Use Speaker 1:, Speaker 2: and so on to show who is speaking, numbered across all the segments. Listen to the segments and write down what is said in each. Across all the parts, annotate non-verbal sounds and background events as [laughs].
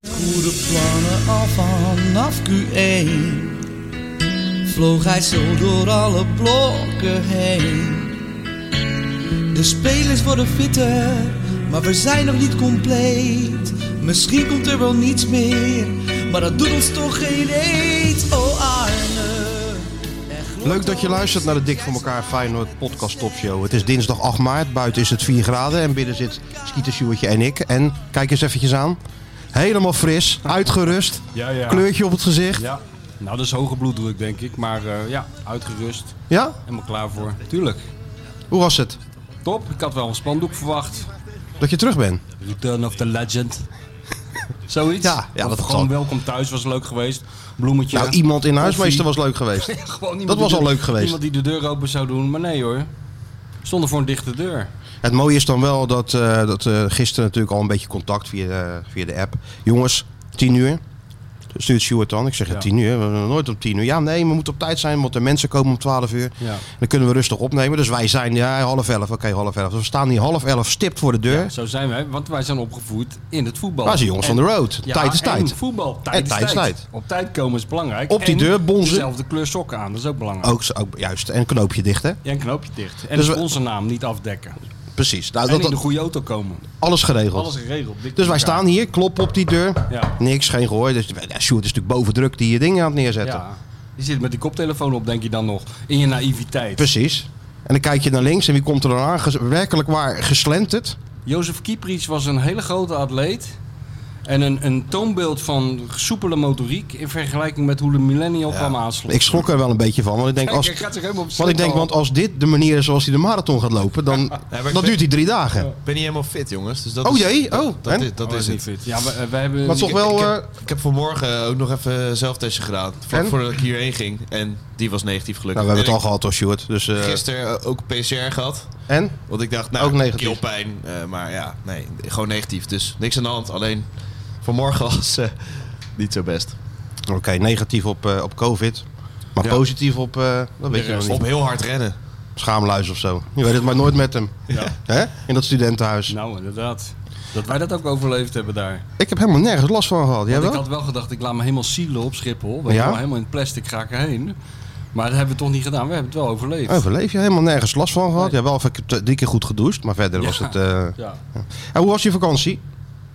Speaker 1: goede plannen al vanaf Q1 Vloog hij zo door alle blokken heen De spelers worden fitter, maar we zijn nog niet compleet Misschien komt er wel niets meer, maar dat doet ons toch geen eet Oh Arne er gloeit
Speaker 2: Leuk dat je
Speaker 1: al
Speaker 2: luistert naar de Dik voor elkaar Feyenoord podcast topshow. Het is dinsdag 8 maart, buiten is het 4 graden en binnen zit Skeeter Sjoertje en ik. En kijk eens eventjes aan. Helemaal fris, uitgerust,
Speaker 3: Ja, ja.
Speaker 2: kleurtje op het gezicht. Ja?
Speaker 3: Ja. Nou, dat is hoge bloeddruk, denk ik. Maar eh, ja, uitgerust. Helemaal klaar voor. Tuurlijk.
Speaker 2: Hoe was het?
Speaker 3: Top. Ik had wel een spandoek verwacht.
Speaker 2: Dat je terug bent?
Speaker 3: Return of the legend. [laughs] Zoiets.
Speaker 2: Ja, ja,
Speaker 3: Of
Speaker 2: dat
Speaker 3: Gewoon
Speaker 2: zal.
Speaker 3: welkom thuis was leuk geweest. Bloemetje.
Speaker 2: Nou, iemand in de huismeester
Speaker 3: [laughs]
Speaker 2: was
Speaker 3: Koffie.
Speaker 2: leuk geweest.
Speaker 3: Gewoon iemand
Speaker 2: dat
Speaker 3: die
Speaker 2: was
Speaker 3: de-
Speaker 2: al leuk geweest.
Speaker 3: Iemand die de deur open zou doen. Maar nee hoor. Stonden voor een dichte deur.
Speaker 2: Het mooie is dan wel dat, eh, dat eh, gisteren natuurlijk al een beetje contact via, eh, via de app. Jongens, 10 uur. Stuurt Stuart dan. Ik zeg
Speaker 3: Ja.
Speaker 2: het 10 uur. We zijn nooit om 10 uur. Ja, nee, we moeten op tijd zijn, want de mensen komen om 12 uur.
Speaker 3: Ja.
Speaker 2: Dan kunnen we rustig opnemen. Dus wij zijn ja, half elf. Oké, half elf. Dus we staan hier half elf stipt voor de deur. Maar
Speaker 3: Zo zijn wij. Want wij zijn opgevoed in het voetbal.
Speaker 2: dat is de jongens van de road.
Speaker 3: Ja,
Speaker 2: tijd is
Speaker 3: en
Speaker 2: tijd.
Speaker 3: voetbal. Tijd,
Speaker 2: En
Speaker 3: is,
Speaker 2: tijd is
Speaker 3: tijd.
Speaker 2: tijd.
Speaker 3: Op tijd komen is belangrijk.
Speaker 2: Op die
Speaker 3: En
Speaker 2: deur bonzen.
Speaker 3: Dezelfde kleur sokken aan. Dat is ook belangrijk.
Speaker 2: Ook, zo- ook, juist. En een knoopje dicht, hè?
Speaker 3: Ja, een knoopje dicht. En
Speaker 2: Dus
Speaker 3: dus
Speaker 2: we-
Speaker 3: onze naam niet afdekken.
Speaker 2: Precies. Nou,
Speaker 3: en
Speaker 2: dat,
Speaker 3: in de
Speaker 2: dat,
Speaker 3: goede auto komen.
Speaker 2: alles geregeld.
Speaker 3: Alles geregeld. dik
Speaker 2: Dus wij
Speaker 3: elkaar.
Speaker 2: staan hier, kloppen op die deur.
Speaker 3: Ja.
Speaker 2: Niks, geen gehoor. Dus, ja, Sjoerd is natuurlijk bovendruk die je dingen aan het neerzetten.
Speaker 3: Ja. Je zit met die koptelefoon op, denk je dan nog. In je naïviteit.
Speaker 2: Precies. En dan kijk je naar links en wie komt er dan aan? Ges- Werkelijk waar geslenterd.
Speaker 3: Jozef Kieprits was een hele grote atleet. En een, een toonbeeld van soepele motoriek in vergelijking met hoe de millennial kwam aansloten.
Speaker 2: Ik schrok er wel een beetje van. Want ik denk,
Speaker 3: Kijk,
Speaker 2: als,
Speaker 3: hij gaat zich helemaal op
Speaker 2: want ik
Speaker 3: slot
Speaker 2: denk,
Speaker 3: al.
Speaker 2: want als dit de manier is zoals hij de marathon gaat lopen, dan
Speaker 4: maar ik
Speaker 2: dat
Speaker 4: ben-
Speaker 2: duurt hij drie dagen.
Speaker 4: Ik ben niet helemaal fit, jongens. Dus dat
Speaker 2: Oh
Speaker 4: is-
Speaker 2: jee,
Speaker 4: dat-
Speaker 2: oh,
Speaker 4: Dat,
Speaker 2: en?
Speaker 4: is, dat
Speaker 3: Oh,
Speaker 4: is
Speaker 3: niet
Speaker 4: het.
Speaker 3: fit. Ja, we, we hebben...
Speaker 2: Maar toch
Speaker 4: Ik-
Speaker 2: wel...
Speaker 4: ik,
Speaker 2: eh,
Speaker 4: heb, ik heb vanmorgen ook nog even een zelftestje gedaan. Vlak
Speaker 2: En?
Speaker 4: voordat ik hierheen ging. En die was negatief gelukkig.
Speaker 2: nou, we hebben het
Speaker 4: En
Speaker 2: al
Speaker 4: ik
Speaker 2: gehad hoor, Sjoerd. Dus, eh,
Speaker 4: Gisteren eh, ook PCR gehad.
Speaker 2: en?
Speaker 4: Want ik dacht, nou,
Speaker 2: Ook negatief.
Speaker 4: keelpijn. eh, maar ja, nee, gewoon negatief. Dus niks aan de hand. Alleen vanmorgen [laughs] was eh, niet zo best.
Speaker 2: Oké, negatief op, eh, op covid. Maar
Speaker 4: Ja.
Speaker 2: positief op, eh, dat weet
Speaker 4: De
Speaker 2: je
Speaker 4: rest.
Speaker 2: nog
Speaker 4: Op
Speaker 2: niet.
Speaker 4: heel hard rennen.
Speaker 2: Schaamluis of zo. Je weet het maar nooit met hem. [laughs] Hè? In dat studentenhuis.
Speaker 3: Nou, inderdaad. Dat wij dat ook overleefd hebben daar.
Speaker 2: Ik heb helemaal nergens last van gehad. Jij
Speaker 3: Want ik
Speaker 2: wel?
Speaker 3: had wel gedacht, ik laat me helemaal zielen op Schiphol. Weet je
Speaker 2: Ja?
Speaker 3: wel, helemaal in het plastic ga ik erheen. Maar dat hebben we toch niet gedaan. We hebben het wel overleefd.
Speaker 2: Overleef je helemaal nergens last van gehad.
Speaker 3: Nee.
Speaker 2: Ja, wel even t- eh, drie keer goed gedoucht, maar verder
Speaker 3: Ja.
Speaker 2: was het... eh,
Speaker 3: [laughs] Ja.
Speaker 2: En hoe was je vakantie?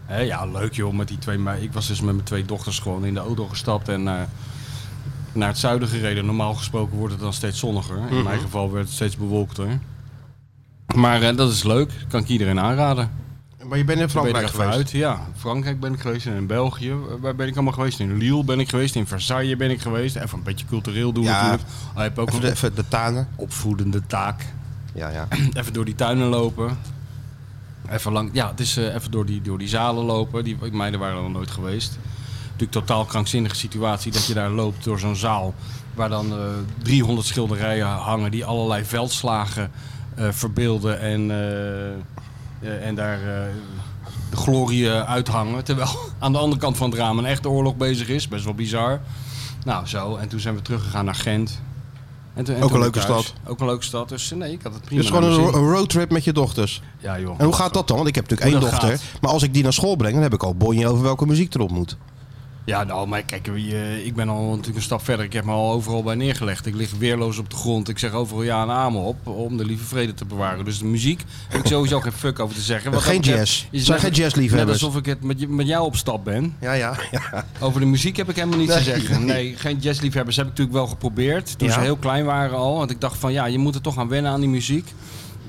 Speaker 3: Hé, ja, leuk joh, met die twee mei. Ik was dus met mijn twee dochters gewoon in de auto gestapt en eh, naar het zuiden gereden. Normaal gesproken wordt het dan steeds zonniger.
Speaker 2: Mhm.
Speaker 3: In mijn geval werd het steeds bewolkter. Maar eh, dat is leuk, kan ik iedereen aanraden.
Speaker 2: Maar je bent in
Speaker 3: Dan ben je
Speaker 2: Frankrijk
Speaker 3: er even
Speaker 2: geweest.
Speaker 3: uit. Ja, Frankrijk ben ik geweest en in België. Eh, Waar ben ik allemaal geweest? In Lille ben ik geweest, in Versailles ben ik geweest. Even een beetje cultureel doen
Speaker 2: Ja.
Speaker 3: natuurlijk. Ah, je hebt ook
Speaker 2: Even
Speaker 3: een
Speaker 2: de, even de Dus tanen.
Speaker 3: opvoedende taak. [clears throat]
Speaker 2: Ja, ja.
Speaker 3: even door die tuinen lopen. Even, lang, ja, het is, eh, even door, die, door die zalen lopen. Die meiden waren er nog nooit geweest. Natuurlijk totaal krankzinnige situatie dat je daar loopt door zo'n zaal. Waar dan eh, 300 schilderijen hangen die allerlei veldslagen eh, verbeelden. En, eh, eh, en daar eh, de glorie eh, uithangen. Terwijl [laughs] aan de andere kant van het raam een echte oorlog bezig is. Best wel bizar. Nou zo, en toen zijn we teruggegaan naar Gent. En toen- en
Speaker 2: Ook
Speaker 3: toen
Speaker 2: een
Speaker 3: weer
Speaker 2: leuke
Speaker 3: thuis.
Speaker 2: stad.
Speaker 3: Ook een leuke stad. Dus eh, nee, ik had het prima.
Speaker 2: Dus gewoon
Speaker 3: naar mijn
Speaker 2: een,
Speaker 3: zin.
Speaker 2: ro- een roadtrip met je dochters.
Speaker 3: Ja, joh.
Speaker 2: En hoe gaat dat dan? Want ik heb natuurlijk
Speaker 3: Hoe
Speaker 2: één
Speaker 3: dat
Speaker 2: dochter.
Speaker 3: gaat.
Speaker 2: Maar als ik die naar school breng, dan heb ik al bonje over welke muziek erop moet.
Speaker 3: Ja, nou, maar kijk, je- ik ben al natuurlijk een stap verder. Ik heb me al overal bij neergelegd. Ik lig weerloos op de grond. Ik zeg overal ja en amen op om de lieve vrede te bewaren. Dus de muziek heb ik sowieso geen fuck over te zeggen. Wat dat
Speaker 2: Eh, Geen
Speaker 3: betreft
Speaker 2: jazz.
Speaker 3: is het
Speaker 2: Zijn
Speaker 3: net-
Speaker 2: geen jazzliefhebbers.
Speaker 3: Net alsof ik het met, je- met jou op stap ben.
Speaker 2: Ja, [laughs] ja. ja.
Speaker 3: Over de muziek heb ik helemaal niets te
Speaker 2: Nee. [laughs]
Speaker 3: zeggen. Nee, geen jazzliefhebbers heb ik natuurlijk wel geprobeerd. Toen
Speaker 2: Ja.
Speaker 3: ze heel klein waren al. Want ik dacht van ja, je moet er toch aan wennen aan die muziek.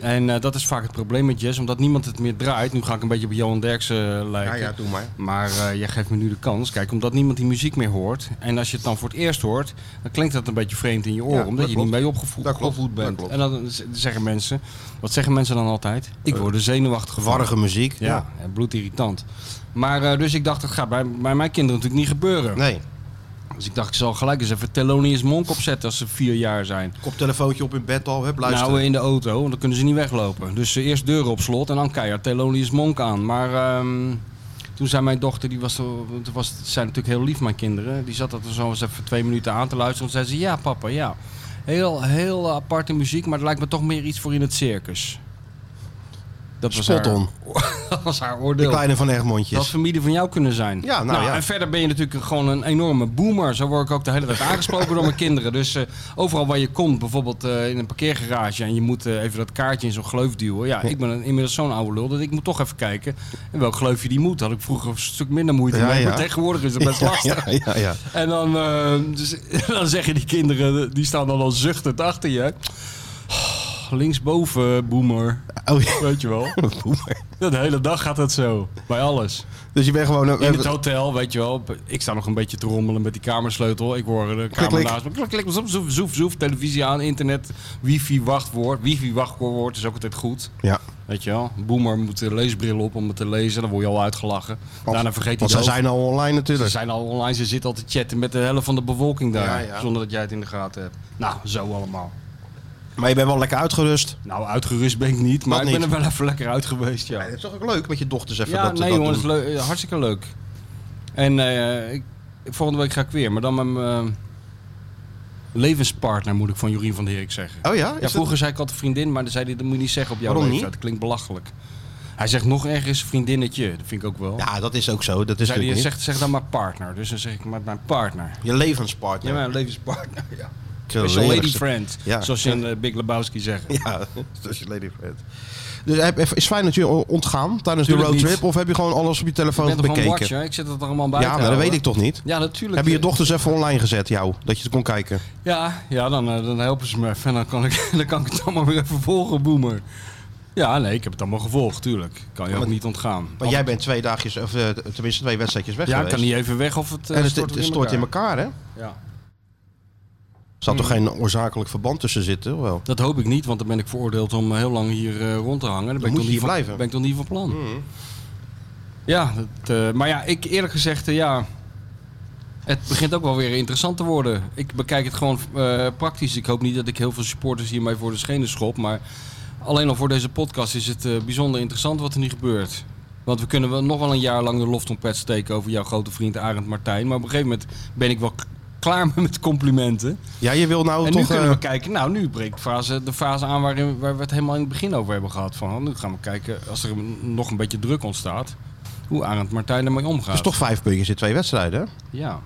Speaker 3: En eh, dat is vaak het probleem met jazz, omdat niemand het meer draait. Nu ga ik een beetje op Johan Derksen eh, lijken.
Speaker 2: doe maar.
Speaker 3: Maar eh, jij geeft me nu de kans. Kijk, omdat niemand die muziek meer hoort. En als je het dan voor het eerst hoort, dan klinkt dat een beetje vreemd in je oren.
Speaker 2: Ja,
Speaker 3: omdat
Speaker 2: dat
Speaker 3: je
Speaker 2: klopt.
Speaker 3: niet mee opgevoed,
Speaker 2: Dat klopt,
Speaker 3: opgevoed
Speaker 2: dat
Speaker 3: bent.
Speaker 2: klopt.
Speaker 3: En dan z- zeggen mensen, wat zeggen mensen dan altijd? Ik word er zenuwachtig van.
Speaker 2: Warrige muziek.
Speaker 3: Ja, en bloedirritant. Maar eh, dus ik dacht, dat gaat bij, bij mijn kinderen natuurlijk niet gebeuren.
Speaker 2: Nee.
Speaker 3: Dus ik dacht, ik zal gelijk eens even Thelonious Monk opzetten als ze vier jaar zijn.
Speaker 2: Koptelefoontje op in bed al. Hup, luisteren.
Speaker 3: Nou, in de auto, want dan kunnen ze niet weglopen. Dus eh, eerst deuren op slot en dan keihard Thelonious Monk aan. Maar ehm, toen zei mijn dochter, die was, zo- want het was, het zijn natuurlijk heel lief mijn kinderen. Die zat dat er zo eens even twee minuten aan te luisteren. Toen zei ze, ja papa, ja. Heel, heel aparte muziek, maar het lijkt me toch meer iets voor in het circus. Dat was
Speaker 2: Spot
Speaker 3: haar,
Speaker 2: on.
Speaker 3: [laughs] dat was haar
Speaker 2: De
Speaker 3: oordeel.
Speaker 2: kleine van
Speaker 3: Dat
Speaker 2: Egmondjes.
Speaker 3: familie van jou kunnen zijn.
Speaker 2: Ja, nou ja.
Speaker 3: En verder ben je natuurlijk gewoon een enorme boomer. Zo word ik ook de hele tijd aangesproken door mijn [laughs] kinderen. Dus eh, overal waar je komt, bijvoorbeeld eh, in een parkeergarage... en je moet eh, even dat kaartje in zo'n gleuf duwen. Ja, ik ben een- inmiddels zo'n oude lul dat ik moet toch even kijken... in welk gleufje die moet. Had ik vroeger een stuk minder moeite
Speaker 2: Ja,
Speaker 3: mee.
Speaker 2: ja.
Speaker 3: Maar tegenwoordig is het best
Speaker 2: [laughs]
Speaker 3: lastig.
Speaker 2: Ja, ja, ja.
Speaker 3: En dan, eh, dus, [laughs] dan zeggen die kinderen, die staan dan al zuchtend achter je. Oh, linksboven, boemer.
Speaker 2: Oh, ja. [laughs]
Speaker 3: Weet je wel. De hele dag gaat dat zo. Bij alles.
Speaker 2: Dus je bent gewoon... een-
Speaker 3: In het hotel, weet je wel. Ik sta nog een beetje te rommelen met die kamersleutel. Ik hoor de kamer
Speaker 2: klik.
Speaker 3: naast me. Klik, klik, zoef, zoef, zoef, zoef. Televisie aan, internet, wifi, wachtwoord. Wifi, wachtwoord is ook altijd goed.
Speaker 2: Ja,
Speaker 3: Weet je wel. Boomer moet de leesbril op om het te lezen. Dan word je al uitgelachen. Daarna Nou, vergeet hij
Speaker 2: want
Speaker 3: de
Speaker 2: zij zijn
Speaker 3: hoofd-
Speaker 2: al online
Speaker 3: ze
Speaker 2: natuurlijk.
Speaker 3: zijn al online, ze zitten al te chatten met de helft van de bevolking daar.
Speaker 2: Ja, ja.
Speaker 3: Zonder dat jij het in de gaten hebt. Nou, zo allemaal.
Speaker 2: Maar je bent wel lekker uitgerust.
Speaker 3: Nou, uitgerust ben ik niet, maar
Speaker 2: Dat
Speaker 3: ik ben
Speaker 2: niet.
Speaker 3: er wel even lekker uit geweest. Ja,
Speaker 2: dat is toch ook leuk met je dochters even
Speaker 3: ja
Speaker 2: dat
Speaker 3: nee
Speaker 2: dat
Speaker 3: jongens,
Speaker 2: doen.
Speaker 3: leu- eh, hartstikke leuk. En eh, ik, volgende week ga ik weer, maar dan met mijn eh, levenspartner moet ik van Jorien van der Herik zeggen.
Speaker 2: Oh ja? Is
Speaker 3: ja,
Speaker 2: dat-
Speaker 3: vroeger zei ik altijd vriendin, maar dan zei hij dat moet je niet zeggen op jouw
Speaker 2: Waarom
Speaker 3: leeftijd. Dat klinkt belachelijk. Hij zegt nog ergens vriendinnetje, dat vind ik ook wel.
Speaker 2: Ja, dat is ook zo. Dat is
Speaker 3: Zei hij,
Speaker 2: natuurlijk
Speaker 3: zegt, zeg dan maar partner. Dus dan zeg ik maar mijn partner.
Speaker 2: niet- Je levenspartner.
Speaker 3: Ja, mijn levenspartner. Ja.
Speaker 2: Zo
Speaker 3: Special lady
Speaker 2: lelijk.
Speaker 3: friend,
Speaker 2: Ja.
Speaker 3: zoals ze in eh, Big Lebowski zeggen.
Speaker 2: [laughs] Ja, dat is je lady friend. Dus heb, heb- is Feyenoord je ontgaan tijdens de
Speaker 3: Tuurlijk
Speaker 2: roadtrip?
Speaker 3: niet.
Speaker 2: Of heb je gewoon alles op je
Speaker 3: Ik
Speaker 2: telefoon
Speaker 3: ben toch
Speaker 2: bekeken?
Speaker 3: een watcher, ik zet het er allemaal bij.
Speaker 2: ja, maar dat weet ik toch niet?
Speaker 3: Ja, natuurlijk.
Speaker 2: Hebben je dochters even online gezet, jou? Dat je het kon kijken?
Speaker 3: Oh. Ja, ja dan, eh, dan helpen ze me even en dan kan, ik, [laughs] dan kan ik het allemaal weer even volgen, boemer. Ja, nee, ik heb het allemaal gevolgd, tuurlijk. Kan je ook
Speaker 2: Maar-
Speaker 3: niet ontgaan.
Speaker 2: Want jij bent twee dagjes, of eh, tenminste twee wedstrijdjes weg
Speaker 3: ja, ik
Speaker 2: geweest.
Speaker 3: kan niet even weg of het eh,
Speaker 2: En het,
Speaker 3: stort,
Speaker 2: het stort in elkaar, hè? Er
Speaker 3: Ja.
Speaker 2: zat
Speaker 3: Mm.
Speaker 2: toch geen oorzakelijk verband tussen zitten? of Wel.
Speaker 3: Dat hoop ik niet, want dan ben ik veroordeeld om heel lang hier eh, rond te hangen. Dan,
Speaker 2: moet
Speaker 3: ben ik toch
Speaker 2: je
Speaker 3: niet
Speaker 2: hier
Speaker 3: van-
Speaker 2: blijven. Hmm.
Speaker 3: ben ik toch niet van plan. Ja, dat, eh, maar ja, ik eerlijk gezegd, eh, ja, het begint ook wel weer interessant te worden. Ik bekijk het gewoon eh, praktisch. Ik hoop niet dat ik heel veel supporters hiermee voor de schenen schop. Maar alleen al voor deze podcast is het eh, bijzonder interessant wat er nu gebeurt. Want we kunnen wel nog wel een jaar lang de loft om pet steken over jouw grote vriend Arend Martijn. Maar op een gegeven moment ben ik wel k- klaar [laughs] met complimenten
Speaker 2: Ja, je wil nou
Speaker 3: en nu
Speaker 2: toch...
Speaker 3: kunnen
Speaker 2: eh,
Speaker 3: we kijken, nou nu breekt fase, de fase aan waarin, waar we het helemaal in het begin over hebben gehad. Van, nu gaan we kijken, als er een- nog een beetje druk ontstaat, hoe Arend Martijn ermee omgaat.
Speaker 2: dat is toch vijf puntjes in twee wedstrijden, hè?
Speaker 3: Ja.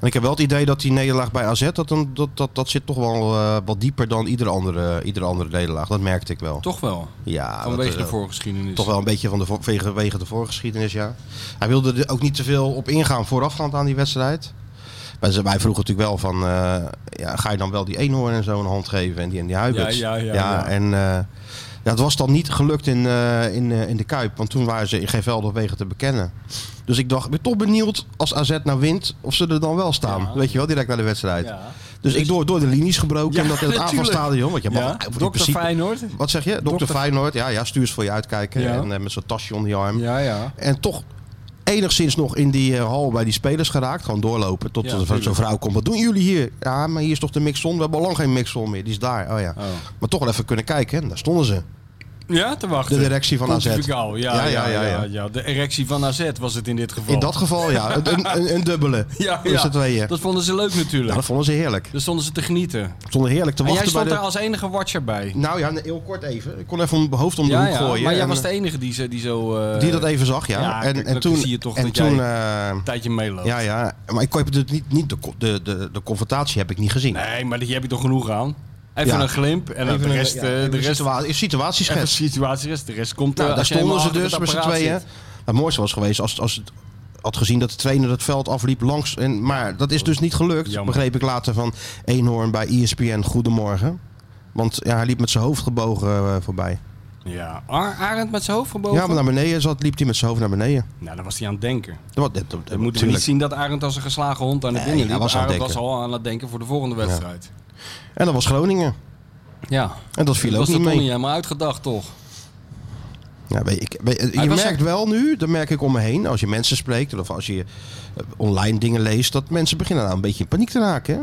Speaker 2: En ik heb wel het idee dat die nederlaag bij AZ, dat, een- dat, dat, dat zit toch wel eh, wat dieper dan iedere andere, iedere andere nederlaag. Dat merkte ik wel.
Speaker 3: Toch wel,
Speaker 2: ja, Ah, dat eh,
Speaker 3: vanwege
Speaker 2: is
Speaker 3: de
Speaker 2: wel-
Speaker 3: voorgeschiedenis.
Speaker 2: Toch wel een beetje van de vo- vege- wegen de voorgeschiedenis, ja. Hij wilde er ook niet te veel op ingaan voorafgaand aan die wedstrijd. Wij, ze- wij vroegen natuurlijk wel van, eh, ja, ga je dan wel die eenhoorn en zo een hand geven en die en die Huibert?
Speaker 3: Ja, ja, ja, ja.
Speaker 2: en eh, ja, het was dan niet gelukt in, eh, in, eh, in de Kuip, want toen waren ze in geen veld of wegen te bekennen. Dus ik dacht, ik ben toch benieuwd als AZ nou wint, of ze er dan wel staan.
Speaker 3: Ja.
Speaker 2: Weet je wel, direct naar de wedstrijd.
Speaker 3: Ja.
Speaker 2: Dus ik door, door de linies gebroken
Speaker 3: Ja,
Speaker 2: en dat
Speaker 3: [laughs]
Speaker 2: in het
Speaker 3: natuurlijk.
Speaker 2: aanvalstadion. Want je mag
Speaker 3: Ja,
Speaker 2: in
Speaker 3: Dr.
Speaker 2: principe-
Speaker 3: Feyenoord.
Speaker 2: wat zeg je? Dokter
Speaker 3: Dokter-
Speaker 2: Feyenoord. Ja, ja, stuurs voor je uitkijken.
Speaker 3: Ja.
Speaker 2: En eh, met zo'n tasje onder je arm.
Speaker 3: Ja, ja.
Speaker 2: En toch enigszins nog in die eh, hal bij die spelers geraakt. Gewoon doorlopen tot
Speaker 3: Ja,
Speaker 2: er zo'n
Speaker 3: tuurlijk.
Speaker 2: vrouw komt. Wat doen jullie hier? Ja, maar hier is toch de mixon? We hebben al lang geen mixon meer. Die is daar. Oh ja.
Speaker 3: Oh.
Speaker 2: Maar toch wel even kunnen kijken. En daar stonden ze.
Speaker 3: Ja, te wachten.
Speaker 2: De directie van AZ.
Speaker 3: Pontificaal, Ja, ja, ja, ja,
Speaker 2: ja.
Speaker 3: ja. De erectie van AZ was het in dit geval.
Speaker 2: In dat geval, ja. Een, een- een, een dubbele.
Speaker 3: [laughs] ja,
Speaker 2: Dus
Speaker 3: ja.
Speaker 2: de tweeën.
Speaker 3: Dat vonden ze leuk
Speaker 2: Ja,
Speaker 3: natuurlijk.
Speaker 2: dat vonden ze heerlijk.
Speaker 3: Daar stonden ze te genieten.
Speaker 2: Stonden heerlijk te
Speaker 3: En Ah, jij
Speaker 2: wachten bij
Speaker 3: stond
Speaker 2: de...
Speaker 3: daar als enige watcher bij.
Speaker 2: Nou ja, heel kort even. Ik kon even mijn hoofd om de
Speaker 3: Ja,
Speaker 2: hoek
Speaker 3: ja,
Speaker 2: gooien.
Speaker 3: maar jij
Speaker 2: en, eh,
Speaker 3: was de enige die, ze- die zo... eh,
Speaker 2: die dat even zag, ja.
Speaker 3: Ja,
Speaker 2: en,
Speaker 3: kijk,
Speaker 2: en
Speaker 3: dan
Speaker 2: toen,
Speaker 3: zie je toch
Speaker 2: en
Speaker 3: dat
Speaker 2: toen eh,
Speaker 3: een tijdje meeloopt.
Speaker 2: Ja, ja. Maar ik heb het niet, niet de, co- de, de, de confrontatie heb ik niet gezien.
Speaker 3: Nee, maar die heb je toch genoeg aan? Even
Speaker 2: Ja.
Speaker 3: een glimp en dan
Speaker 2: Even
Speaker 3: de
Speaker 2: een-
Speaker 3: rest...
Speaker 2: ja,
Speaker 3: eh,
Speaker 2: even
Speaker 3: de
Speaker 2: een
Speaker 3: rest
Speaker 2: situa- een
Speaker 3: even de
Speaker 2: situatieschets.
Speaker 3: situatie rest. De rest komt...
Speaker 2: Nou,
Speaker 3: eh,
Speaker 2: daar
Speaker 3: als je helemaal
Speaker 2: stonden ze
Speaker 3: achter
Speaker 2: dus
Speaker 3: het
Speaker 2: met z'n
Speaker 3: apparaat
Speaker 2: tweeën.
Speaker 3: zit.
Speaker 2: Het mooiste was geweest als, als het had gezien dat de trainer het veld afliep langs. En, maar dat is dus niet gelukt,
Speaker 3: Jammer.
Speaker 2: begreep ik later van Eenhoorn bij E ESPN. Goedemorgen. Want ja, hij liep met zijn hoofd gebogen eh, voorbij.
Speaker 3: Ja, Ar- Arend met zijn hoofd gebogen?
Speaker 2: Ja, maar naar beneden zat, liep hij met zijn hoofd naar beneden.
Speaker 3: Nou, dan was hij aan het denken.
Speaker 2: Dat, wa- dat, dat-
Speaker 3: Dan moeten we
Speaker 2: tuurlijk.
Speaker 3: niet zien dat Arend als een geslagen hond aan het
Speaker 2: Nee,
Speaker 3: dingen
Speaker 2: hij
Speaker 3: liep.
Speaker 2: was aan het
Speaker 3: Arend was al aan het denken voor de volgende wedstrijd.
Speaker 2: En dat was Groningen.
Speaker 3: Ja.
Speaker 2: En dat viel
Speaker 3: Dat was
Speaker 2: ook niet
Speaker 3: dat toch
Speaker 2: mee.
Speaker 3: niet helemaal uitgedacht, toch?
Speaker 2: Ja, weet ik, weet- je
Speaker 3: Hij was
Speaker 2: merkt
Speaker 3: er-
Speaker 2: wel nu, dat merk ik om me heen, als je mensen spreekt of als je eh, online dingen leest, dat mensen beginnen nou een beetje in paniek te raken. Hè?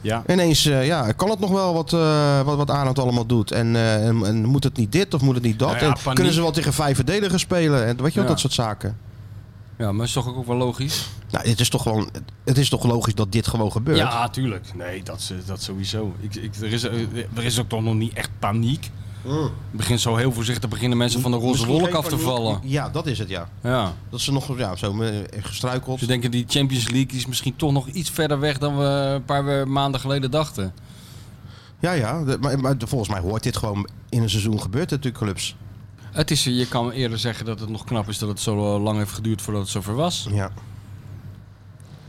Speaker 3: Ja.
Speaker 2: Ineens, eh, ja, kan het nog wel wat, eh wat, wat Arnold allemaal doet? En, eh, en, en moet het niet dit of moet het niet dat?
Speaker 3: Nou ja,
Speaker 2: En
Speaker 3: paniek.
Speaker 2: kunnen ze wel tegen vijf verdedigers spelen? En weet je wel,
Speaker 3: Ja.
Speaker 2: dat soort zaken.
Speaker 3: Ja, maar is toch ook wel logisch?
Speaker 2: Nou, het is toch gewoon, het is toch logisch dat dit gewoon gebeurt?
Speaker 3: Ja, tuurlijk. Nee, dat, is, eh, dat sowieso. Ik, ik, er, is, eh, er is ook toch nog niet echt paniek. Begint zo heel voorzichtig beginnen mensen van de roze
Speaker 2: Mm. Misschien
Speaker 3: wolk
Speaker 2: geen
Speaker 3: af te
Speaker 2: paniek.
Speaker 3: vallen.
Speaker 2: Ja, dat is het, ja.
Speaker 3: Ja.
Speaker 2: Dat ze nog ja, zo me- gestruikeld.
Speaker 3: Ze denken die Champions League is misschien toch nog iets verder weg dan we een paar we- maanden geleden dachten.
Speaker 2: Ja, ja. de- maar, maar volgens mij hoort dit gewoon in een seizoen gebeurt het natuurlijk clubs.
Speaker 3: Het is, eh, je kan eerder zeggen dat het nog knap is dat het zo eh, lang heeft geduurd voordat het zover was.
Speaker 2: Ja.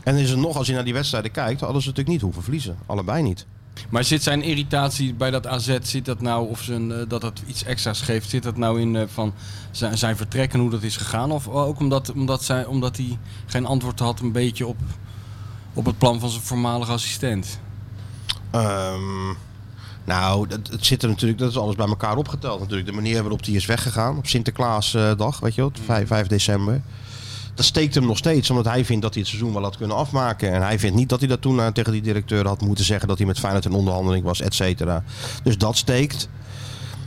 Speaker 2: En is er nog, als je naar die wedstrijden kijkt, hadden ze natuurlijk niet hoeven verliezen. Allebei niet.
Speaker 3: Maar zit zijn irritatie bij dat AZ, zit dat nou of zijn, eh, dat dat iets extra's geeft, zit dat nou in eh, van zijn, zijn vertrek en hoe dat is gegaan? Of eh, ook omdat, omdat, zij, omdat hij geen antwoord had een beetje op, op het plan van zijn voormalige assistent?
Speaker 2: Ehm, nou, dat- het zit er natuurlijk, dat is alles bij elkaar opgeteld natuurlijk. De manier waarop die is weggegaan, op Sinterklaasdag, weet je wel, 5, 5 december. Dat steekt hem nog steeds, omdat hij vindt dat hij het seizoen wel had kunnen afmaken. En hij vindt niet dat hij dat toen eh, tegen die directeur had moeten zeggen dat hij met Feyenoord in onderhandeling was, et cetera. Dus dat steekt.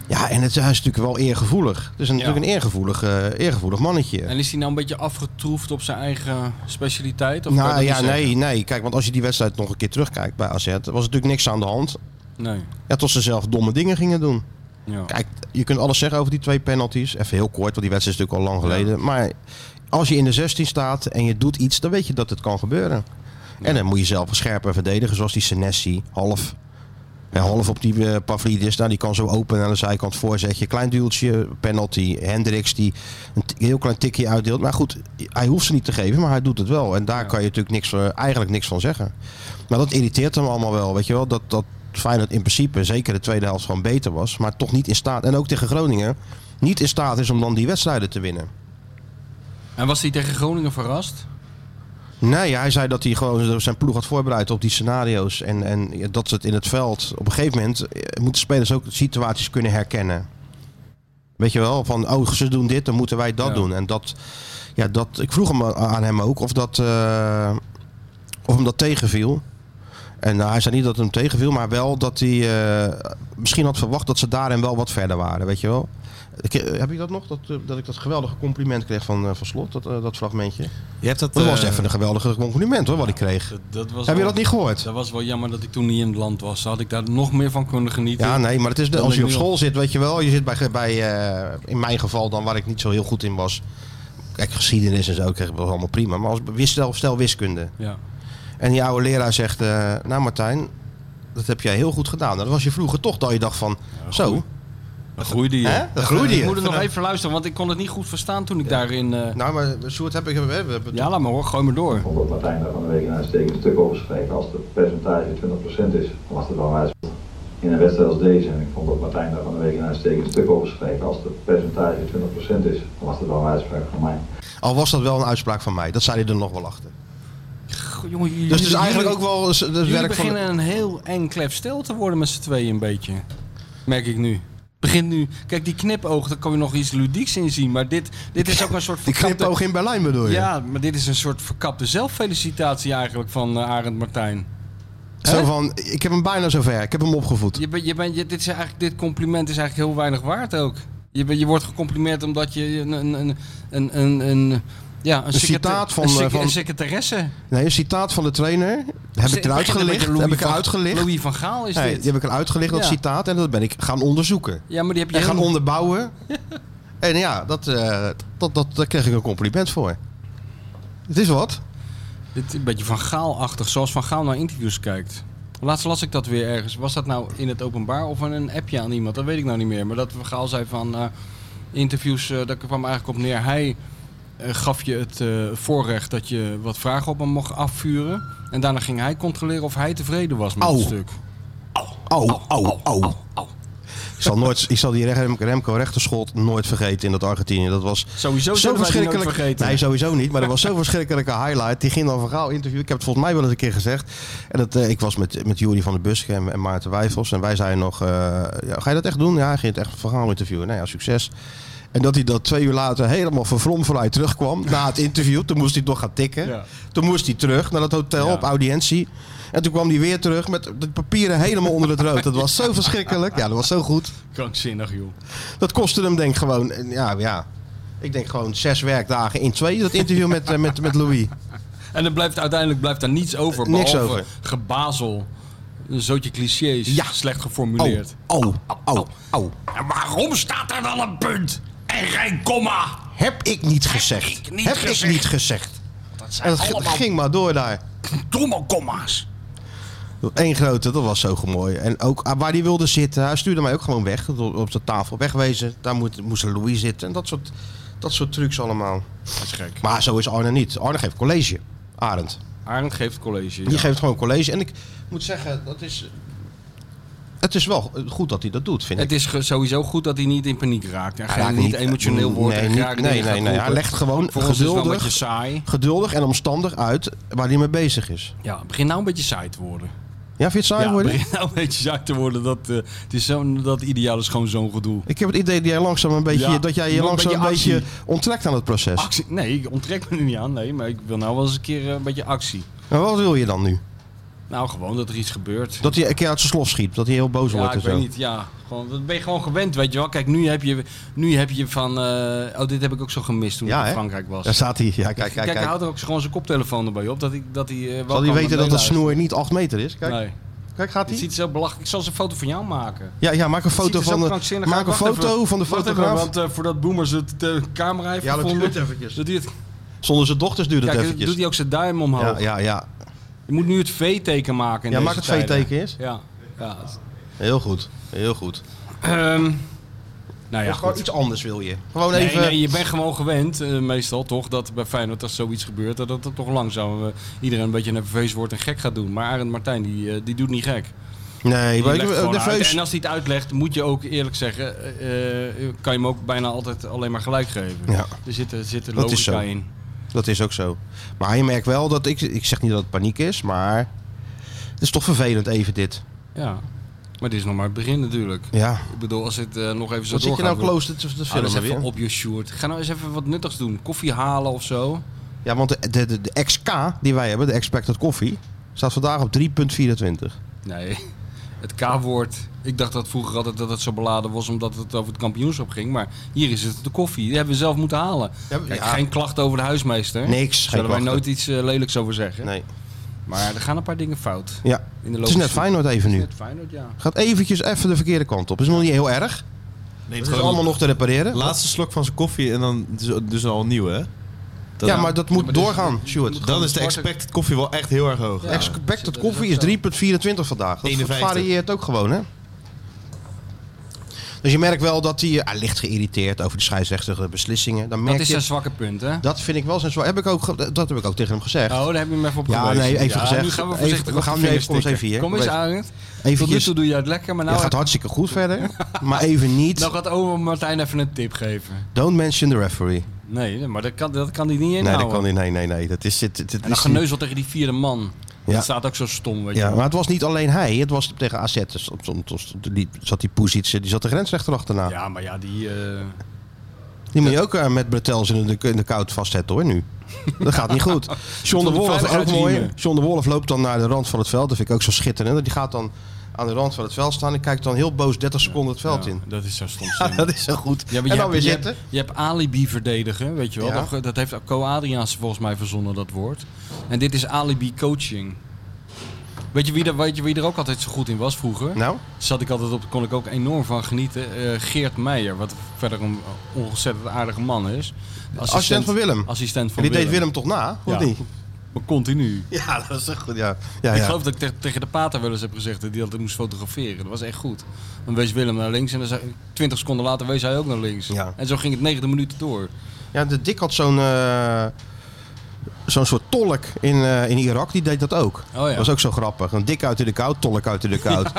Speaker 2: Ja, en het, hij is natuurlijk wel eergevoelig. Het is natuurlijk een eergevoelig, eh, eergevoelig mannetje.
Speaker 3: En is hij nou een beetje afgetroefd op zijn eigen specialiteit? Of kan
Speaker 2: nou
Speaker 3: je dat
Speaker 2: ja,
Speaker 3: niet
Speaker 2: nee, nee. Kijk, want als je die wedstrijd nog een keer terugkijkt bij AZ, was er natuurlijk niks aan de hand.
Speaker 3: zeggen? Nee.
Speaker 2: Ja, tot ze zelf domme dingen gingen doen.
Speaker 3: Ja.
Speaker 2: Kijk, je kunt alles zeggen over die twee penalties. Even heel kort, want die wedstrijd is natuurlijk al lang geleden. Maar als je in de 16 staat en je doet iets, dan weet je dat het kan gebeuren. En dan moet je zelf scherper verdedigen, zoals die Senesi, half. Ja, half op die eh, Pavlidis, nou, die kan zo open aan de zijkant voorzetje. Klein duwtje, penalty. Hendricks die een t- heel klein tikje uitdeelt. Maar goed, hij hoeft ze niet te geven, maar hij doet het wel. En daar kan je natuurlijk niks, eh, eigenlijk niks van zeggen. Maar dat irriteert hem allemaal wel, weet je wel. Dat, dat Feyenoord in principe, zeker de tweede helft, gewoon beter was. Maar toch niet in staat, en ook tegen Groningen, niet in staat is om dan die wedstrijden te winnen.
Speaker 3: En was hij tegen Groningen verrast?
Speaker 2: Nee, hij zei dat hij gewoon zijn ploeg had voorbereid op die scenario's. En, en dat ze het in het veld. Op een gegeven moment eh, moeten spelers ook situaties kunnen herkennen. Weet je wel, van oh, ze doen dit, dan moeten wij dat
Speaker 3: Ja.
Speaker 2: doen. En dat, ja, dat. Ik vroeg hem aan hem ook of dat. eh, of hem dat tegenviel. En nou, hij zei niet dat het hem tegenviel, maar wel dat hij eh, misschien had verwacht dat ze daarin wel wat verder waren, weet je wel. Ik, eh, heb je dat nog? Dat, eh, dat ik dat geweldige compliment kreeg van, eh, van Slot, dat, eh, dat fragmentje.
Speaker 4: Je hebt dat,
Speaker 2: Dat was
Speaker 4: eh,
Speaker 2: even een geweldige compliment hoor, wat ik kreeg.
Speaker 3: was
Speaker 2: Heb je
Speaker 3: wel-
Speaker 2: dat niet gehoord?
Speaker 3: Dat was wel jammer dat ik toen niet in het land was. Had ik daar nog meer van kunnen genieten.
Speaker 2: Ja, nee, maar het is de, als je
Speaker 3: ik
Speaker 2: op
Speaker 3: nu al-
Speaker 2: school zit, weet je wel. Je zit bij, bij eh, in mijn geval dan, waar ik niet zo heel goed in was. Kijk, geschiedenis en zo kreeg ik wel allemaal prima. Maar als wis- stel, stel wiskunde.
Speaker 3: Ja.
Speaker 2: En die oude leraar zegt, eh, nou Martijn, dat heb jij heel goed gedaan. Nou, Dat was je vroeger toch dat je dacht van, zo.
Speaker 3: Dan groeide je.
Speaker 2: Hè? Dan groeide je.
Speaker 3: Ik moet het nog even luisteren, want ik kon het niet goed verstaan toen ik daarin... eh,
Speaker 2: Nou, maar Sjoerd, heb ik, we hebben het
Speaker 3: Ja, laat maar hoor. Gooi maar door.
Speaker 5: Bijvoorbeeld Martijn daar van de week een uitstekend stuk over schreef. Als het percentage 20% is, dan was het wel wijs. In een wedstrijd als deze, en ik vond dat Martijn daar van de week een uitstekend stuk over schreef. Als het percentage 20% is, dan was het wel een uitspraak van mij.
Speaker 2: Al was dat wel een uitspraak van mij, dat zei hij er nog wel achter.
Speaker 3: Goh, jongen, jullie-
Speaker 2: Dus het is eigenlijk
Speaker 3: jullie-
Speaker 2: ook wel eens het
Speaker 3: Jullie
Speaker 2: werk van...
Speaker 3: beginnen een heel eng klef stil te worden met z'n tweeën een beetje. Merk ik nu. Begint nu... Kijk, die knipoog, daar kan je nog iets ludieks in zien. Maar dit, dit is ook een soort
Speaker 2: Die
Speaker 3: verkapte...
Speaker 2: knipoog in Berlijn bedoel je?
Speaker 3: Ja, maar dit is een soort verkapte zelffelicitatie eigenlijk van eh, Arend Martijn.
Speaker 2: Zo
Speaker 3: Hè?
Speaker 2: van, ik heb hem bijna zover, ik heb hem opgevoed.
Speaker 3: Je bent, je bent, je, dit, is eigenlijk, dit compliment is eigenlijk heel weinig waard ook. Je, bent- je wordt gecomplimenteerd omdat je een, een, een, een, een, een- ja, een, secreta-
Speaker 2: citaat van,
Speaker 3: een,
Speaker 2: eh,
Speaker 3: sec-
Speaker 2: van-
Speaker 3: een secretaresse.
Speaker 2: Nee, een citaat van de trainer. Heb ik eruit
Speaker 3: Begin een beetje
Speaker 2: gelicht?
Speaker 3: Louis
Speaker 2: Heb ik
Speaker 3: van-
Speaker 2: eruit gelicht?
Speaker 3: Louis van Gaal is
Speaker 2: Nee,
Speaker 3: dit.
Speaker 2: die heb ik eruit gelicht, dat
Speaker 3: Ja.
Speaker 2: citaat. En dat ben ik gaan onderzoeken.
Speaker 3: Ja, maar die heb je
Speaker 2: En gaan
Speaker 3: heel-
Speaker 2: onderbouwen. en ja, dat, eh, dat, dat, daar kreeg ik een compliment voor. Het is wat.
Speaker 3: dit is een beetje van Gaal-achtig, zoals Van Gaal naar interviews kijkt. Laatst las ik dat weer ergens. Was dat nou in het openbaar of in een appje aan iemand? Dat weet ik nou niet meer. Maar dat Van Gaal zei van eh, interviews, eh daar kwam eigenlijk op neer. Hij eh, gaf je het eh, voorrecht dat je wat vragen op hem mocht afvuren. En daarna ging hij controleren of hij tevreden was met
Speaker 2: Au.
Speaker 3: het stuk.
Speaker 2: Oh, oh, oh.
Speaker 3: au.
Speaker 2: Ik zal, nooit, ik zal die Rem- Remco Rechterschot nooit vergeten in dat Argentinië. Dat was
Speaker 3: Sowieso zullen wij die
Speaker 2: zo
Speaker 3: nooit
Speaker 2: verschrikkelijk.
Speaker 3: vergeten.
Speaker 2: Nee, sowieso niet. Maar dat was zo'n verschrikkelijke highlight. Die ging dan van Gaal interview. Ik heb het volgens mij wel eens een keer gezegd. En dat, eh, ik was met, met Jury van de Busk en, en Maarten Wijfels. En wij zeiden nog, eh, ja, ga je dat echt doen? Ja, hij ging het echt van Gaal interviewen. Nou ja, succes. En dat hij dat twee uur later helemaal vervromvrij terugkwam. Na het interview. Toen moest hij nog gaan tikken.
Speaker 3: Ja.
Speaker 2: Toen moest hij terug naar dat hotel
Speaker 3: Ja.
Speaker 2: op audiëntie. En toen kwam hij weer terug met de papieren helemaal onder het rood. Dat was zo verschrikkelijk. Ja, dat was zo goed.
Speaker 3: Krankzinnig, joh.
Speaker 2: Dat kostte hem denk ik gewoon, eh, ja, ja. Ik denk gewoon zes werkdagen in twee, dat interview met, eh, met, met Louis.
Speaker 3: En er blijft, uiteindelijk blijft daar niets over.
Speaker 2: Eh, Niks
Speaker 3: behalve
Speaker 2: over.
Speaker 3: gebazel Een zootje clichés,
Speaker 2: Ja.
Speaker 3: slecht geformuleerd.
Speaker 2: Au, au, au.
Speaker 3: En waarom staat er dan een punt en geen komma?
Speaker 2: Heb ik niet gezegd.
Speaker 3: ik niet
Speaker 2: Heb ik
Speaker 3: gezegd.
Speaker 2: niet gezegd.
Speaker 3: Dat
Speaker 2: En
Speaker 3: zijn
Speaker 2: dat g- ging maar door daar.
Speaker 3: domme komma's.
Speaker 2: Eén grote, dat was zo mooi. En ook ah, waar hij wilde zitten, hij stuurde mij ook gewoon weg. Op op de tafel wegwezen. Daar moet, moest een Louis zitten. En dat soort, dat soort trucs allemaal.
Speaker 3: Dat is gek.
Speaker 2: Maar zo is Arne niet. Arne geeft college. Arend.
Speaker 3: Arend geeft college.
Speaker 2: Die
Speaker 3: ja.
Speaker 2: geeft gewoon college. En ik moet zeggen, dat is... Het is wel goed dat hij dat doet, vind ik.
Speaker 3: Het is ge- sowieso goed dat hij niet in paniek raakt. En
Speaker 2: Hij
Speaker 3: geen,
Speaker 2: raakt
Speaker 3: niet,
Speaker 2: niet-
Speaker 3: emotioneel wordt.
Speaker 2: nee,
Speaker 3: en
Speaker 2: niet-
Speaker 3: rare dingen
Speaker 2: nee, nee,
Speaker 3: gaat
Speaker 2: nee.
Speaker 3: roepen.
Speaker 2: Hij legt gewoon
Speaker 3: Voor ons is het wel een
Speaker 2: geduldig-
Speaker 3: beetje saai.
Speaker 2: Geduldig en omstandig uit waar hij mee bezig is.
Speaker 3: Ja, het begint nou een beetje saai te worden.
Speaker 2: Ja, vind je het saai
Speaker 3: ja, het
Speaker 2: worden?
Speaker 3: begint nou een beetje saai te worden. Dat, eh, het is zo, dat ideaal is gewoon zo'n gedoe.
Speaker 2: Ik heb het idee dat jij langzaam een beetje,
Speaker 3: Ja,
Speaker 2: dat jij
Speaker 3: je
Speaker 2: je
Speaker 3: moet
Speaker 2: langzaam
Speaker 3: een
Speaker 2: een beetje,
Speaker 3: beetje Ah.
Speaker 2: onttrekt aan het proces.
Speaker 3: Actie? Nee, ik onttrek me er niet aan. Nee, maar ik wil nou wel eens een keer eh, een beetje actie.
Speaker 2: Maar wat wil je dan nu?
Speaker 3: Nou, gewoon dat er iets gebeurt.
Speaker 2: Dat hij een keer uit zijn slof schiet, dat hij heel boos
Speaker 3: ja,
Speaker 2: wordt
Speaker 3: ik
Speaker 2: en
Speaker 3: weet
Speaker 2: zo.
Speaker 3: niet. Ja, gewoon, dat ben je gewoon gewend, weet je wel. Kijk, nu heb je, nu heb je van... eh, oh, dit heb ik ook zo gemist toen
Speaker 2: Ja,
Speaker 3: ik in
Speaker 2: hè?
Speaker 3: Frankrijk was.
Speaker 2: Daar staat hij. Ja, kijk, kijk,
Speaker 3: Kijk, hij
Speaker 2: kijk.
Speaker 3: houdt er ook gewoon zijn koptelefoon erbij op. Dat hij, dat hij, eh, wel
Speaker 2: Zal
Speaker 3: kan
Speaker 2: hij weten dat dat
Speaker 3: meeluisteren.
Speaker 2: snoer niet 8 meter is? Kijk,
Speaker 3: Nee.
Speaker 2: kijk gaat
Speaker 3: Het
Speaker 2: hij?
Speaker 3: ziet er zo belachelijk. Ik zal eens een foto van jou maken.
Speaker 2: Ja, ja, maak een
Speaker 3: Het ziet
Speaker 2: foto
Speaker 3: er zo
Speaker 2: van de,
Speaker 3: krankzinnig uit.
Speaker 2: maak een
Speaker 3: Wacht
Speaker 2: foto
Speaker 3: even.
Speaker 2: van de
Speaker 3: Wacht even,
Speaker 2: fotograaf.
Speaker 3: want eh, voordat Boomers het de camera heeft
Speaker 2: Ja, dat
Speaker 3: gevonden.
Speaker 2: duurt eventjes.
Speaker 3: Dat duurt,
Speaker 2: Zonder zijn dochters duurt het
Speaker 3: kijk, doet
Speaker 2: eventjes.
Speaker 3: hij ook zijn duim omhoog.
Speaker 2: Ja, ja, ja.
Speaker 3: Je moet nu het V-teken maken. in
Speaker 2: Ja,
Speaker 3: deze
Speaker 2: maak het
Speaker 3: tijden.
Speaker 2: V-teken eens.
Speaker 3: Ja. ja.
Speaker 2: Heel goed. Heel goed.
Speaker 3: Ehm, nou ja,
Speaker 2: Maar gewoon
Speaker 3: goed.
Speaker 2: iets anders wil je. Gewoon
Speaker 3: Nee,
Speaker 2: even...
Speaker 3: nee, je bent gewoon gewend, eh, meestal toch, dat bij Feyenoord als zoiets gebeurt, dat het toch langzaam eh, iedereen een beetje nerveus wordt en gek gaat doen. Maar Arend Martijn, die, eh, die doet niet gek.
Speaker 2: Nee, maar
Speaker 3: Die legt
Speaker 2: ik-
Speaker 3: gewoon
Speaker 2: de
Speaker 3: uit.
Speaker 2: feus-
Speaker 3: En als hij het uitlegt, moet je ook eerlijk zeggen, eh, eh, kan je hem ook bijna altijd alleen maar gelijk geven.
Speaker 2: Ja.
Speaker 3: Er zit, er zit er
Speaker 2: Dat is
Speaker 3: logica
Speaker 2: zo.
Speaker 3: in.
Speaker 2: Dat is ook zo. Maar je merkt wel dat ik, ik zeg niet dat het paniek is, maar het is toch vervelend even dit.
Speaker 3: Ja. Maar dit is nog maar het begin natuurlijk.
Speaker 2: Ja.
Speaker 3: Ik bedoel, als het eh, nog even zo
Speaker 2: Wat zit je nou
Speaker 3: doorgaat,
Speaker 2: close te, te
Speaker 3: Hou eens
Speaker 2: filmen
Speaker 3: even
Speaker 2: weer?
Speaker 3: op je shoot. Ga nou eens even wat nuttigs doen. Koffie halen of zo.
Speaker 2: Ja, want de, de, de, de XK die wij hebben, de Expected Coffee, staat vandaag op 3.24.
Speaker 3: Nee, het K-woord. Ik dacht dat vroeger altijd dat het zo beladen was omdat het over het kampioenschap ging. Maar hier is het de koffie. Die hebben we zelf moeten halen.
Speaker 2: Ja,
Speaker 3: Kijk,
Speaker 2: ja.
Speaker 3: geen klachten over de huismeester.
Speaker 2: Niks, geen
Speaker 3: Zullen wij
Speaker 2: klachten.
Speaker 3: nooit iets eh, lelijks over zeggen.
Speaker 2: Nee.
Speaker 3: Maar er gaan een paar dingen fout.
Speaker 2: Ja.
Speaker 3: In de
Speaker 2: Het is net Feyenoord even nu.
Speaker 3: Net Feyenoord, ja.
Speaker 2: Gaat eventjes even de verkeerde kant op. Is nog niet heel erg.
Speaker 4: Nee,
Speaker 2: Het is allemaal nog te repareren.
Speaker 4: laatste slok van zijn koffie en dan dus, dus al een nieuwe, hè? Dan-
Speaker 2: Ja, maar dat moet
Speaker 3: maar dit-
Speaker 2: doorgaan, Stuart.
Speaker 4: dan is de expected koffie wel echt heel erg hoog.
Speaker 3: Ja.
Speaker 4: Ex-
Speaker 3: dat
Speaker 2: Expected
Speaker 3: is
Speaker 2: Coffee
Speaker 3: ook eh,
Speaker 2: is
Speaker 3: zo.
Speaker 2: 3.24 vandaag. Dat
Speaker 4: 51.
Speaker 2: varieert ook gewoon, hè? Dus je merkt wel dat hij, eh, hij ligt geïrriteerd over de scheidsrechtelijke beslissingen. Dan merk
Speaker 3: Dat is
Speaker 2: je,
Speaker 3: zijn zwakke punt, hè?
Speaker 2: dat vind ik wel zijn zwaar. Heb ik ook, ge- dat heb ik ook tegen hem gezegd.
Speaker 3: Oh, daar heb je hem even op
Speaker 2: Ja,
Speaker 3: gewezen.
Speaker 2: nee, even gezegd.
Speaker 3: Nu gaan we
Speaker 2: Even-
Speaker 3: voorzichtig
Speaker 2: we
Speaker 3: op de
Speaker 2: gaan nu
Speaker 3: vingers
Speaker 2: even- kom eens
Speaker 3: tikken.
Speaker 2: even hier.
Speaker 3: Kom eens,
Speaker 2: Kom
Speaker 3: Arend. Tot nu
Speaker 2: Eventjes,
Speaker 3: toe doe je het lekker, maar nou
Speaker 2: je gaat hartstikke goed verder, maar even niet.
Speaker 3: nou gaat oma Martijn even een tip geven.
Speaker 2: Don't mention the referee.
Speaker 3: Nee, maar dat kan, dat kan hij niet
Speaker 2: Nee,
Speaker 3: inhouden.
Speaker 2: dat kan niet. Nee, nee, nee. Dat is, dit, dit, dit
Speaker 3: En dan
Speaker 2: is-
Speaker 3: geneuzel tegen die vierde man.
Speaker 2: Ja.
Speaker 3: Dat staat ook zo stom, weet je.
Speaker 2: Ja,
Speaker 3: wel.
Speaker 2: maar het was niet alleen hij. Het was tegen AZ. Dus, op- op- op- die- zat die Poesiets, die zat de grensrechter achterna.
Speaker 3: Ja, maar ja, die... eh,
Speaker 2: Die moet je ook eh, met Bretels in de, in de koud vastzetten hoor nu. Dat gaat niet goed. John de
Speaker 3: Tot de
Speaker 2: Wolf ook mooi.
Speaker 3: veiligheidsriemen.
Speaker 2: John de Wolf loopt dan naar de rand van het veld. Dat vind ik ook zo schitterend. Die gaat dan aan de rand van het veld staan en kijkt dan heel boos 30 seconden het veld
Speaker 3: ja,
Speaker 2: in. [laughs]
Speaker 3: Dat is zo stom.
Speaker 2: Ja,
Speaker 3: slim.
Speaker 2: dat is zo goed.
Speaker 3: Ja, maar
Speaker 2: en dan
Speaker 3: hebt-
Speaker 2: weer
Speaker 3: je
Speaker 2: zitten.
Speaker 3: hebt- je hebt alibi verdedigen, weet je wel.
Speaker 2: Ja.
Speaker 3: Dat, ge- dat heeft Co Adriaans volgens mij verzonnen, dat woord. En dit is alibi coaching. Weet je, wie er, weet je wie er ook altijd zo goed in was vroeger?
Speaker 2: Nou,
Speaker 3: Zat ik altijd op, kon ik ook enorm van genieten. Eh, Geert Meijer, wat verder een ontzettend aardige man is.
Speaker 2: Assistent van Willem.
Speaker 3: Assistent
Speaker 2: en
Speaker 3: van
Speaker 2: die deed
Speaker 3: Willem.
Speaker 2: Willem toch na? Of
Speaker 3: Ja.
Speaker 2: niet?
Speaker 3: Maar continu.
Speaker 2: [laughs] Ja, dat is echt goed. Ja, ja,
Speaker 3: Ik
Speaker 2: Ah, ja.
Speaker 3: geloof dat ik te- tegen de pater wel eens heb gezegd dat hij altijd moest fotograferen. Dat was echt goed. Dan wees Willem naar links en dan zei, 20 seconden later wees hij ook naar links.
Speaker 2: Ja.
Speaker 3: En zo ging het 90 minuten door.
Speaker 2: ja de Dick had zo'n... eh, Zo'n soort tolk in, eh, in Irak, die deed dat ook.
Speaker 3: Oh, ja.
Speaker 2: Dat was ook zo grappig. Een dik uit in de koud, tolk uit in
Speaker 3: [laughs]
Speaker 2: de koud.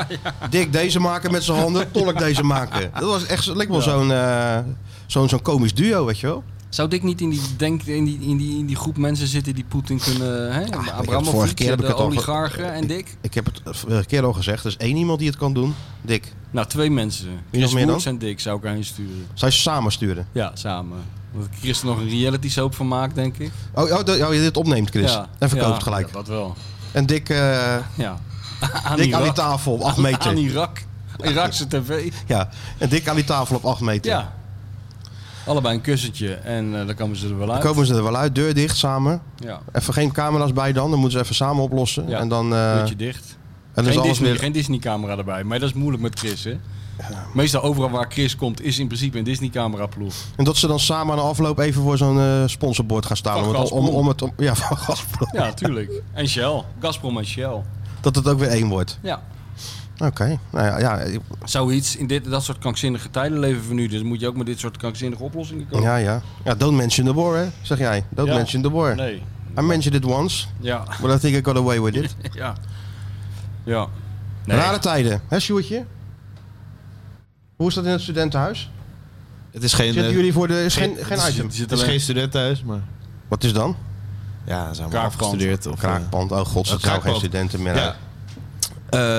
Speaker 2: Dik deze maken met zijn handen, tolk deze
Speaker 3: [laughs]
Speaker 2: maken. Dat was echt, leek wel zo'n eh, zo'n zo'n komisch duo, weet je wel.
Speaker 3: Zou Dick niet in die, denk, in die, in die, in die groep mensen zitten die Poetin kunnen... Hè? Abramovic,
Speaker 2: vorige keer heb ik
Speaker 3: de
Speaker 2: het al ge-
Speaker 3: oligarchen en Dick?
Speaker 2: Ik heb het vorige keer al gezegd, er is één iemand die het kan doen. Dik.
Speaker 3: Nou, twee mensen.
Speaker 2: nog
Speaker 3: Chris
Speaker 2: meer dan?
Speaker 3: Woerts en Dick zou ik aan je sturen.
Speaker 2: Zou je ze samen sturen?
Speaker 3: Ja, samen. Want Chris er nog een reality soap van maakt, denk ik.
Speaker 2: Oh, oh, dat- oh, je dit opneemt, Chris.
Speaker 3: ja.
Speaker 2: En verkoopt
Speaker 3: Ja,
Speaker 2: het gelijk.
Speaker 3: ja, dat wel.
Speaker 2: En Dick, eh,
Speaker 3: Ja. [laughs] Aan
Speaker 2: Dick aan die
Speaker 3: Irak.
Speaker 2: tafel op 8 meter.
Speaker 3: Aan Irak. Irakse tv.
Speaker 2: Ja, en Dick aan die tafel op 8 meter.
Speaker 3: Ja. Allebei een kussentje en eh, dan komen ze er wel
Speaker 2: Dan
Speaker 3: uit.
Speaker 2: komen ze er wel uit, deur dicht samen.
Speaker 3: Ja.
Speaker 2: Even geen camera's bij dan, dan moeten ze even samen oplossen.
Speaker 3: Ja.
Speaker 2: En dan eh,
Speaker 3: Beetje dicht.
Speaker 2: En dan is
Speaker 3: Geen
Speaker 2: alles
Speaker 3: Disney,
Speaker 2: weer...
Speaker 3: geen Disney-camera erbij. Maar dat is moeilijk met Chris, hè? Meestal overal waar Chris komt, is in principe een
Speaker 2: [laughs]
Speaker 3: Disney-camera-ploeg.
Speaker 2: En dat ze dan samen aan de afloop even voor zo'n eh, sponsorbord gaan staan.
Speaker 3: Van
Speaker 2: Om het, om,
Speaker 3: Gazprom.
Speaker 2: om het, om- ja, [laughs] van Gazprom.
Speaker 3: Ja, tuurlijk. En Shell. Gazprom en Shell.
Speaker 2: Dat het ook weer één wordt.
Speaker 3: Ja.
Speaker 2: Oké. Nou ja, ja, ik-
Speaker 3: Zoiets. In dit, dat soort krankzinnige tijden leven we nu. Dus moet je ook met dit soort krankzinnige oplossingen komen.
Speaker 2: ja, ja. Ja, don't mention the war, hè? Zeg jij. Don't
Speaker 3: Ja.
Speaker 2: mention the war.
Speaker 3: Nee.
Speaker 2: I mentioned it once,
Speaker 3: Ja.
Speaker 2: but I think I got away with it.
Speaker 3: Ja. Ja. [laughs] Nee.
Speaker 2: Rare tijden, hè Sjoerdje? Hoe is dat in het studentenhuis?
Speaker 4: Het is geen,
Speaker 2: Zitten
Speaker 4: eh,
Speaker 2: jullie voor de... Is
Speaker 4: geen-
Speaker 2: geen,
Speaker 3: Er
Speaker 2: geen
Speaker 3: zit-
Speaker 2: item.
Speaker 3: er zit
Speaker 4: het is
Speaker 3: alleen-
Speaker 4: geen student thuis, maar...
Speaker 2: Wat is dan?
Speaker 4: Ja, ze zijn allemaal
Speaker 3: Kraakpand.
Speaker 4: afgestudeerd. Of, eh,
Speaker 2: Kraakpand. Oh god, ze
Speaker 4: Een
Speaker 2: zijn geen
Speaker 4: kraakpand.
Speaker 2: studenten meer.
Speaker 4: Ja.
Speaker 2: Ja.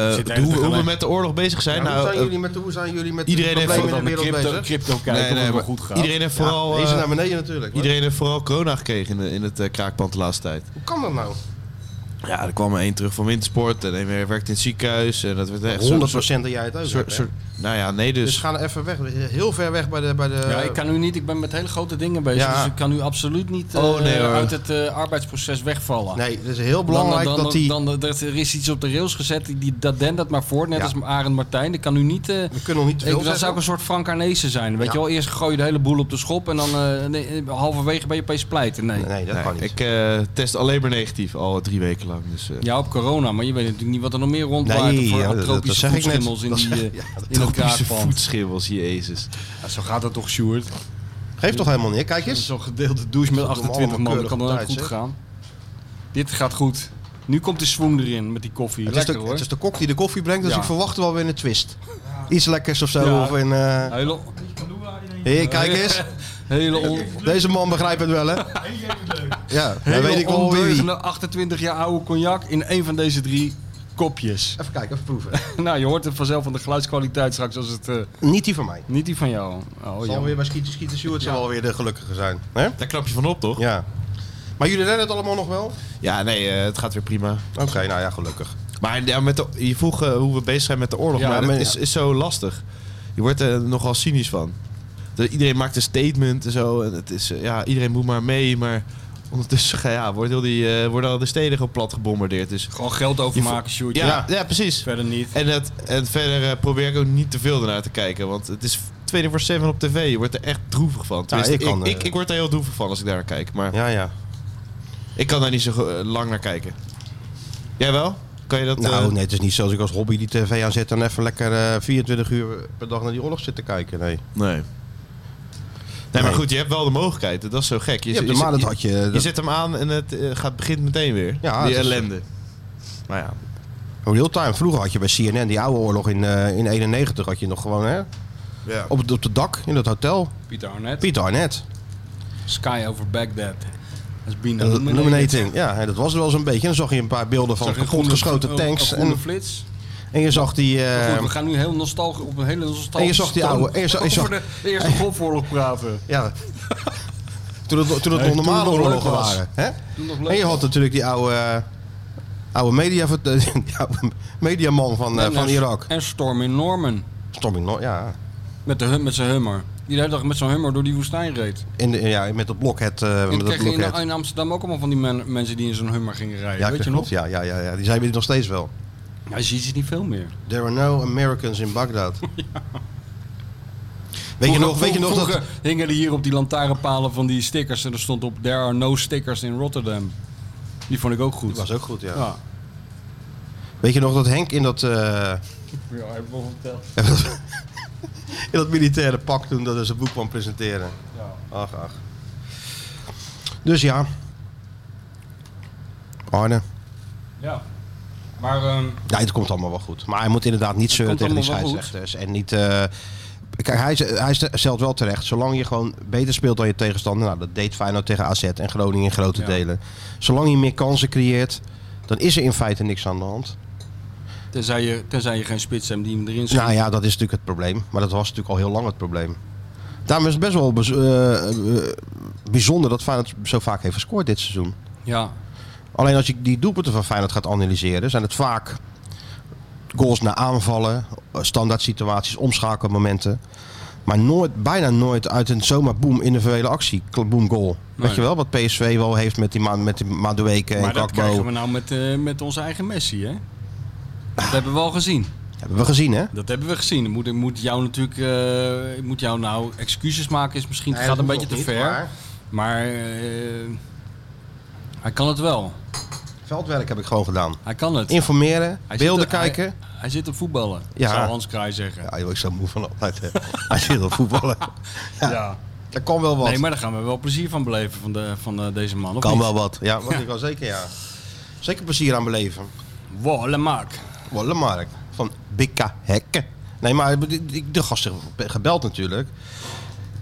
Speaker 4: Eh,
Speaker 3: Zit
Speaker 4: hoe, hoe we
Speaker 3: tegelijk.
Speaker 4: met de oorlog bezig zijn?
Speaker 2: hoe,
Speaker 4: nou,
Speaker 2: zijn
Speaker 4: eh,
Speaker 2: jullie met, hoe zijn jullie met
Speaker 4: iedereen
Speaker 2: de
Speaker 4: heeft
Speaker 2: problemen
Speaker 3: dat
Speaker 2: in de
Speaker 3: met
Speaker 2: wereld
Speaker 3: crypto,
Speaker 2: bezig?
Speaker 3: crypto kijken
Speaker 4: nee,
Speaker 3: of
Speaker 4: nee,
Speaker 3: het wel
Speaker 4: maar
Speaker 3: goed gaat.
Speaker 4: Iedereen heeft vooral,
Speaker 2: Deze
Speaker 4: eh,
Speaker 2: naar beneden natuurlijk. Iedereen...
Speaker 4: iedereen heeft vooral corona gekregen in, de- in het eh, kraakpand de laatste tijd.
Speaker 2: Hoe kan dat nou?
Speaker 4: Ja, er kwam er één terug van wintersport en één weer werkt in het ziekenhuis. En dat werd echt zo'n
Speaker 2: 100% dat jij het ook
Speaker 4: soort-
Speaker 2: hebt, hè?
Speaker 4: soort- Nou ja, nee dus.
Speaker 2: Dus gaan er even weg. Heel ver weg bij de... Bij de
Speaker 3: Ja, ik kan nu niet. Ik ben met hele grote dingen bezig.
Speaker 2: Eh, Ja.
Speaker 3: Dus ik kan nu absoluut niet eh,
Speaker 4: Oh, nee, hoor.
Speaker 3: uit het eh, arbeidsproces wegvallen.
Speaker 2: Nee, het is heel belangrijk
Speaker 3: dan, dan,
Speaker 2: dat die...
Speaker 3: dan, dan- dat er is iets op de rails gezet, die- die, dat den dat maar voort. Net
Speaker 2: Ja.
Speaker 3: als Arend Martijn. Ik kan nu niet... eh,
Speaker 2: we kunnen nog niet te
Speaker 3: ik,
Speaker 2: veel
Speaker 3: dat zou
Speaker 2: zeggen.
Speaker 3: ook een soort Frank Arnezen zijn. Weet
Speaker 2: Ja.
Speaker 3: je wel, eerst gooi je de hele boel op de schop en dan eh, nee, halverwege ben je opeens pleiten. Nee.
Speaker 2: Nee, dat
Speaker 4: Nee,
Speaker 2: kan niet.
Speaker 4: Ik eh, test alleen maar negatief al drie weken lang. Dus, eh,
Speaker 3: Ja, op corona, maar je weet natuurlijk niet wat er nog meer rondwaait.
Speaker 2: Nee, ja,
Speaker 3: of er
Speaker 2: dat- dat
Speaker 3: tropische
Speaker 2: zeg ik net.
Speaker 3: voetschimmels in,
Speaker 2: Dat
Speaker 3: die,
Speaker 2: zeg-
Speaker 3: eh,
Speaker 2: [laughs] ja,
Speaker 3: in het
Speaker 4: tropische
Speaker 3: kraakpand.
Speaker 4: voetschimmels, jezus.
Speaker 3: Ja, zo gaat dat toch, Sjoerd?
Speaker 2: Geeft toch helemaal niet. Kijk eens.
Speaker 3: Zo'n gedeelde douche met
Speaker 2: Dat doen we
Speaker 3: 28 man, dat
Speaker 2: allemaal keurig
Speaker 3: kan dan
Speaker 2: op
Speaker 3: ook goed
Speaker 2: tijd,
Speaker 3: gaan. Dit gaat goed. Nu komt de swoon erin met die koffie.
Speaker 2: Het is,
Speaker 3: Lekker
Speaker 2: de,
Speaker 3: hoor.
Speaker 2: het is de kok die de koffie brengt, dus
Speaker 3: Ja.
Speaker 2: ik verwacht wel weer een twist. Iets lekkers of zo.
Speaker 3: Ja.
Speaker 2: Of een, eh,
Speaker 3: Hele,
Speaker 2: Hé, kijk eens.
Speaker 3: [laughs] hele, on,
Speaker 2: Deze man begrijpt het wel, hè? Ja, dat weet ik
Speaker 3: hele
Speaker 2: wel. wie.
Speaker 3: ondeugende 28 jaar oude cognac in één van deze drie kopjes. [laughs]
Speaker 2: Even kijken, even proeven.
Speaker 3: nou, je hoort het vanzelf van de geluidskwaliteit straks als het... eh,
Speaker 2: Niet die van mij.
Speaker 3: niet die van jou. Oh,
Speaker 2: Zal
Speaker 3: jammer.
Speaker 2: weer bij Schieten Schieten Sjoerd zal alweer de gelukkige zijn. Hè?
Speaker 4: Daar knap je van op, toch? Ja,
Speaker 2: Ja. Maar jullie redden het allemaal nog wel?
Speaker 4: nee, eh, het gaat weer prima.
Speaker 2: Oké, nou ja, gelukkig.
Speaker 4: Maar ja, met de, je vroeg eh, hoe we bezig zijn met de oorlog,
Speaker 3: Ja,
Speaker 4: maar
Speaker 2: maar
Speaker 4: dat
Speaker 2: ja.
Speaker 4: is, is zo lastig. Je wordt er nogal cynisch van. De- iedereen maakt een statement en zo. En het is, eh, ja, iedereen moet maar mee, maar ondertussen [laughs] ga- ja, wordt heel die, eh, worden al de steden gewoon plat gebombardeerd. Dus,
Speaker 3: Gewoon geld overmaken, Sjoerd.
Speaker 4: ja, ja. precies.
Speaker 3: Verder niet.
Speaker 4: En, het, en verder eh, probeer ik ook niet te veel ernaar te kijken, want het is 24-7 op tv. Je wordt er echt droevig van. Tenminste,
Speaker 2: ik
Speaker 4: ik,
Speaker 2: kan,
Speaker 4: ik,
Speaker 2: eh,
Speaker 4: ik, word er heel droevig van als ik daar naar kijk, maar
Speaker 2: Ja, ja.
Speaker 4: ik kan daar niet zo eh, lang naar kijken. Jij wel? Kan je dat... eh,
Speaker 2: Nou, nee, het is niet zo als ik als hobby die tv aanzet en even lekker eh, 24 uur per dag naar die oorlog zit te kijken. Nee.
Speaker 4: Nee. Nee, maar
Speaker 2: Nee.
Speaker 4: goed, je hebt wel de mogelijkheid. Dat is zo gek. Je,
Speaker 2: Je hebt
Speaker 4: je-
Speaker 2: de maar dat
Speaker 4: je-
Speaker 2: had je.
Speaker 4: je
Speaker 2: dat-
Speaker 4: zet hem aan en het eh, gaat, begint meteen weer.
Speaker 2: Ja,
Speaker 4: die
Speaker 2: het is-
Speaker 4: ellende. Maar ja.
Speaker 2: Oh, real time. Vroeger had je bij CNN die oude oorlog in, eh, in 91 had je nog gewoon hè?
Speaker 4: ja.
Speaker 2: Op, het, op het dak in het hotel.
Speaker 3: Pieter Arnett.
Speaker 2: Pieter Arnett.
Speaker 3: Sky over Baghdad. Dat
Speaker 2: Eh,
Speaker 3: is Bina
Speaker 2: Illuminating. Ja, hè, dat was er wel zo'n beetje. Dan zag je een oh, paar beelden van kapotgeschoten tanks.
Speaker 3: en
Speaker 2: En,
Speaker 3: oh, flits.
Speaker 2: en je zag die... eh,
Speaker 3: Goed, we gaan nu heel nostalgisch op een hele nostalgische
Speaker 2: en je zag die
Speaker 3: toon
Speaker 2: oude- en je zag- en je
Speaker 3: over de Eerste Golfoorlog praten.
Speaker 2: ja, toen het, toen het
Speaker 3: Nee,
Speaker 2: nog normale
Speaker 3: toen het nog leuk
Speaker 2: oorlogen
Speaker 3: was.
Speaker 2: waren. Hè?
Speaker 3: Toen nog
Speaker 2: En
Speaker 3: leuk
Speaker 2: je had natuurlijk die oude... eh, Oude media, [laughs] die oude mediaman van, eh,
Speaker 3: En
Speaker 2: van
Speaker 3: een-
Speaker 2: Irak.
Speaker 3: En Storm in Norman.
Speaker 2: Storming North, ja.
Speaker 3: Met, de, hum- met zijn hummer. Die de hele dag met zijn hummer door die woestijn reed.
Speaker 2: In de, ja. Met dat blokhead. eh,
Speaker 3: En
Speaker 2: met dat
Speaker 3: kreeg je
Speaker 2: blokhead.
Speaker 3: in, in Amsterdam ook allemaal van die men- mensen die in zo'n hummer gingen rijden.
Speaker 2: Ja,
Speaker 3: Weet je
Speaker 2: klopt.
Speaker 3: nog?
Speaker 2: Ja, ja, ja, ja, die zijn we nog steeds wel.
Speaker 3: Ja, je ziet ze niet veel meer.
Speaker 2: There are no Americans in Baghdad.
Speaker 3: [laughs]
Speaker 2: Weet, je
Speaker 3: Vroeger-
Speaker 2: nog, weet je nog dat...
Speaker 3: vroeger hingen die hier op die lantaarnpalen van die stickers en er stond op There are no stickers in Rotterdam. Die vond ik ook goed.
Speaker 2: Dat was ook goed, ja.
Speaker 3: ja.
Speaker 2: Weet je nog dat Henk in dat, eh,
Speaker 3: Ja, heb ik wel verteld.
Speaker 2: in dat militaire pak toen dat hij zijn boek kwam presenteren?
Speaker 3: Ja.
Speaker 2: Ach, ach. Dus ja. Arne.
Speaker 3: Ja. Maar ehm,
Speaker 2: Ja, het komt allemaal wel goed. Maar hij moet inderdaad niet zeuren
Speaker 3: komt
Speaker 2: tegen die
Speaker 3: allemaal wel goed.
Speaker 2: scheidsrechters. En niet... eh, Kijk, hij, ze- hij stelt wel terecht. Zolang je gewoon beter speelt dan je tegenstander. Nou, dat deed Feyenoord tegen AZ en Groningen in grote
Speaker 3: Ja.
Speaker 2: delen. Zolang je meer kansen creëert, dan is er in feite niks aan de hand.
Speaker 3: tenzij, je, tenzij je geen spits hebt die hem erin schiet.
Speaker 2: Nou ja, dat is natuurlijk het probleem. Maar dat was natuurlijk al heel lang het probleem. Daarom is het best wel bez- eh, eh, bijzonder dat Feyenoord zo vaak heeft gescoord dit seizoen.
Speaker 3: Ja.
Speaker 2: Alleen als je die doelpunten van Feyenoord gaat analyseren, zijn het vaak goals na aanvallen, standaard situaties, omschakelmomenten. Maar nooit, bijna nooit uit een zomaar boom individuele actie, kl- boom goal. Weet
Speaker 3: Nee.
Speaker 2: je wel, wat PSV wel heeft met die, Ma- met die Madueke en
Speaker 3: Maar dat nou
Speaker 2: Kakbo.
Speaker 3: krijgen we nou met, eh, met onze eigen Messi, hè? Dat hebben we al gezien.
Speaker 2: Hebben we gezien, hè?
Speaker 3: Dat hebben we gezien. Ik moet, ik moet jou natuurlijk, eh, ik moet jou nou excuses maken. Is misschien het gaat een beetje te ver. Maar, eh, hij kan het wel.
Speaker 2: Veldwerk heb ik gewoon gedaan.
Speaker 3: Hij kan het.
Speaker 2: Informeren,
Speaker 3: Hij zit
Speaker 2: beelden
Speaker 3: er- hij-
Speaker 2: kijken.
Speaker 3: Hij, zit op voetballen.
Speaker 2: Ja.
Speaker 3: Zou Hans Kraai zeggen.
Speaker 2: Ja, joh, ik zou moe van altijd. hè. [laughs] Hij zit op voetballen. Ja.
Speaker 3: Ja.
Speaker 2: Dat kan wel wat.
Speaker 3: Nee, maar daar gaan we wel plezier van beleven van, de, van eh, deze man. Of
Speaker 2: Kan
Speaker 3: niet?
Speaker 2: wel wat. Ja, wat ik wel zeker, ja. Zeker plezier aan beleven.
Speaker 3: Wolle Mark.
Speaker 2: Wolle Mark van Bikka Hekken. Nee, maar ik- ik- de gast heeft gebeld natuurlijk.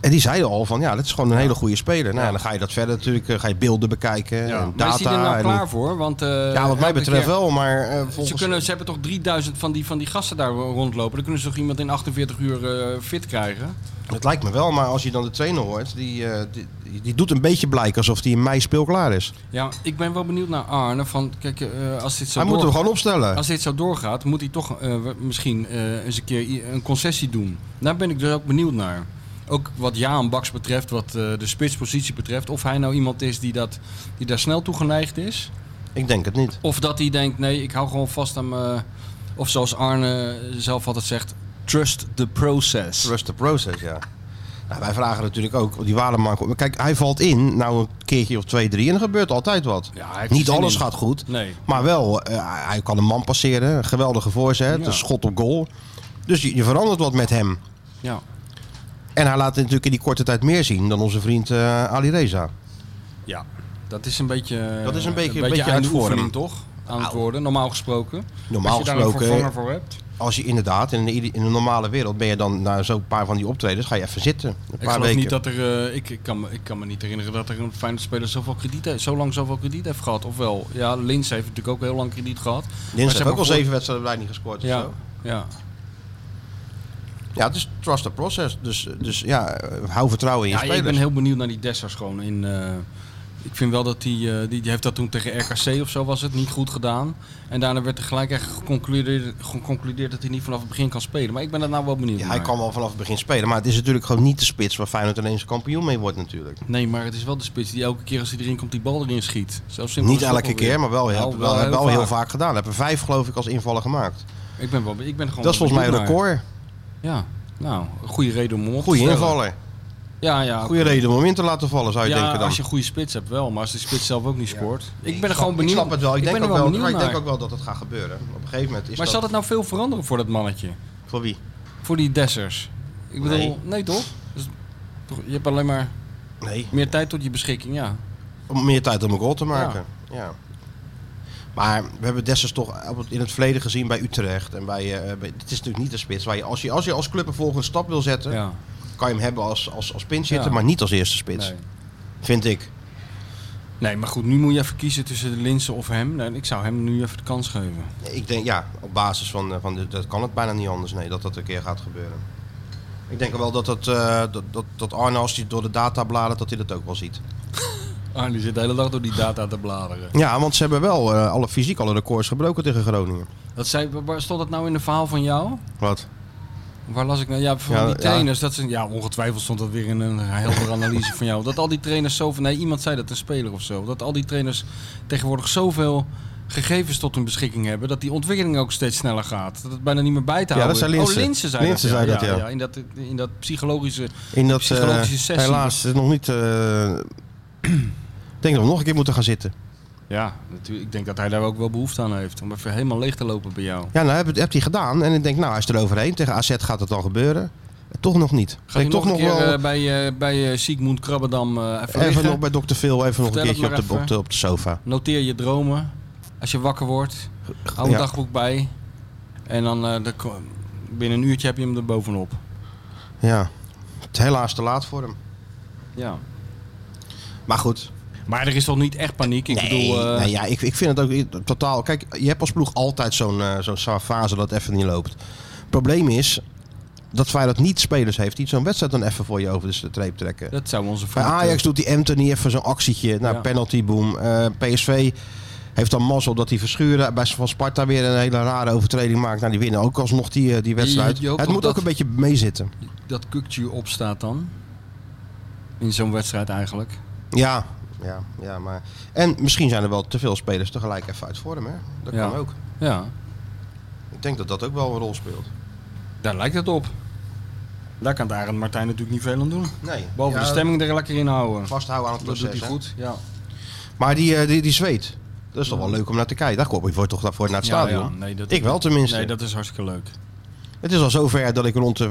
Speaker 2: En die zeiden al van, ja, dat is gewoon een hele goede speler. Nou, dan ga je dat verder natuurlijk, eh, ga je beelden bekijken
Speaker 3: Ja.
Speaker 2: en
Speaker 3: maar
Speaker 2: data.
Speaker 3: is hij er nou
Speaker 2: en-
Speaker 3: klaar voor? Want, eh,
Speaker 2: Ja, wat mij
Speaker 3: elke
Speaker 2: betreft
Speaker 3: keer-
Speaker 2: wel, maar eh, volgens...
Speaker 3: Ze, kunnen, ze hebben toch 3000 van die, van die gasten daar rondlopen. Dan kunnen ze toch iemand in 48 uur eh, fit krijgen?
Speaker 2: Het lijkt me wel, maar als je dan de trainer hoort, die, eh, die, die- die doet een beetje blijk alsof hij in mei speelklaar is.
Speaker 3: Ja, ik ben wel benieuwd naar Arne. Van, kijk, eh, als dit zo
Speaker 2: Hij moet hem
Speaker 3: doorgaat-
Speaker 2: gewoon opstellen.
Speaker 3: Als dit zo doorgaat, moet hij toch eh, we- misschien eh, eens een keer i- een concessie doen. Daar ben ik dus ook benieuwd naar. Ook wat Jaan Baks betreft, wat eh, de spitspositie betreft. Of hij nou iemand is die, dat, die daar snel toe geneigd is.
Speaker 2: Ik denk het niet.
Speaker 3: Of dat hij denkt, nee, ik hou gewoon vast aan mijn... Of zoals Arne zelf altijd zegt, trust the process.
Speaker 2: Trust the process, ja. Nou, wij vragen natuurlijk ook, want die Walenmark... Kijk, hij valt in, nou een keertje of twee, drie, en er gebeurt altijd wat.
Speaker 3: Ja, hij heeft er
Speaker 2: Niet
Speaker 3: zin
Speaker 2: alles
Speaker 3: in.
Speaker 2: gaat goed.
Speaker 3: Nee.
Speaker 2: Maar wel, eh, hij kan een man passeren. Een geweldige voorzet.
Speaker 3: Ja.
Speaker 2: Een schot op goal. Dus je, je verandert wat met hem.
Speaker 3: Ja.
Speaker 2: En hij laat natuurlijk in die korte tijd meer zien dan onze vriend eh, Ali Reza.
Speaker 3: ja. Dat is een beetje... eh,
Speaker 2: Dat is een beetje-
Speaker 3: een
Speaker 2: beetje
Speaker 3: beetje aan
Speaker 2: uit
Speaker 3: de
Speaker 2: vorm.
Speaker 3: oefening, toch? Aan het worden, normaal gesproken.
Speaker 2: Normaal
Speaker 3: Als je daar een
Speaker 2: gesproken-
Speaker 3: vervanger voor hebt.
Speaker 2: Als je inderdaad, in, een- in een normale wereld ben je dan na zo'n paar van die optredens, ga je even zitten. Een
Speaker 3: Ik
Speaker 2: paar
Speaker 3: geloof
Speaker 2: weken.
Speaker 3: niet dat er. eh, ik, ik, kan me, ik kan me niet herinneren dat er een fijne speler zoveel krediet heeft, zo lang zoveel krediet heeft gehad. Ofwel, ja, Lins heeft natuurlijk ook heel lang krediet gehad. Maar
Speaker 2: Dinsdag
Speaker 3: zeg
Speaker 2: heeft
Speaker 3: maar
Speaker 2: ook al
Speaker 3: voor-
Speaker 2: zeven wedstrijden bijna niet gescoord. Ja.
Speaker 3: Ja, ja.
Speaker 2: ja, het is trust the process. Dus, dus ja, eh, hou vertrouwen in je
Speaker 3: ja ik
Speaker 2: spelers.
Speaker 3: ben heel benieuwd naar die Dessers gewoon. In, eh, ik vind wel dat die, eh, die. Die heeft dat toen tegen RKC of zo was het niet goed gedaan. En daarna werd er gelijk echt geconcludeerd, geconcludeerd dat hij niet vanaf het begin kan spelen. Maar ik ben er nou wel benieuwd.
Speaker 2: Ja,
Speaker 3: naar.
Speaker 2: hij kan wel vanaf het begin spelen, maar het is natuurlijk gewoon niet de spits waar Feyenoord ineens kampioen mee wordt natuurlijk.
Speaker 3: Nee, maar het is wel de spits die elke keer als hij erin komt, die bal erin schiet. Zo simpel
Speaker 2: Niet
Speaker 3: is het
Speaker 2: elke
Speaker 3: ook alweer.
Speaker 2: keer, maar wel,
Speaker 3: Nou,
Speaker 2: heel, wel, hebben we al heel vaak gedaan. Hebben we vijf geloof ik als invallen gemaakt.
Speaker 3: Ik ben, wel, ik ben gewoon
Speaker 2: Dat is volgens mij een
Speaker 3: benieuwd naar.
Speaker 2: record.
Speaker 3: Ja, nou, een goede reden om hem op
Speaker 2: Goede
Speaker 3: te stellen.
Speaker 2: invaller.
Speaker 3: Ja, ja.
Speaker 2: Goede reden om in te laten vallen, zou je
Speaker 3: ja,
Speaker 2: denken dan.
Speaker 3: als je een goede spits hebt wel, maar als de spits zelf ook niet scoort. Ik ben er
Speaker 2: snap-
Speaker 3: gewoon benieuwd.
Speaker 2: Ik snap het wel. Ik, denk,
Speaker 3: ben er
Speaker 2: ook wel, maar
Speaker 3: benieuwd
Speaker 2: ik
Speaker 3: naar.
Speaker 2: denk ook wel dat het gaat gebeuren. Op een gegeven moment is
Speaker 3: Maar
Speaker 2: dat...
Speaker 3: zal het nou veel veranderen voor dat mannetje?
Speaker 2: Voor wie?
Speaker 3: Voor die Dessers? Ik bedoel, nee,
Speaker 2: Nee.
Speaker 3: toch? Dus, toch, Je hebt alleen maar
Speaker 2: Nee.
Speaker 3: meer tijd tot je beschikking, ja.
Speaker 2: Om meer tijd om een goal te maken. Ja. Maar we hebben Dessers toch op het- in het verleden gezien bij Utrecht. En bij, eh, bij- het is natuurlijk niet de spits. Waar je, als, je, als je als club een volgende stap wil zetten,
Speaker 3: ja.
Speaker 2: kan je hem hebben als, als, als pinchitter,
Speaker 3: Ja.
Speaker 2: maar niet als eerste spits.
Speaker 3: Nee.
Speaker 2: Vind ik.
Speaker 3: nee, maar goed, nu moet je even kiezen tussen de Linsen of hem. Nee, ik zou hem nu even de kans geven.
Speaker 2: Ik denk, ja, op basis van, eh, van de- dat kan het bijna niet anders, nee, dat dat een keer gaat gebeuren. Ik denk wel dat, dat, eh, dat, dat, dat Arne, als hij door de data bladert, dat hij dat ook wel ziet.
Speaker 3: Ah, die zit de hele dag door die data te bladeren.
Speaker 2: Ja, want ze hebben wel eh, alle fysiek alle records gebroken tegen Groningen.
Speaker 3: Dat zei, waar stond dat nou in een verhaal van jou?
Speaker 2: Wat?
Speaker 3: Waar las ik nou? Ja, van
Speaker 2: Ja,
Speaker 3: die
Speaker 2: ja.
Speaker 3: trainers. Dat ze, ja, ongetwijfeld stond dat weer in een
Speaker 2: [laughs]
Speaker 3: heldere analyse van jou. Dat al die trainers zoveel... Nee, iemand zei dat, een speler of zo. Dat al die trainers tegenwoordig zoveel gegevens tot hun beschikking hebben... dat die ontwikkeling ook steeds sneller gaat. Dat het bijna niet meer bij te
Speaker 2: Ja,
Speaker 3: houden
Speaker 2: dat
Speaker 3: is.
Speaker 2: zei Linssen.
Speaker 3: Oh, Linsen zei
Speaker 2: Linssen
Speaker 3: dat.
Speaker 2: zei dat, ja.
Speaker 3: in, dat, in dat psychologische...
Speaker 2: In dat, eh,
Speaker 3: Psychologische sessie.
Speaker 2: helaas, het is nog niet... eh, [clears throat] ik denk dat we nog een keer moeten gaan zitten.
Speaker 3: Ja, natuurlijk. Ik denk dat hij daar ook wel behoefte aan heeft. Om even helemaal leeg te lopen bij jou.
Speaker 2: Ja, nou heb, heb hij gedaan en ik denk, nou, hij is er overheen. Tegen AZ gaat het dan gebeuren. Eh, Toch nog niet. Ik
Speaker 3: Ga je
Speaker 2: denk
Speaker 3: nog,
Speaker 2: toch
Speaker 3: een keer
Speaker 2: wel-
Speaker 3: eh, bij, eh, bij eh Siegmund Krabbendam eh, even,
Speaker 2: Even
Speaker 3: liggen?
Speaker 2: nog bij Dr. Phil, even nog een
Speaker 3: Vertel het
Speaker 2: keertje op
Speaker 3: maar
Speaker 2: de,
Speaker 3: even.
Speaker 2: op, de, op de sofa.
Speaker 3: Noteer je dromen. Als je wakker wordt, hou een
Speaker 2: Ja.
Speaker 3: dagboek bij. En dan eh, de ko- binnen een uurtje heb je hem er bovenop.
Speaker 2: Ja, het is helaas te laat voor hem.
Speaker 3: Ja.
Speaker 2: Maar goed.
Speaker 3: Maar er is toch niet echt paniek? Ik bedoel, eh,
Speaker 2: nee, ja, ik, ik vind het ook i- totaal... Kijk, je hebt als ploeg altijd zo'n eh, zo'n sa- fase dat het even niet loopt. probleem is dat Feyenoord niet spelers heeft die zo'n wedstrijd dan even voor je over de streep trekken.
Speaker 3: dat zou onze
Speaker 2: Bij
Speaker 3: vraag
Speaker 2: Ajax doet die Anthony even zo'n actietje. Nou,
Speaker 3: Ja.
Speaker 2: penalty boom. Eh, PSV heeft dan mazzel dat die Verschuren bij van Sparta weer een hele rare overtreding maakt. Nou, die winnen ook alsnog die, eh, die wedstrijd.
Speaker 3: Je- je hoopt
Speaker 2: het
Speaker 3: op
Speaker 2: moet
Speaker 3: dat-
Speaker 2: ook een beetje meezitten.
Speaker 3: Dat Kukcu opstaat dan. In zo'n wedstrijd eigenlijk.
Speaker 2: Ja, ja, ja, maar... En misschien zijn er wel te veel spelers tegelijk even uit vorm, hè? Dat
Speaker 3: Ja.
Speaker 2: kan ook.
Speaker 3: Ja.
Speaker 2: Ik denk dat dat ook wel een rol speelt.
Speaker 3: Daar lijkt het op. Daar kan Darend Martijn natuurlijk niet veel aan doen.
Speaker 2: Nee.
Speaker 3: Boven
Speaker 2: Ja,
Speaker 3: de stemming er lekker in houden.
Speaker 2: Vasthouden aan het
Speaker 3: Dat
Speaker 2: proces.
Speaker 3: doet hij
Speaker 2: hè?
Speaker 3: goed. Ja.
Speaker 2: Maar die, eh, die, die zweet. Dat is toch wel leuk om naar te kijken. Daar kom je voor toch daarvoor naar het
Speaker 3: Ja,
Speaker 2: stadion.
Speaker 3: ja, nee, dat-
Speaker 2: ik wel tenminste.
Speaker 3: Nee, dat is hartstikke leuk.
Speaker 2: Het is al zover dat ik rond de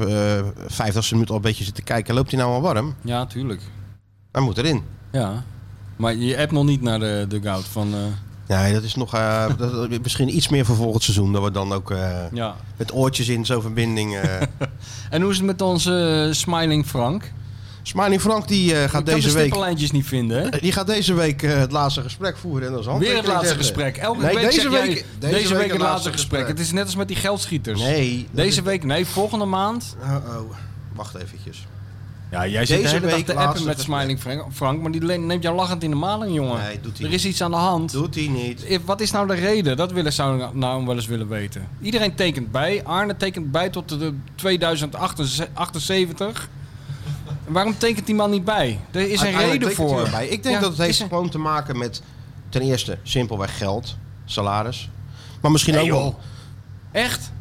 Speaker 2: eh 50ste minuut al een beetje zit te kijken. Loopt hij nou al warm?
Speaker 3: Ja, tuurlijk.
Speaker 2: Hij moet erin.
Speaker 3: Ja. Maar je appt nog niet naar de dugout van... eh,
Speaker 2: Nee, dat is nog eh, [laughs] dat, dat- misschien iets meer voor volgend seizoen. Dat we dan ook eh,
Speaker 3: ja.
Speaker 2: met oortjes in zo'n verbinding.
Speaker 3: [laughs]
Speaker 2: eh.
Speaker 3: En hoe is het met onze eh, smiling Frank?
Speaker 2: Smiley Frank die, eh, gaat
Speaker 3: Ik kan
Speaker 2: deze
Speaker 3: de
Speaker 2: week,
Speaker 3: stippenlijntjes niet vinden, hè?
Speaker 2: die gaat deze week eh, het laatste gesprek voeren. En dat is
Speaker 3: Weer het
Speaker 2: handtekening
Speaker 3: laatste
Speaker 2: zetten.
Speaker 3: gesprek. Elke
Speaker 2: Nee,
Speaker 3: week
Speaker 2: deze
Speaker 3: zeg
Speaker 2: week-
Speaker 3: jij,
Speaker 2: deze
Speaker 3: deze,
Speaker 2: week
Speaker 3: week het laatste gesprek. Het is net als met die geldschieters.
Speaker 2: Nee. dat
Speaker 3: Deze
Speaker 2: is-
Speaker 3: week, nee, volgende maand.
Speaker 2: Oh, oh. Wacht eventjes.
Speaker 3: Ja, jij zit
Speaker 2: Deze
Speaker 3: de hele dag
Speaker 2: week
Speaker 3: te
Speaker 2: laatste
Speaker 3: appen met
Speaker 2: gesprek.
Speaker 3: Smiling Frank, Frank, maar die le- neemt jou lachend in de maling, jongen.
Speaker 2: Nee, doet hij
Speaker 3: er
Speaker 2: niet.
Speaker 3: is iets aan de hand.
Speaker 2: Doet hij niet.
Speaker 3: Eh, Wat is nou de reden? Dat willen, zou ik nou wel eens willen weten. Iedereen tekent bij. Arne tekent bij tot de 2078. Waarom tekent die man niet bij? Er is een
Speaker 2: Uiteindelijk
Speaker 3: reden
Speaker 2: tekent hij
Speaker 3: voor.
Speaker 2: erbij. Ik denk
Speaker 3: Ja,
Speaker 2: dat het heeft
Speaker 3: is er-
Speaker 2: gewoon te maken met ten eerste simpelweg geld, salaris. Maar misschien
Speaker 3: Nee,
Speaker 2: ook wel.
Speaker 3: joh. Echt?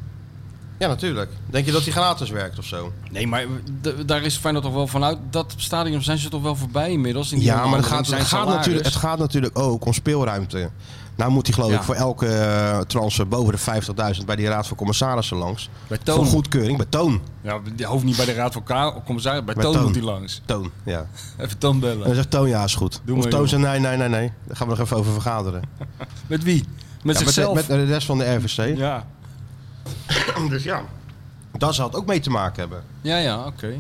Speaker 2: Ja, natuurlijk. Denk je dat hij gratis werkt of zo?
Speaker 3: Nee, maar d- daar is Feyenoord toch wel vanuit. Dat stadion zijn ze toch wel voorbij inmiddels. In die
Speaker 2: Ja, maar het
Speaker 3: onderhandeling
Speaker 2: gaat, het, gaat
Speaker 3: zijn salaris.
Speaker 2: natuurlijk, het gaat natuurlijk ook om speelruimte. Nou moet hij geloof
Speaker 3: Ja.
Speaker 2: ik voor elke eh, transfer boven de 50.000 bij die raad van commissarissen langs.
Speaker 3: Bij Toon.
Speaker 2: Voor goedkeuring, bij Toon.
Speaker 3: Ja, die hoeft niet bij de Raad van Ka- Commissaris. Bij
Speaker 2: Bij
Speaker 3: Toon
Speaker 2: Toon. Eh,
Speaker 3: moet hij langs. [laughs]
Speaker 2: Toon, ja. En
Speaker 3: Even Toon bellen.
Speaker 2: dan zegt Toon, ja is goed.
Speaker 3: Doe
Speaker 2: of
Speaker 3: maar,
Speaker 2: Toon
Speaker 3: joh.
Speaker 2: zegt, nee, nee, nee, nee. Daar gaan we nog even over vergaderen. Ja,
Speaker 3: Met wie? Met
Speaker 2: met, de,
Speaker 3: zichzelf.
Speaker 2: met de rest van de RVC.
Speaker 3: Ja,
Speaker 2: Dus ja, daar zal het ook mee te maken hebben.
Speaker 3: ja, ja oké.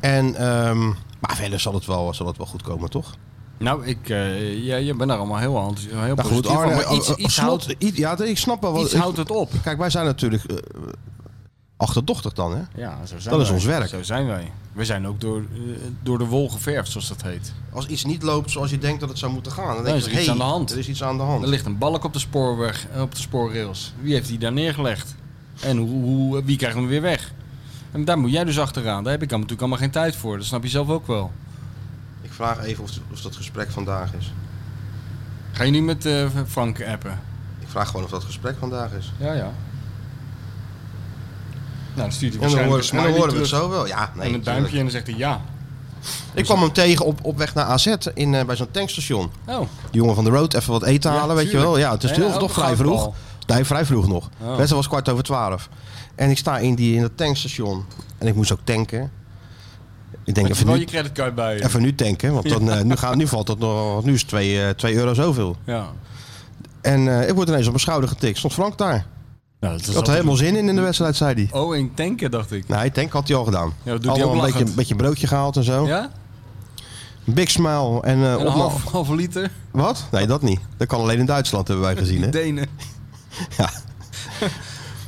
Speaker 2: En, ehm, maar verder zal het, wel, zal het wel goed komen, toch?
Speaker 3: Nou, ik, eh, ja, je bent daar allemaal heel, enthousi- heel
Speaker 2: Nou goed,
Speaker 3: positief van,
Speaker 2: Arne,
Speaker 3: maar iets,
Speaker 2: eh, eh,
Speaker 3: iets,
Speaker 2: Slot,
Speaker 3: houdt,
Speaker 2: i- ja, ik snap wel wat.
Speaker 3: iets houdt het op.
Speaker 2: Kijk, wij zijn natuurlijk eh, achterdochtig dan, hè?
Speaker 3: Ja, zo zijn
Speaker 2: Dat is
Speaker 3: wij.
Speaker 2: ons werk.
Speaker 3: Zo zijn wij. We zijn ook door, eh, door de wol geverfd, zoals dat heet.
Speaker 2: Als iets niet loopt zoals je denkt dat het zou moeten gaan, dan, denk
Speaker 3: is er
Speaker 2: je,
Speaker 3: iets
Speaker 2: hey,
Speaker 3: aan de hand.
Speaker 2: Er is iets aan de hand.
Speaker 3: Er ligt een balk op de spoorweg, eh, op de spoorrails. Wie heeft die daar neergelegd? En hoe, hoe, wie krijgt hem weer weg? En daar moet jij dus achteraan. Daar heb ik natuurlijk allemaal geen tijd voor. Dat snap je zelf ook wel.
Speaker 2: Ik vraag even of, of dat gesprek vandaag is.
Speaker 3: Ga je nu met eh, Frank appen?
Speaker 2: Ik vraag gewoon of dat gesprek vandaag is.
Speaker 3: Ja, ja. Nou, dan stuurt hij
Speaker 2: En dan
Speaker 3: waarschijnlijk
Speaker 2: horen, en dan horen
Speaker 3: een smiley
Speaker 2: we het
Speaker 3: terug
Speaker 2: zo wel. Ja, nee,
Speaker 3: en een
Speaker 2: tuurlijk.
Speaker 3: duimpje en dan zegt hij ja.
Speaker 2: Ik kwam hem tegen op, op weg naar AZ in, eh, bij zo'n tankstation.
Speaker 3: Oh,
Speaker 2: Die jongen van de road even wat eten
Speaker 3: Ja,
Speaker 2: halen, weet je
Speaker 3: tuurlijk.
Speaker 2: wel. Ja, het is
Speaker 3: Ja,
Speaker 2: heel,
Speaker 3: ja,
Speaker 2: toch
Speaker 3: ook
Speaker 2: vrij
Speaker 3: een
Speaker 2: vroeg.
Speaker 3: goudbal.
Speaker 2: Nee, vrij vroeg nog.
Speaker 3: Oh.
Speaker 2: De wedstrijd was kwart over twaalf. En ik sta in, die, in dat tankstation. En ik moest ook tanken. Ik denk,
Speaker 3: heb je
Speaker 2: even
Speaker 3: wel
Speaker 2: nu,
Speaker 3: je creditcard bij je.
Speaker 2: even nu tanken. Want
Speaker 3: [laughs]
Speaker 2: dan, eh, nu, gaat, nu valt dat nog... Nu is 2 euro zoveel.
Speaker 3: Ja.
Speaker 2: En eh, ik word ineens op mijn schouder getikt. Stond Frank daar.
Speaker 3: Nou, dat
Speaker 2: Ik had er helemaal zin in in de wedstrijd, zei hij.
Speaker 3: Oh, in tanken dacht ik.
Speaker 2: Nee, tank had hij al gedaan.
Speaker 3: Ja, dat doet hij
Speaker 2: Allemaal
Speaker 3: ook
Speaker 2: een beetje,
Speaker 3: lachend.
Speaker 2: een beetje broodje gehaald en zo.
Speaker 3: Ja?
Speaker 2: Een Big smile en eh,
Speaker 3: Een
Speaker 2: opla-
Speaker 3: half, halve liter?
Speaker 2: Wat? Nee, dat niet. Dat kan alleen in Duitsland, hebben wij gezien. Hè?
Speaker 3: Denen.
Speaker 2: [laughs] Ja.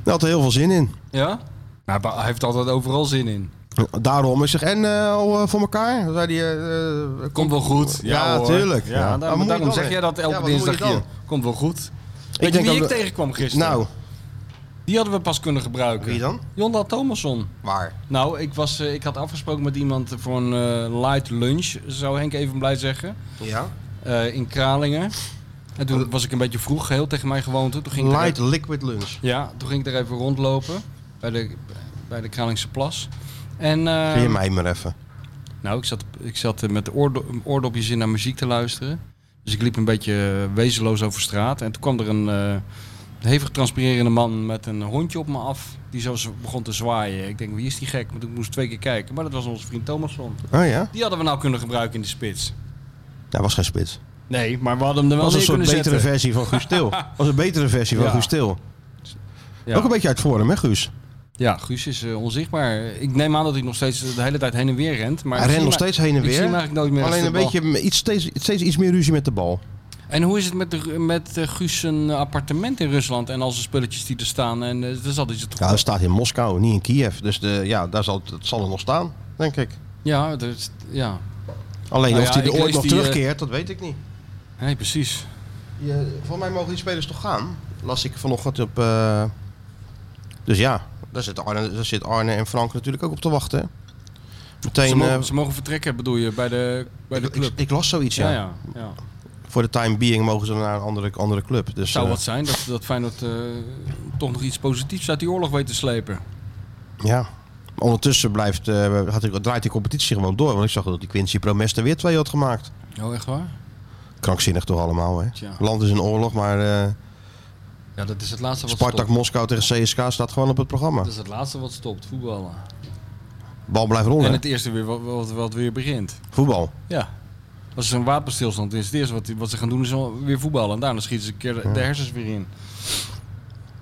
Speaker 2: Daar had er heel veel zin in.
Speaker 3: Ja? Nou, hij heeft altijd overal zin in.
Speaker 2: Daarom is zeg en eh, al, eh, voor elkaar? Dan zei hij, eh, eh,
Speaker 3: Komt wel goed.
Speaker 2: Ja,
Speaker 3: hoor.
Speaker 2: tuurlijk.
Speaker 3: Ja,
Speaker 2: Ja.
Speaker 3: daarom-
Speaker 2: Maar moet je
Speaker 3: daarom
Speaker 2: dan,
Speaker 3: zeg
Speaker 2: hè?
Speaker 3: jij dat
Speaker 2: Ja,
Speaker 3: elke
Speaker 2: wat moet je
Speaker 3: dinsdagje.
Speaker 2: dan?
Speaker 3: Komt wel goed. Weet je
Speaker 2: denk
Speaker 3: wie ik
Speaker 2: dat we-
Speaker 3: tegenkwam gisteren?
Speaker 2: Nou,
Speaker 3: Die hadden we pas kunnen gebruiken.
Speaker 2: wie dan?
Speaker 3: Jonda Thomasson.
Speaker 2: Waar?
Speaker 3: Nou, ik, was, eh, ik had afgesproken met iemand voor een eh, light lunch, zou Henk even blij zeggen,
Speaker 2: Ja.
Speaker 3: eh, in Kralingen. En toen was ik een beetje vroeg, heel tegen mijn gewoonte. Toen ging ik er
Speaker 2: Light liquid lunch.
Speaker 3: Ja, toen ging ik daar even rondlopen. Bij de, bij de Kralingse Plas. En, eh,
Speaker 2: Kun je mij maar even.
Speaker 3: nou, ik zat, ik zat eh, met de oordo- oordopjes in naar muziek te luisteren. Dus ik liep een beetje eh, wezenloos over straat. En toen kwam er een eh, hevig transpirerende man met een hondje op me af. Die zo z- begon te zwaaien. Ik denk, wie is die gek? Maar ik moest twee keer kijken. Maar dat was onze vriend Thomasson.
Speaker 2: Oh ja?
Speaker 3: Die hadden we nou kunnen gebruiken in de spits.
Speaker 2: Dat was geen spits.
Speaker 3: Nee, maar we hadden hem er wel
Speaker 2: was een
Speaker 3: in
Speaker 2: soort
Speaker 3: kunnen
Speaker 2: betere
Speaker 3: zetten.
Speaker 2: versie van Guus
Speaker 3: [laughs]
Speaker 2: Til. was een betere versie van
Speaker 3: Ja.
Speaker 2: Guus Til.
Speaker 3: Ja.
Speaker 2: Ook een beetje uit vorm, hè Guus?
Speaker 3: Ja, Guus is eh, onzichtbaar. Ik neem aan dat hij nog steeds de hele tijd heen en weer rent. Maar
Speaker 2: Hij
Speaker 3: ik
Speaker 2: rent
Speaker 3: zie
Speaker 2: nog
Speaker 3: hem-
Speaker 2: steeds heen en
Speaker 3: Ik zie hem
Speaker 2: weer.
Speaker 3: eigenlijk nooit meer. als
Speaker 2: Alleen
Speaker 3: de
Speaker 2: een
Speaker 3: bal-
Speaker 2: beetje mm, iets, steeds, steeds iets meer ruzie met de bal.
Speaker 3: En hoe is het met, de, met eh, Guus zijn appartement in Rusland en al zijn spulletjes die er staan? En eh, er zat iets te-
Speaker 2: Ja, het staat in Moskou, niet in Kiev. Dus de, ja, daar zal het, het zal er nog staan, denk ik.
Speaker 3: Ja, er is- ja.
Speaker 2: Alleen
Speaker 3: Nou
Speaker 2: of
Speaker 3: ja,
Speaker 2: hij er
Speaker 3: ik
Speaker 2: ooit
Speaker 3: lees
Speaker 2: nog
Speaker 3: die, eh,
Speaker 2: terugkeert, dat weet ik niet.
Speaker 3: Nee, precies.
Speaker 2: Ja, volgens mij mogen die spelers toch gaan? Las ik vanochtend op. eh, Dus ja, daar zit, Arne, daar zit Arne en Frank natuurlijk ook op te wachten. hè.
Speaker 3: Ze
Speaker 2: Meteen. eh,
Speaker 3: mogen, ze mogen vertrekken, bedoel je, bij de, bij de
Speaker 2: ik,
Speaker 3: club.
Speaker 2: ik las zoiets, ja.
Speaker 3: ja, ja, ja.
Speaker 2: Voor de time being mogen ze naar een andere, andere club. Dus,
Speaker 3: zou
Speaker 2: eh,
Speaker 3: wat zijn dat, dat Feyenoord eh, toch nog iets positiefs uit die oorlog weet te slepen.
Speaker 2: Ja. Ondertussen blijft, eh, had ik, draait die competitie gewoon door. Want ik zag dat die Quincy Promes er weer twee had gemaakt.
Speaker 3: Oh, echt waar?
Speaker 2: Krankzinnig toch allemaal, hè?
Speaker 3: Tja.
Speaker 2: Land is in oorlog, maar eh,
Speaker 3: Ja, dat is het Dus- laatste wat
Speaker 2: Spartak
Speaker 3: stopt.
Speaker 2: Moskou tegen CSK staat gewoon op het programma.
Speaker 3: Dat is het laatste wat stopt, voetballen.
Speaker 2: Bal blijft rollen.
Speaker 3: En het eerste weer wat, wat, wat weer begint.
Speaker 2: Voetbal.
Speaker 3: Ja. Als er zo'n wapenstilstand is, het eerste wat, die- wat ze gaan doen is al weer voetballen. En daarna schieten ze een keer de- de hersens weer in.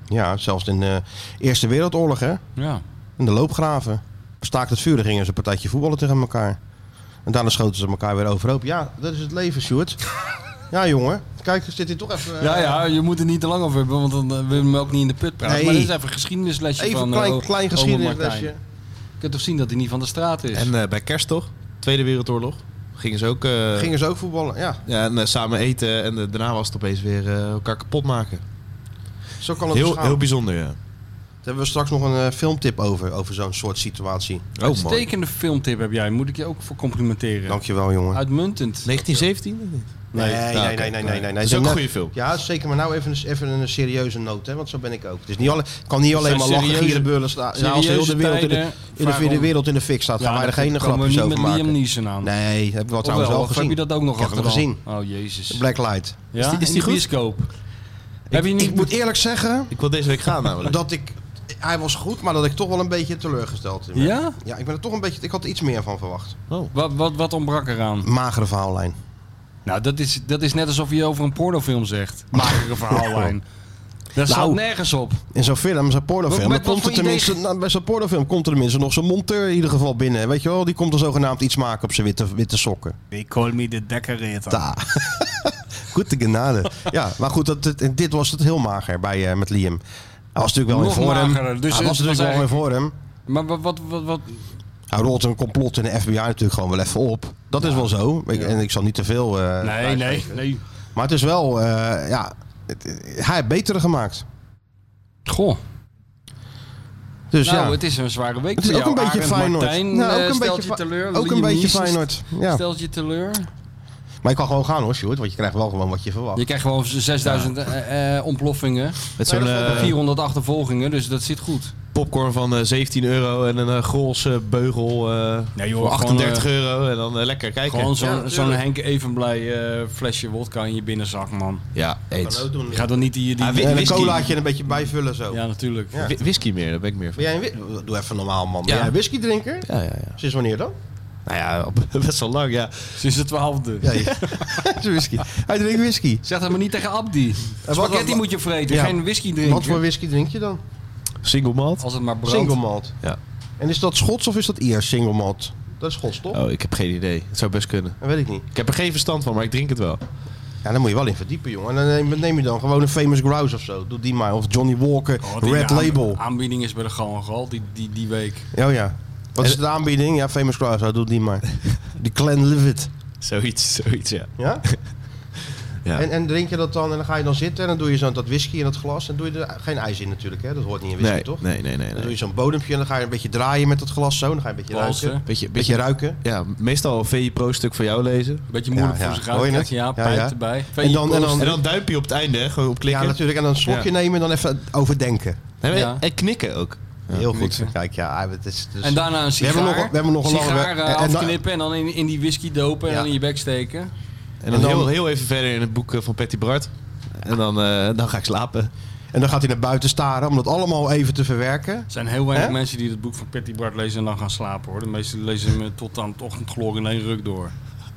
Speaker 2: Ja, zelfs in de Eerste Wereldoorlog, hè?
Speaker 3: Ja.
Speaker 2: In de loopgraven. Staakt het vuur, dan gingen ze een partijtje voetballen tegen elkaar. En daarna schoten ze elkaar weer overhoop. Ja, dat is het leven, Sjoerd.
Speaker 3: [laughs]
Speaker 2: ja, jongen. Kijk, zit hier toch even... eh,
Speaker 3: Ja, ja, je moet er niet te lang over hebben, want dan eh, willen we hem ook niet in de put praten.
Speaker 2: Nee.
Speaker 3: Maar dit is even een geschiedenislesje
Speaker 2: Even
Speaker 3: van
Speaker 2: een
Speaker 3: eh,
Speaker 2: klein,
Speaker 3: o-
Speaker 2: klein
Speaker 3: oma
Speaker 2: geschiedenislesje. oh,
Speaker 3: Martijn. Je kunt toch zien dat hij niet van de straat is.
Speaker 4: En eh, bij kerst toch? Tweede Wereldoorlog. Gingen ze ook... eh,
Speaker 2: Gingen ze ook voetballen, ja.
Speaker 4: ja, en, eh, samen eten en eh, daarna was het opeens weer eh, elkaar kapot maken.
Speaker 2: Zo kan het dus
Speaker 4: Heel,
Speaker 2: gaan.
Speaker 4: heel bijzonder, ja.
Speaker 2: Daar hebben we straks nog een eh, filmtip over, over zo'n soort situatie.
Speaker 4: Oh, man.
Speaker 3: Uitstekende filmtip heb jij, moet ik je ook voor complimenteren.
Speaker 2: Dankjewel, jongen.
Speaker 3: Uitmuntend.
Speaker 4: 1917? of niet?
Speaker 2: Nee, nee,
Speaker 4: nou,
Speaker 2: nee,
Speaker 4: oké.
Speaker 2: nee, nee, nee, nee.
Speaker 4: Dat is ook
Speaker 2: Nou,
Speaker 4: een goede film.
Speaker 2: Ja, zeker. Maar nou even, een- even een serieuze noot, hè, want zo ben ik ook. Het is niet alle, ik kan niet alleen
Speaker 3: zijn
Speaker 2: maar lachen,
Speaker 3: serieuze-
Speaker 2: gieren, beulen staan. Ja, als heel de
Speaker 3: serieuze
Speaker 2: wereld in de,
Speaker 3: tijden,
Speaker 2: in de, in de
Speaker 3: waarom-
Speaker 2: wereld in de fik staat, gaan wij er geen grapjes
Speaker 3: niet
Speaker 2: over
Speaker 3: met Liam
Speaker 2: maken.
Speaker 3: Neeson aan.
Speaker 2: Nee, hebben we wel
Speaker 3: Ofwel,
Speaker 2: trouwens wel
Speaker 3: of heb je
Speaker 2: gezien.
Speaker 3: dat ook nog
Speaker 2: Ik heb hem
Speaker 3: achteraf?
Speaker 2: gezien.
Speaker 3: Oh, jezus.
Speaker 2: Black Light.
Speaker 3: Ja? Is
Speaker 4: die- is die goed?
Speaker 3: bioscoop. heb je niet...
Speaker 2: Ik moet eerlijk zeggen
Speaker 4: Ik wil deze week gaan
Speaker 2: [laughs]
Speaker 4: namelijk.
Speaker 2: dat ik... Hij was goed, maar dat ik toch wel een beetje teleurgesteld ben.
Speaker 3: Ja?
Speaker 2: Ja, ik ben er toch een beetje... Ik had er iets meer van verwacht.
Speaker 3: Wat, wat, wat ontbrak eraan?
Speaker 2: Magere verhaallijn.
Speaker 3: Nou, dat is, dat is net alsof je over een pornofilm zegt. Maak
Speaker 2: [laughs]
Speaker 3: een verhaallijn.
Speaker 2: Oh.
Speaker 3: Dat
Speaker 2: Nou.
Speaker 3: staat nergens op.
Speaker 2: In zo'n film, zo'n pornofilm,
Speaker 3: Met
Speaker 2: dan
Speaker 3: wat
Speaker 2: komt er
Speaker 3: voor
Speaker 2: tenminste,
Speaker 3: idee-
Speaker 2: nou, bij zo'n pornofilm komt er tenminste nog zo'n monteur in ieder geval binnen. Weet je wel, die komt er zogenaamd iets maken op zijn witte, witte sokken.
Speaker 3: They call me the decorator.
Speaker 2: Ta. [laughs] goed de genade. Ja, maar goed, dat, dat- dit was het heel mager bij, eh, met Liam. Hij was natuurlijk wel
Speaker 3: Nog
Speaker 2: in vorm.
Speaker 3: magerder, dus
Speaker 2: hij was
Speaker 3: het was
Speaker 2: Nou, natuurlijk wel in vorm.
Speaker 3: Maar wat, wat, wat, wat-
Speaker 2: Hij rolt een complot in de FBI natuurlijk gewoon wel even op. Dat is wel zo. Ik- En ik zal niet te veel. eh,
Speaker 3: Nee, nee, nee.
Speaker 2: Maar het is wel, eh, ja, het- hij heeft betere gemaakt.
Speaker 3: Goh.
Speaker 2: Dus
Speaker 3: Nou,
Speaker 2: ja.
Speaker 3: het is een zware week
Speaker 2: Het is
Speaker 3: voor
Speaker 2: ook een
Speaker 3: jou.
Speaker 2: beetje
Speaker 3: Arend
Speaker 2: Feyenoord.
Speaker 3: Martijn
Speaker 2: Nou,
Speaker 3: eh,
Speaker 2: ook een
Speaker 3: stelt
Speaker 2: beetje
Speaker 3: je
Speaker 2: Fe-
Speaker 3: teleur.
Speaker 2: ook een
Speaker 3: Liam
Speaker 2: beetje
Speaker 3: Neeson
Speaker 2: Feyenoord, ja.
Speaker 3: Stelt je teleur.
Speaker 2: Maar je kan gewoon gaan hoor, Sjoerd. Want je krijgt wel gewoon wat je verwacht.
Speaker 3: Je krijgt gewoon 6000 eh, eh, ontploffingen.
Speaker 4: Met zo'n
Speaker 2: Nee, dat valt
Speaker 4: eh,
Speaker 3: 400 achtervolgingen, dus dat zit goed.
Speaker 4: popcorn van eh, 17 euro en een eh, Grolse beugel eh,
Speaker 3: Nee, joh,
Speaker 4: voor
Speaker 3: gewoon,
Speaker 4: 38 euro. En dan eh, lekker kijken.
Speaker 3: Gewoon zo'n
Speaker 2: Ja,
Speaker 3: zo'n
Speaker 2: tuurlijk.
Speaker 3: Henk Evenblij eh, flesje wodka in je binnenzak, man.
Speaker 4: Ja, eens.
Speaker 2: Hallo, doen.
Speaker 3: Je gaat dan niet die... die
Speaker 4: Ah,
Speaker 2: En een
Speaker 4: whisky.
Speaker 2: colaatje en een beetje bijvullen zo.
Speaker 3: ja, natuurlijk.
Speaker 2: Ja.
Speaker 4: Whi- Whisky meer, daar ben ik meer van.
Speaker 2: Ben jij een whi- Doe even normaal, man. Ben
Speaker 4: Ja.
Speaker 2: jij een whisky drinker?
Speaker 4: Ja, ja, ja.
Speaker 2: Sinds wanneer dan? [laughs]
Speaker 4: Nou ja, op- [laughs] best wel lang, ja.
Speaker 3: Sinds de twaalfde.
Speaker 2: Ja, ja. whisky. Hij drinkt whisky.
Speaker 3: Zeg dat maar niet tegen Abdi. Spaghetti
Speaker 2: wat- wat-
Speaker 3: moet je vreten,
Speaker 2: Ja.
Speaker 3: geen whisky drinken.
Speaker 2: Wat voor whisky drink je dan?
Speaker 4: Single malt.
Speaker 3: Als het maar brandt.
Speaker 2: Single malt.
Speaker 4: Ja.
Speaker 2: En is dat Schots of is dat Iers single malt? Dat is Schots, toch?
Speaker 4: Oh, ik heb geen idee. Het zou best kunnen.
Speaker 2: Dat weet ik niet.
Speaker 4: Ik heb er geen verstand van, maar ik drink het wel.
Speaker 2: Ja, daar moet je wel in verdiepen, jongen. En dan neem, neem je dan gewoon een Famous Grouse of zo. Doe die maar. Of Johnny Walker,
Speaker 3: Oh, wat die
Speaker 2: Red
Speaker 3: aan-
Speaker 2: Label.
Speaker 3: Aanbieding is bij de Gal en Gal die, die, die week.
Speaker 2: Ja, Oh, ja. Wat is de aanbieding? Ja, Famous Grouse. Oh, doe die maar.
Speaker 4: [laughs]
Speaker 2: Die Glenlivet.
Speaker 4: Zoiets, [laughs] zoiets, ja.
Speaker 2: Ja?
Speaker 4: Ja.
Speaker 2: En, en drink je dat dan en dan ga je dan zitten en dan doe je zo dat whisky in dat glas. En doe je er geen ijs in natuurlijk, hè? Dat hoort niet in whisky,
Speaker 4: Nee,
Speaker 2: toch?
Speaker 4: nee, nee, nee.
Speaker 2: Dan
Speaker 4: nee.
Speaker 2: doe je zo'n bodempje en dan ga je een beetje draaien met dat glas zo. Dan ga je een beetje
Speaker 3: Walsen.
Speaker 2: ruiken.
Speaker 4: Beetje, beetje,
Speaker 2: beetje ruiken.
Speaker 4: ja, meestal een VI Pro-stuk voor jou lezen.
Speaker 3: Beetje moeilijk
Speaker 2: Ja, ja.
Speaker 3: voor zich
Speaker 2: Hoor je
Speaker 3: uit.
Speaker 2: het?
Speaker 3: Ja,
Speaker 2: Ja,
Speaker 3: pijp
Speaker 2: ja.
Speaker 3: erbij.
Speaker 2: En dan, en dan,
Speaker 4: En dan duimpje op het einde, hè, gewoon op
Speaker 2: ja,
Speaker 4: klikken.
Speaker 2: natuurlijk. En dan een slokje
Speaker 4: Ja.
Speaker 2: nemen en dan even overdenken.
Speaker 4: Nee, maar-
Speaker 3: Ja.
Speaker 4: En knikken ook.
Speaker 2: Heel goed. Kijk, ja, het is... Dus...
Speaker 3: En daarna een
Speaker 2: We
Speaker 3: sigaar.
Speaker 2: hebben nog- we hebben nog een lange
Speaker 3: sigaar
Speaker 2: weg.
Speaker 3: eh,
Speaker 2: En- en dan-
Speaker 3: afknippen en dan in, in die whisky dopen en
Speaker 2: Ja.
Speaker 3: dan in je bek steken.
Speaker 4: En dan,
Speaker 2: En dan-
Speaker 4: heel, heel even verder in het boek eh, van Patty Bart. En dan, eh, dan ga ik slapen.
Speaker 2: En dan gaat hij naar buiten staren om dat allemaal even te verwerken.
Speaker 3: Er zijn heel weinig
Speaker 2: Hè?
Speaker 3: mensen die het boek van Patty Bart lezen en dan gaan slapen hoor. De meesten lezen hem eh, tot aan het ochtendgloor in één ruk door.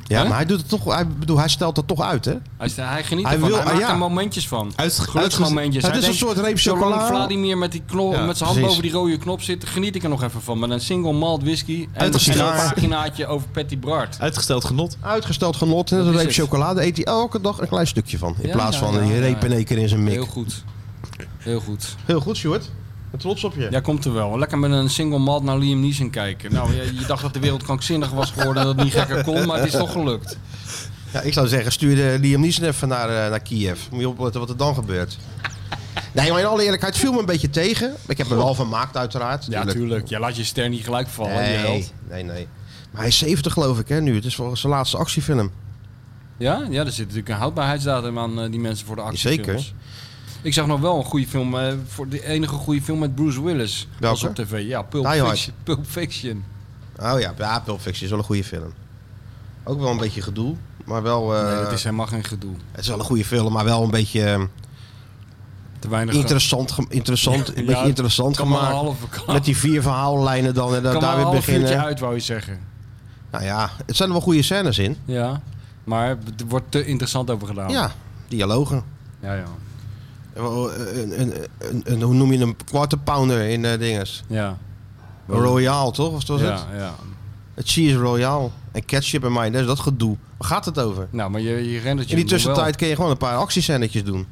Speaker 2: Ja,
Speaker 3: Hè?
Speaker 2: maar hij doet het toch... Hij, bedoel, hij stelt dat toch uit, hè?
Speaker 3: Hij, is- hij geniet
Speaker 2: Hij
Speaker 3: ervan,
Speaker 2: wil-
Speaker 3: hij
Speaker 2: ah,
Speaker 3: maakt
Speaker 2: ja.
Speaker 3: er momentjes van.
Speaker 4: Uitge-
Speaker 3: Geluksmomentjes.
Speaker 2: Het
Speaker 3: Hij
Speaker 2: is een
Speaker 3: denkt,
Speaker 2: soort reep
Speaker 3: Zolang
Speaker 2: chocola.
Speaker 3: Vladimir met, die klo-
Speaker 4: Ja,
Speaker 3: met zijn
Speaker 2: precies.
Speaker 3: hand boven die rode knop zit, geniet ik er nog even van. Met een single malt whisky en,
Speaker 2: Uit de
Speaker 3: en
Speaker 2: sigaar.
Speaker 3: een paginaatje over Patty Bart.
Speaker 4: Uitgesteld genot.
Speaker 2: Uitgesteld genot. En dat
Speaker 3: Dat
Speaker 2: een
Speaker 3: is
Speaker 2: reep
Speaker 3: het.
Speaker 2: chocolade eet hij elke dag een klein stukje van. In
Speaker 3: Ja,
Speaker 2: plaats
Speaker 3: ja,
Speaker 2: van
Speaker 3: ja,
Speaker 2: die
Speaker 3: ja,
Speaker 2: reep
Speaker 3: ja.
Speaker 2: in één keer in zijn mik.
Speaker 3: Heel goed. Heel goed.
Speaker 2: Heel goed, Sjoerd. Ik ben trots op je.
Speaker 3: Ja, komt er wel. Lekker met een single malt naar Liam Neeson kijken. Nou, je, je dacht dat de wereld krankzinnig was geworden en dat het niet gekker kon, maar het is toch gelukt.
Speaker 2: Ja, ik zou zeggen, stuur eh, Liam Neeson even naar, eh, naar Kiev. Moet je opletten wat er dan gebeurt. Nee, maar in alle eerlijkheid viel me een beetje tegen. Ik heb me wel vermaakt uiteraard.
Speaker 3: Ja, tuurlijk. Ja, laat je ster niet gelijk vallen, je
Speaker 2: Nee,
Speaker 3: held.
Speaker 2: nee, nee. Maar hij is 70 geloof ik hè, nu. Het is volgens zijn laatste actiefilm.
Speaker 3: Ja? ja, er zit natuurlijk een houdbaarheidsdatum aan eh, die mensen voor de actiefilms.
Speaker 2: Zeker.
Speaker 3: Ik zag nog wel een goede film, eh, voor de enige goede film met Bruce Willis. Was
Speaker 2: Welke?
Speaker 3: op tv, ja, Pulp
Speaker 2: Die Hard.
Speaker 3: Fiction. Pulp Fiction.
Speaker 2: Oh ja, ja, Pulp Fiction is wel een goede film. Ook wel een beetje gedoe, maar wel... eh,
Speaker 3: nee, dat is helemaal geen gedoe.
Speaker 2: Het is wel een goede film, maar wel een beetje eh,
Speaker 3: Te weinig
Speaker 2: interessant, ge- interessant,
Speaker 3: Ja,
Speaker 2: een beetje
Speaker 3: ja,
Speaker 2: interessant
Speaker 3: kan maar een
Speaker 2: gemaakt.
Speaker 3: halve kan,
Speaker 2: Met die vier verhaallijnen dan en dan
Speaker 3: kan maar
Speaker 2: daar
Speaker 3: een
Speaker 2: weer
Speaker 3: half uurtje
Speaker 2: beginnen.
Speaker 3: uit, wou je zeggen.
Speaker 2: Nou ja, het zijn er wel goede scènes in.
Speaker 3: Ja, maar er wordt te interessant over gedaan.
Speaker 2: Ja, dialogen.
Speaker 3: ja, ja.
Speaker 2: Eh, wel, eh, Een, een, een, een- hoe noem je hem? Quarter pounder in eh dinges.
Speaker 3: ja.
Speaker 2: Royal, toch? Of was het?
Speaker 3: ja, ja.
Speaker 2: Het cheese Royal. En ketchup en mayonaise, dat gedoe. Waar gaat het over?
Speaker 3: Nou, maar je, je rent het je
Speaker 2: In die
Speaker 3: nog wel.
Speaker 2: tussentijd kun je gewoon een paar actiescènetjes doen.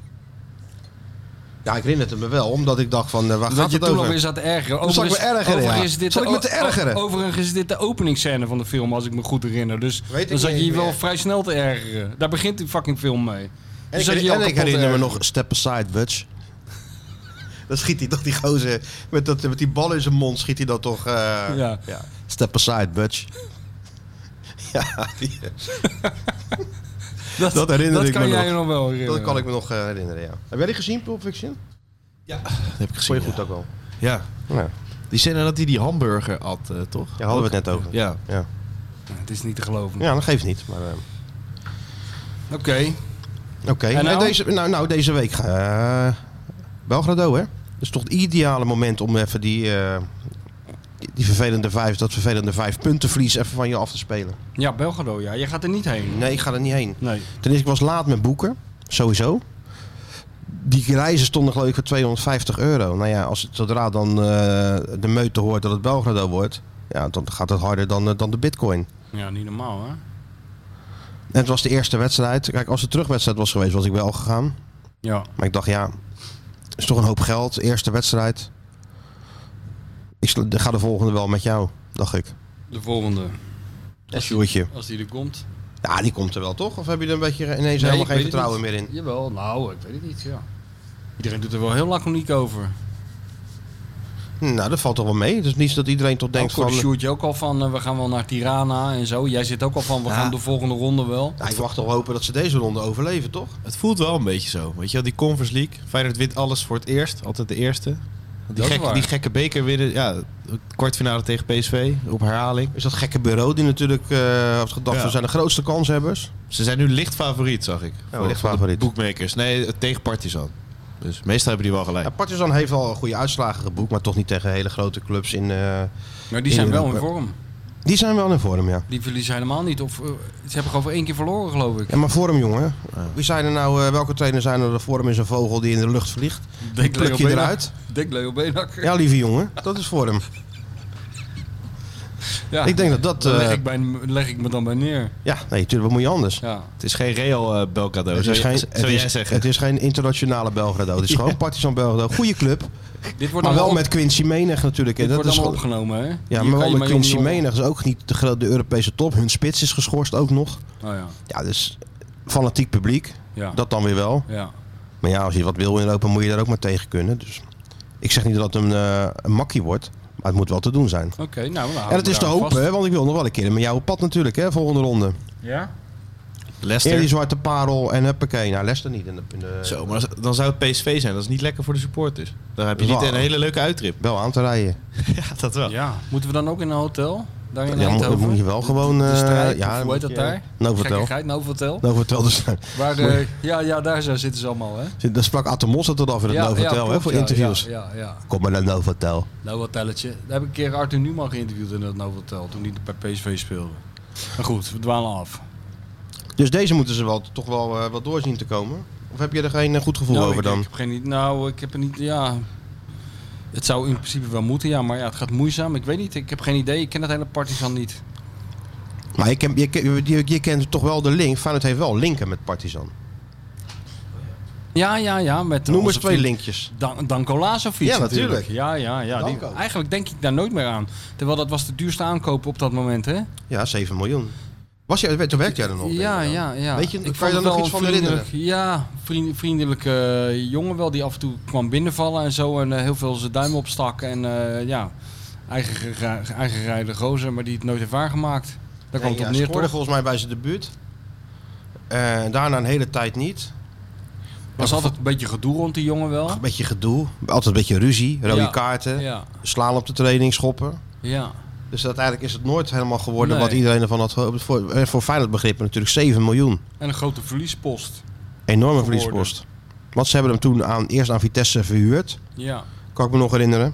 Speaker 2: Ja, ik herinner het me wel, omdat ik dacht van, eh, waar
Speaker 3: Dat
Speaker 2: gaat
Speaker 3: je
Speaker 2: het
Speaker 3: toen
Speaker 2: over?
Speaker 3: alweer zat te ergeren.
Speaker 2: Toen zat ik me
Speaker 3: Overigens-
Speaker 2: ergeren, ja.
Speaker 3: overigens is dit
Speaker 2: Zat
Speaker 3: de
Speaker 2: ik me te
Speaker 3: o- o-
Speaker 2: ergeren?
Speaker 3: Overigens is dit de openingsscène van de film, als ik me goed herinner. Dus
Speaker 2: ik
Speaker 3: dan zat je
Speaker 2: niet
Speaker 3: je wel
Speaker 2: meer.
Speaker 3: vrij snel te ergeren. Daar begint die fucking film mee.
Speaker 2: En
Speaker 3: Dus
Speaker 2: ik,
Speaker 3: zat je je
Speaker 2: en
Speaker 3: al
Speaker 2: ik
Speaker 3: kapot eh. te
Speaker 2: herinner me nog
Speaker 3: [laughs] ergeren.
Speaker 2: Step Aside, Butch. [laughs] Dan schiet hij toch die gozer met, dat, met die bal in zijn mond, schiet hij dat toch. eh,
Speaker 3: Ja.
Speaker 2: ja. Step Aside, Butch. [laughs] ja, die-
Speaker 3: Dat,
Speaker 2: dat herinner ik
Speaker 3: kan
Speaker 2: me
Speaker 3: jij
Speaker 2: nog.
Speaker 3: je nog wel herinneren.
Speaker 2: dat kan ik me nog eh, herinneren, ja. Heb jij die gezien, Pulp Fiction?
Speaker 4: Dat heb ik gezien.
Speaker 2: Vond je goed ook wel.
Speaker 4: Ja.
Speaker 2: Ja,
Speaker 4: Die scène dat hij die hamburger at, eh, toch?
Speaker 2: daar hadden we het net over. Ja,
Speaker 4: Ja.
Speaker 3: Nou, Het is niet te geloven.
Speaker 2: dat geeft niet. Maar, eh,
Speaker 3: Oké.
Speaker 2: Oké,
Speaker 3: En
Speaker 2: en
Speaker 3: nou?
Speaker 2: deze, nou, nou deze week eh Belgrado hè? Dat is toch het ideale moment om even die, eh, die, die vervelende vijf, dat vervelende vijf puntenverlies even van je af te spelen.
Speaker 3: Ja, Belgrado, ja. Je gaat er niet heen.
Speaker 2: Nee, ik ga er niet heen.
Speaker 3: Nee.
Speaker 2: Ten eerste, ik was laat met boeken, sowieso. Die reizen stonden geloof ik voor 250 euro. Nou ja, als, zodra dan eh, de meute hoort dat het Belgrado wordt, ja, dan gaat het harder dan, eh, dan de bitcoin.
Speaker 3: Ja, niet normaal, hè?
Speaker 2: En het was de eerste wedstrijd. Kijk, als het terugwedstrijd was geweest, was ik wel gegaan.
Speaker 3: Ja.
Speaker 2: Maar ik dacht, ja, is toch een hoop geld. Eerste wedstrijd. Ik sla- ga de volgende wel met jou, dacht ik.
Speaker 3: De volgende.
Speaker 2: Een sjoertje.
Speaker 3: Als die er komt.
Speaker 2: Ja, die komt er wel toch? Of heb je er een beetje ineens
Speaker 3: Nee, ik
Speaker 2: helemaal geen
Speaker 3: weet het
Speaker 2: vertrouwen
Speaker 3: niet.
Speaker 2: meer in?
Speaker 3: Jawel, nou, ik weet het niet, ja. Iedereen doet er wel heel laconiek over.
Speaker 2: Nou, dat valt toch wel mee. Het is niet zo dat iedereen toch denkt
Speaker 3: Denkt ook
Speaker 2: van...
Speaker 3: van... ook al van, eh, we gaan wel naar Tirana en zo. Jij zit ook al van, we
Speaker 4: Ja.
Speaker 3: gaan de volgende ronde wel.
Speaker 2: Ja, ik mag toch hopen dat ze deze ronde overleven, toch?
Speaker 4: Het voelt wel een beetje zo. Weet je wel, die Conference League. Feyenoord wint alles voor het eerst. Altijd de eerste.
Speaker 3: Dat
Speaker 4: Die,
Speaker 3: is
Speaker 4: gekke,
Speaker 3: waar.
Speaker 4: die gekke beker winnen. Ja, kwartfinale tegen PSV. Op herhaling.
Speaker 2: Is dat gekke bureau die natuurlijk eh had gedacht,
Speaker 4: Ja.
Speaker 2: we zijn de grootste kanshebbers.
Speaker 4: Ze zijn nu licht favoriet, zag ik. Voor-
Speaker 2: licht
Speaker 4: voor de
Speaker 2: favoriet.
Speaker 4: Boekmakers. Nee, tegen Partizan. Dus meestal hebben die wel gelijk.
Speaker 2: Ja, Partizan heeft al goede uitslagen geboekt, maar toch niet tegen hele grote clubs. In, eh,
Speaker 3: Maar die zijn
Speaker 2: Ja,
Speaker 3: wel in
Speaker 2: maar-
Speaker 3: vorm.
Speaker 2: Die zijn wel in vorm, ja.
Speaker 3: Die verliezen helemaal niet. Of, eh, ze hebben gewoon voor één keer verloren, geloof ik.
Speaker 2: Ja, maar vorm, jongen. Wie zijn er nou, eh, welke trainer zijn er? De vorm is een vogel die in de lucht vliegt. Die pluk je eruit.
Speaker 3: Denk Leo Beenhakker.
Speaker 2: Ja, lieve jongen, dat is vorm.
Speaker 3: [laughs] Ja.
Speaker 2: Ik denk dat dat...
Speaker 3: Daar
Speaker 2: eh,
Speaker 3: leg, ik bij, leg ik me dan bij neer.
Speaker 2: ja, nee, tuurlijk, wat moet je anders?
Speaker 3: Ja.
Speaker 4: Het is geen Real eh, Belgrado.
Speaker 2: Het
Speaker 4: zou
Speaker 2: is,
Speaker 4: je-
Speaker 2: geen,
Speaker 4: zou
Speaker 2: het,
Speaker 4: jij
Speaker 2: is,
Speaker 4: zeggen.
Speaker 2: het is geen internationale Belgrado. Het is gewoon Partizan Belgrado. Goede club.
Speaker 3: Dit wordt
Speaker 2: Maar
Speaker 3: allemaal
Speaker 2: wel
Speaker 3: op-
Speaker 2: met Quincy Menig natuurlijk.
Speaker 3: dit
Speaker 2: En dat
Speaker 3: wordt
Speaker 2: is
Speaker 3: allemaal
Speaker 2: gewoon-
Speaker 3: opgenomen, hè?
Speaker 2: ja, maar wel met Quincy Menig. is ook niet de, gro- de Europese top. Hun spits is geschorst ook nog.
Speaker 3: Oh ja.
Speaker 2: Ja, dus fanatiek publiek.
Speaker 3: Ja.
Speaker 2: Dat dan weer wel.
Speaker 3: ja.
Speaker 2: Maar ja, als je wat wil in Europa moet je daar ook maar tegen kunnen. Dus ik zeg niet dat het een, eh, een makkie wordt. Maar het moet wel te doen zijn.
Speaker 3: Oké, nou, nou.
Speaker 2: En het is te hopen, hè, want ik wil nog wel een keer met jou op pad natuurlijk, hè, volgende ronde.
Speaker 3: Ja?
Speaker 2: Eer
Speaker 4: Leicester.
Speaker 2: die zwarte parel en huppakee. Nou, Leicester niet in de, in de-
Speaker 4: Zo, maar als- dan zou het PSV zijn. Dat is niet lekker voor de supporters. Daar heb je niet
Speaker 2: Wow.
Speaker 4: een hele leuke
Speaker 2: [laughs]
Speaker 4: uittrip.
Speaker 2: wel aan te rijden.
Speaker 4: Ja, dat wel.
Speaker 3: Ja. Moeten we dan ook in een hotel? Daar in
Speaker 2: Ja, moet,
Speaker 3: Eindhoven?
Speaker 2: moet je wel gewoon...
Speaker 3: de
Speaker 2: eh,
Speaker 3: strijd,
Speaker 2: ja,
Speaker 3: of hoe
Speaker 2: moet
Speaker 3: heet dat
Speaker 2: je-
Speaker 3: daar?
Speaker 2: Novotel.
Speaker 3: Gekkigheid, Novotel.
Speaker 2: Novotel, dus, [laughs]
Speaker 3: Waar, eh, ja, ja, daar zo zitten ze allemaal, hè?
Speaker 2: daar sprak Atomos het al af in het
Speaker 3: ja,
Speaker 2: Novotel,
Speaker 3: ja,
Speaker 2: hè,
Speaker 3: klopt,
Speaker 2: voor
Speaker 3: ja,
Speaker 2: interviews.
Speaker 3: Ja, ja, ja.
Speaker 2: Kom maar naar Novotel.
Speaker 3: Novotelletje. Daar heb ik een keer Arthur Newman geïnterviewd in dat Novotel, toen hij bij PSV speelde. Maar goed, we dwalen af.
Speaker 2: Dus deze moeten ze wel, toch wel eh, wat door zien te komen. Of heb je er geen eh, goed gevoel
Speaker 3: nou,
Speaker 2: over
Speaker 3: ik,
Speaker 2: dan?
Speaker 3: Ik heb geen, idee. nou, ik heb er niet, ja... Het zou in principe wel moeten, ja, maar ja, het gaat moeizaam. Ik weet niet, ik heb geen idee. Ik ken dat hele Partizan niet.
Speaker 2: Maar je, kent- je, je, je, je kent toch wel de link. Feyenoord heeft wel linken met Partizan.
Speaker 3: Ja, ja, ja. Met
Speaker 2: Noem eens
Speaker 3: onze
Speaker 2: twee
Speaker 3: vriend
Speaker 2: linkjes.
Speaker 3: Dan, Danko Lazovic
Speaker 2: Ja,
Speaker 3: natuurlijk.
Speaker 2: natuurlijk.
Speaker 3: Ja, ja, ja. Die-
Speaker 2: Danko.
Speaker 3: eigenlijk denk ik daar nooit meer aan. Terwijl dat was de duurste aankoop op dat moment, hè?
Speaker 2: Ja, 7 miljoen. Was jij, toen werkte jij er nog?
Speaker 3: Ja,
Speaker 2: denk ik dan.
Speaker 3: ja, ja.
Speaker 2: Weet je, kan je
Speaker 3: vond
Speaker 2: daar
Speaker 3: het
Speaker 2: nog
Speaker 3: wel
Speaker 2: iets
Speaker 3: een
Speaker 2: van herinneren?
Speaker 3: vriendelijk- Ja, vriend, vriendelijke eh, jongen wel, die af en toe kwam binnenvallen en zo. En eh, heel veel zijn duim opstak. En eh, ja, eigen, gera- eigen rijden gozer, maar die het nooit heeft waargemaakt. Daar kwam
Speaker 2: Nee,
Speaker 3: het op
Speaker 2: hij
Speaker 3: neer,
Speaker 2: scoorde
Speaker 3: toch?
Speaker 2: volgens mij bij zijn debuut. Eh, daarna een hele tijd niet.
Speaker 3: was altijd een beetje gedoe rond die jongen wel.
Speaker 2: Een beetje gedoe. Altijd een beetje ruzie. Rode
Speaker 3: Ja.
Speaker 2: kaarten.
Speaker 3: Ja,
Speaker 2: Slaan op de training, schoppen.
Speaker 3: ja.
Speaker 2: Dus uiteindelijk is het nooit helemaal geworden
Speaker 3: Nee.
Speaker 2: wat iedereen ervan had gehoopt. Voor, eh, voor Feyenoord begrippen natuurlijk 7 miljoen.
Speaker 3: En een grote verliespost.
Speaker 2: Enorme
Speaker 3: Geworden.
Speaker 2: verliespost. Want ze hebben hem toen aan, eerst aan Vitesse verhuurd.
Speaker 3: Ja.
Speaker 2: Kan ik me nog herinneren.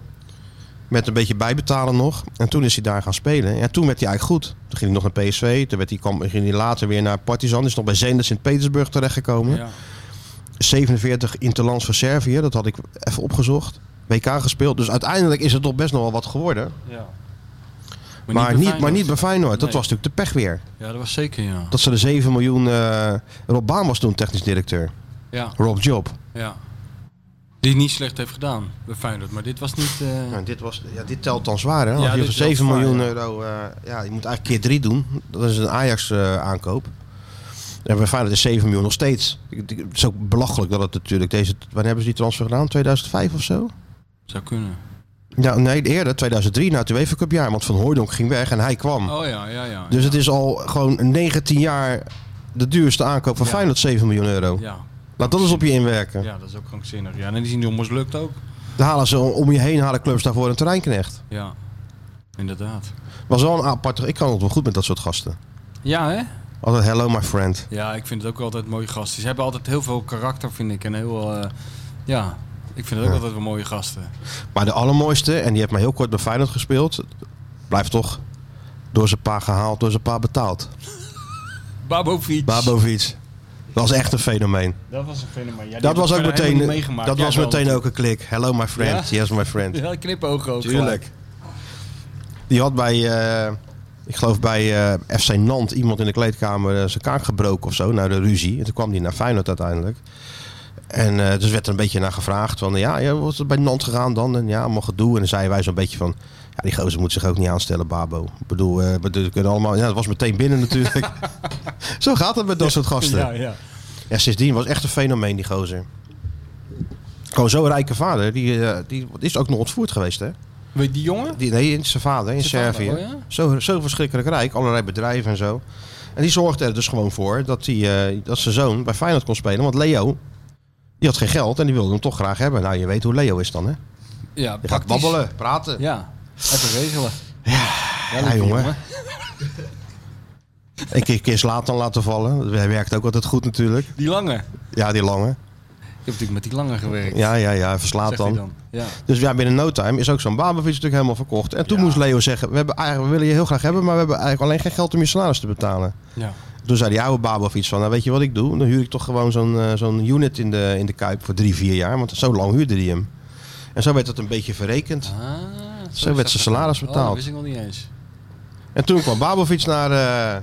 Speaker 2: Met een beetje bijbetalen nog. En toen is hij daar gaan spelen. En toen werd hij eigenlijk goed. Toen ging hij nog naar PSV. Toen werd hij, kwam, ging hij later weer naar Partizan. Is nog bij Zenit Sint-Petersburg terechtgekomen.
Speaker 3: ja.
Speaker 2: 47 interlands voor Servië. Dat had ik even opgezocht. WK gespeeld. Dus uiteindelijk is het toch best nog wel wat geworden.
Speaker 3: ja.
Speaker 2: Maar, niet, maar niet bij Feyenoord. Dat
Speaker 3: Nee.
Speaker 2: was natuurlijk de pech weer.
Speaker 3: Ja, dat was zeker, ja.
Speaker 2: Dat ze de 7 miljoen... eh Rob Baan was toen technisch directeur.
Speaker 3: Ja,
Speaker 2: Rob Job.
Speaker 3: ja. Die het niet slecht heeft gedaan bij Feyenoord. Maar dit was niet... eh,
Speaker 2: Nou, dit, was, ja, dit telt dan zwaar, hè? Als
Speaker 3: Ja,
Speaker 2: je
Speaker 3: dit
Speaker 2: voor
Speaker 3: telt
Speaker 2: 7
Speaker 3: zwaar,
Speaker 2: miljoen
Speaker 3: ja.
Speaker 2: euro... eh, ja, je moet eigenlijk keer 3 doen. Dat is een Ajax-aankoop. en bij Feyenoord is 7 miljoen nog steeds. Ik- ik- Het is ook belachelijk dat het natuurlijk... Deze, wanneer hebben ze die transfer gedaan? 2005 of zo?
Speaker 3: Zou kunnen.
Speaker 2: Ja, nee, eerder. 2003, na het UEFA Cup jaar. Want Van Hooijdonk ging weg en hij kwam.
Speaker 3: Oh ja, ja, ja.
Speaker 2: Dus het is al gewoon 19 jaar de duurste aankoop van
Speaker 3: Ja.
Speaker 2: Feyenoord, 7 miljoen euro.
Speaker 3: ja.
Speaker 2: Laat dat eens op je inwerken.
Speaker 3: ja, dat is ook krankzinnig. Ja, en die zien die jongens lukt ook.
Speaker 2: Dan halen ze om je heen halen clubs daarvoor een terreinknecht.
Speaker 3: Ja, inderdaad.
Speaker 2: Was wel een aparte... Ik kan het wel goed met dat soort gasten.
Speaker 3: Ja, hè?
Speaker 2: Altijd hello my friend.
Speaker 3: Ja, ik vind het ook altijd mooie gasten. Ze hebben altijd heel veel karakter, vind ik. En heel... eh, ja, ik vind het ook altijd wel mooie gasten.
Speaker 2: Maar de allermooiste, en die heeft maar heel kort bij Feyenoord gespeeld... blijft toch door zijn pa gehaald, door zijn pa betaald.
Speaker 3: Babovic.
Speaker 2: Babovic. Dat was echt een fenomeen.
Speaker 3: Dat was een fenomeen. Ja,
Speaker 2: Dat
Speaker 3: die heb ik
Speaker 2: was ook
Speaker 3: verder helemaal niet
Speaker 2: meteen,
Speaker 3: meegemaakt.
Speaker 2: dat
Speaker 3: Jij
Speaker 2: was
Speaker 3: wel.
Speaker 2: meteen ook een klik. Hello my friend, yes my friend.
Speaker 3: Ja, knipoog ook.
Speaker 2: Tuurlijk. Die had bij, eh, ik geloof bij eh, FC Nant iemand in de kleedkamer eh, zijn kaak gebroken of zo, naar de ruzie. En toen kwam hij naar Feyenoord uiteindelijk. En eh, dus werd er een beetje naar gevraagd van, ja, ja wat is er bij Nant gegaan dan? En ja, allemaal gedoe. En dan zeiden wij zo'n beetje van, ja, die gozer moet zich ook niet aanstellen, Babo. Ik bedoel, eh, we we kunnen allemaal, ja, dat was meteen binnen
Speaker 3: [laughs]
Speaker 2: natuurlijk. zo gaat het met dat soort gasten.
Speaker 3: Ja,
Speaker 2: Ja,
Speaker 3: ja.
Speaker 2: sindsdien was echt een fenomeen die gozer. Gewoon zo'n rijke vader, die, eh, die is ook nog ontvoerd geweest, hè?
Speaker 3: Weet die jongen?
Speaker 2: Die, nee, in zijn vader, in
Speaker 3: Zijn vader,
Speaker 2: Servië.
Speaker 3: oh ja?
Speaker 2: zo, zo verschrikkelijk rijk, allerlei bedrijven en zo. En die zorgde er dus gewoon voor dat, die, eh, dat zijn zoon bij Feyenoord kon spelen. Want Leo, die had geen geld en die wilde hem toch graag hebben. Nou, je weet hoe Leo is dan, hè?
Speaker 3: Ja,
Speaker 2: Je gaat
Speaker 3: praktisch.
Speaker 2: babbelen, praten.
Speaker 3: Ja, even regelen. Ja,
Speaker 2: ja,
Speaker 3: lieve
Speaker 2: jongen. Een keer, keer slaat dan laten vallen. Dat werkt ook altijd goed natuurlijk.
Speaker 3: Die lange.
Speaker 2: Ja, die lange.
Speaker 3: Ik heb natuurlijk met die lange gewerkt.
Speaker 2: Ja, ja, ja, verslaat
Speaker 3: zegt hij
Speaker 2: dan.
Speaker 3: dan. Ja.
Speaker 2: Dus ja, binnen no time is ook zo'n Babovic natuurlijk helemaal verkocht. En toen moest Leo zeggen, we, hebben eigenlijk, we willen je heel graag hebben, maar we hebben eigenlijk alleen geen geld om je salaris te betalen.
Speaker 3: ja.
Speaker 2: Toen zei die oude Babo iets van, nou weet je wat ik doe? Dan huur ik toch gewoon zo'n eh, zo'n unit in de, in de Kuip voor drie, vier jaar. Want zo lang huurde die hem. En zo werd dat een beetje verrekend.
Speaker 3: Ah,
Speaker 2: Zo werd
Speaker 3: is dat
Speaker 2: zijn salaris
Speaker 3: gedaan.
Speaker 2: betaald.
Speaker 3: Oh, dat wist ik nog niet eens.
Speaker 2: En toen kwam Babovic naar... eh,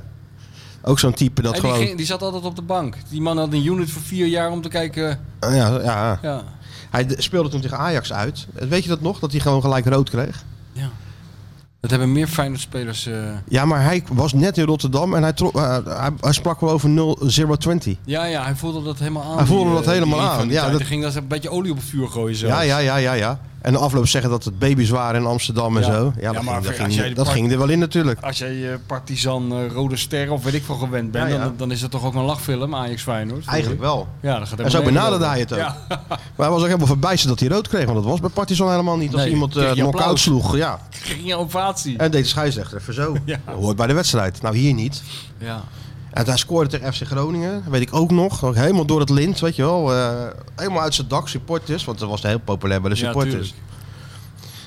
Speaker 2: ook zo'n type dat
Speaker 3: En die,
Speaker 2: gewoon...
Speaker 3: ging- die zat altijd op de bank. Die man had een unit voor vier jaar om te kijken.
Speaker 2: Ah, ja, ja.
Speaker 3: Ja.
Speaker 2: Hij d- speelde toen tegen Ajax uit. Weet je dat nog? Dat hij gewoon gelijk rood kreeg?
Speaker 3: ja. Dat hebben meer Feyenoord-spelers... eh,
Speaker 2: Ja, maar hij was net in Rotterdam en hij, tro- eh, hij, hij sprak wel over 0-0-20.
Speaker 3: Ja, ja, hij voelde dat helemaal aan.
Speaker 2: Hij voelde
Speaker 3: die,
Speaker 2: dat
Speaker 3: eh,
Speaker 2: helemaal
Speaker 3: die
Speaker 2: aan,
Speaker 3: rivaliteit.
Speaker 2: ja, dat-
Speaker 3: Hij ging als een beetje olie op het vuur gooien zo.
Speaker 2: Ja, ja, ja, ja, ja. En de afloop zeggen dat het baby's waren in Amsterdam en
Speaker 3: Ja.
Speaker 2: zo.
Speaker 3: Ja,
Speaker 2: Ja, dat,
Speaker 3: maar
Speaker 2: ging, dat,
Speaker 3: als
Speaker 2: ging,
Speaker 3: jij de
Speaker 2: dat
Speaker 3: part-
Speaker 2: ging er wel in natuurlijk.
Speaker 3: Als jij eh Partizan, eh, Rode Ster of weet ik veel gewend bent,
Speaker 2: Ja, ja.
Speaker 3: Dan, dan is dat toch ook een lachfilm, Ajax Feyenoord?
Speaker 2: Eigenlijk wel.
Speaker 3: Ja, dat gaat
Speaker 2: En zo
Speaker 3: helemaal nergens
Speaker 2: benaderde hij het ook.
Speaker 3: over. Ja.
Speaker 2: Maar hij was ook helemaal verbijsterd dat hij rood kreeg. Want dat was bij Partizan helemaal niet. Als
Speaker 3: Nee,
Speaker 2: iemand
Speaker 3: kreeg
Speaker 2: eh
Speaker 3: je
Speaker 2: knock-out
Speaker 3: applaus.
Speaker 2: sloeg. Ja.
Speaker 3: Ging een ovatie.
Speaker 2: En deed de scheidsrechter even zo.
Speaker 3: [laughs] Ja.
Speaker 2: Dat Hoort bij de wedstrijd. Nou, hier niet.
Speaker 3: Ja.
Speaker 2: En hij scoorde tegen FC Groningen. Dat weet ik ook nog. Ook helemaal door het lint, weet je wel. Eh, helemaal uit zijn dak, supporters. Want dat was heel populair bij de supporters.
Speaker 3: tuurlijk.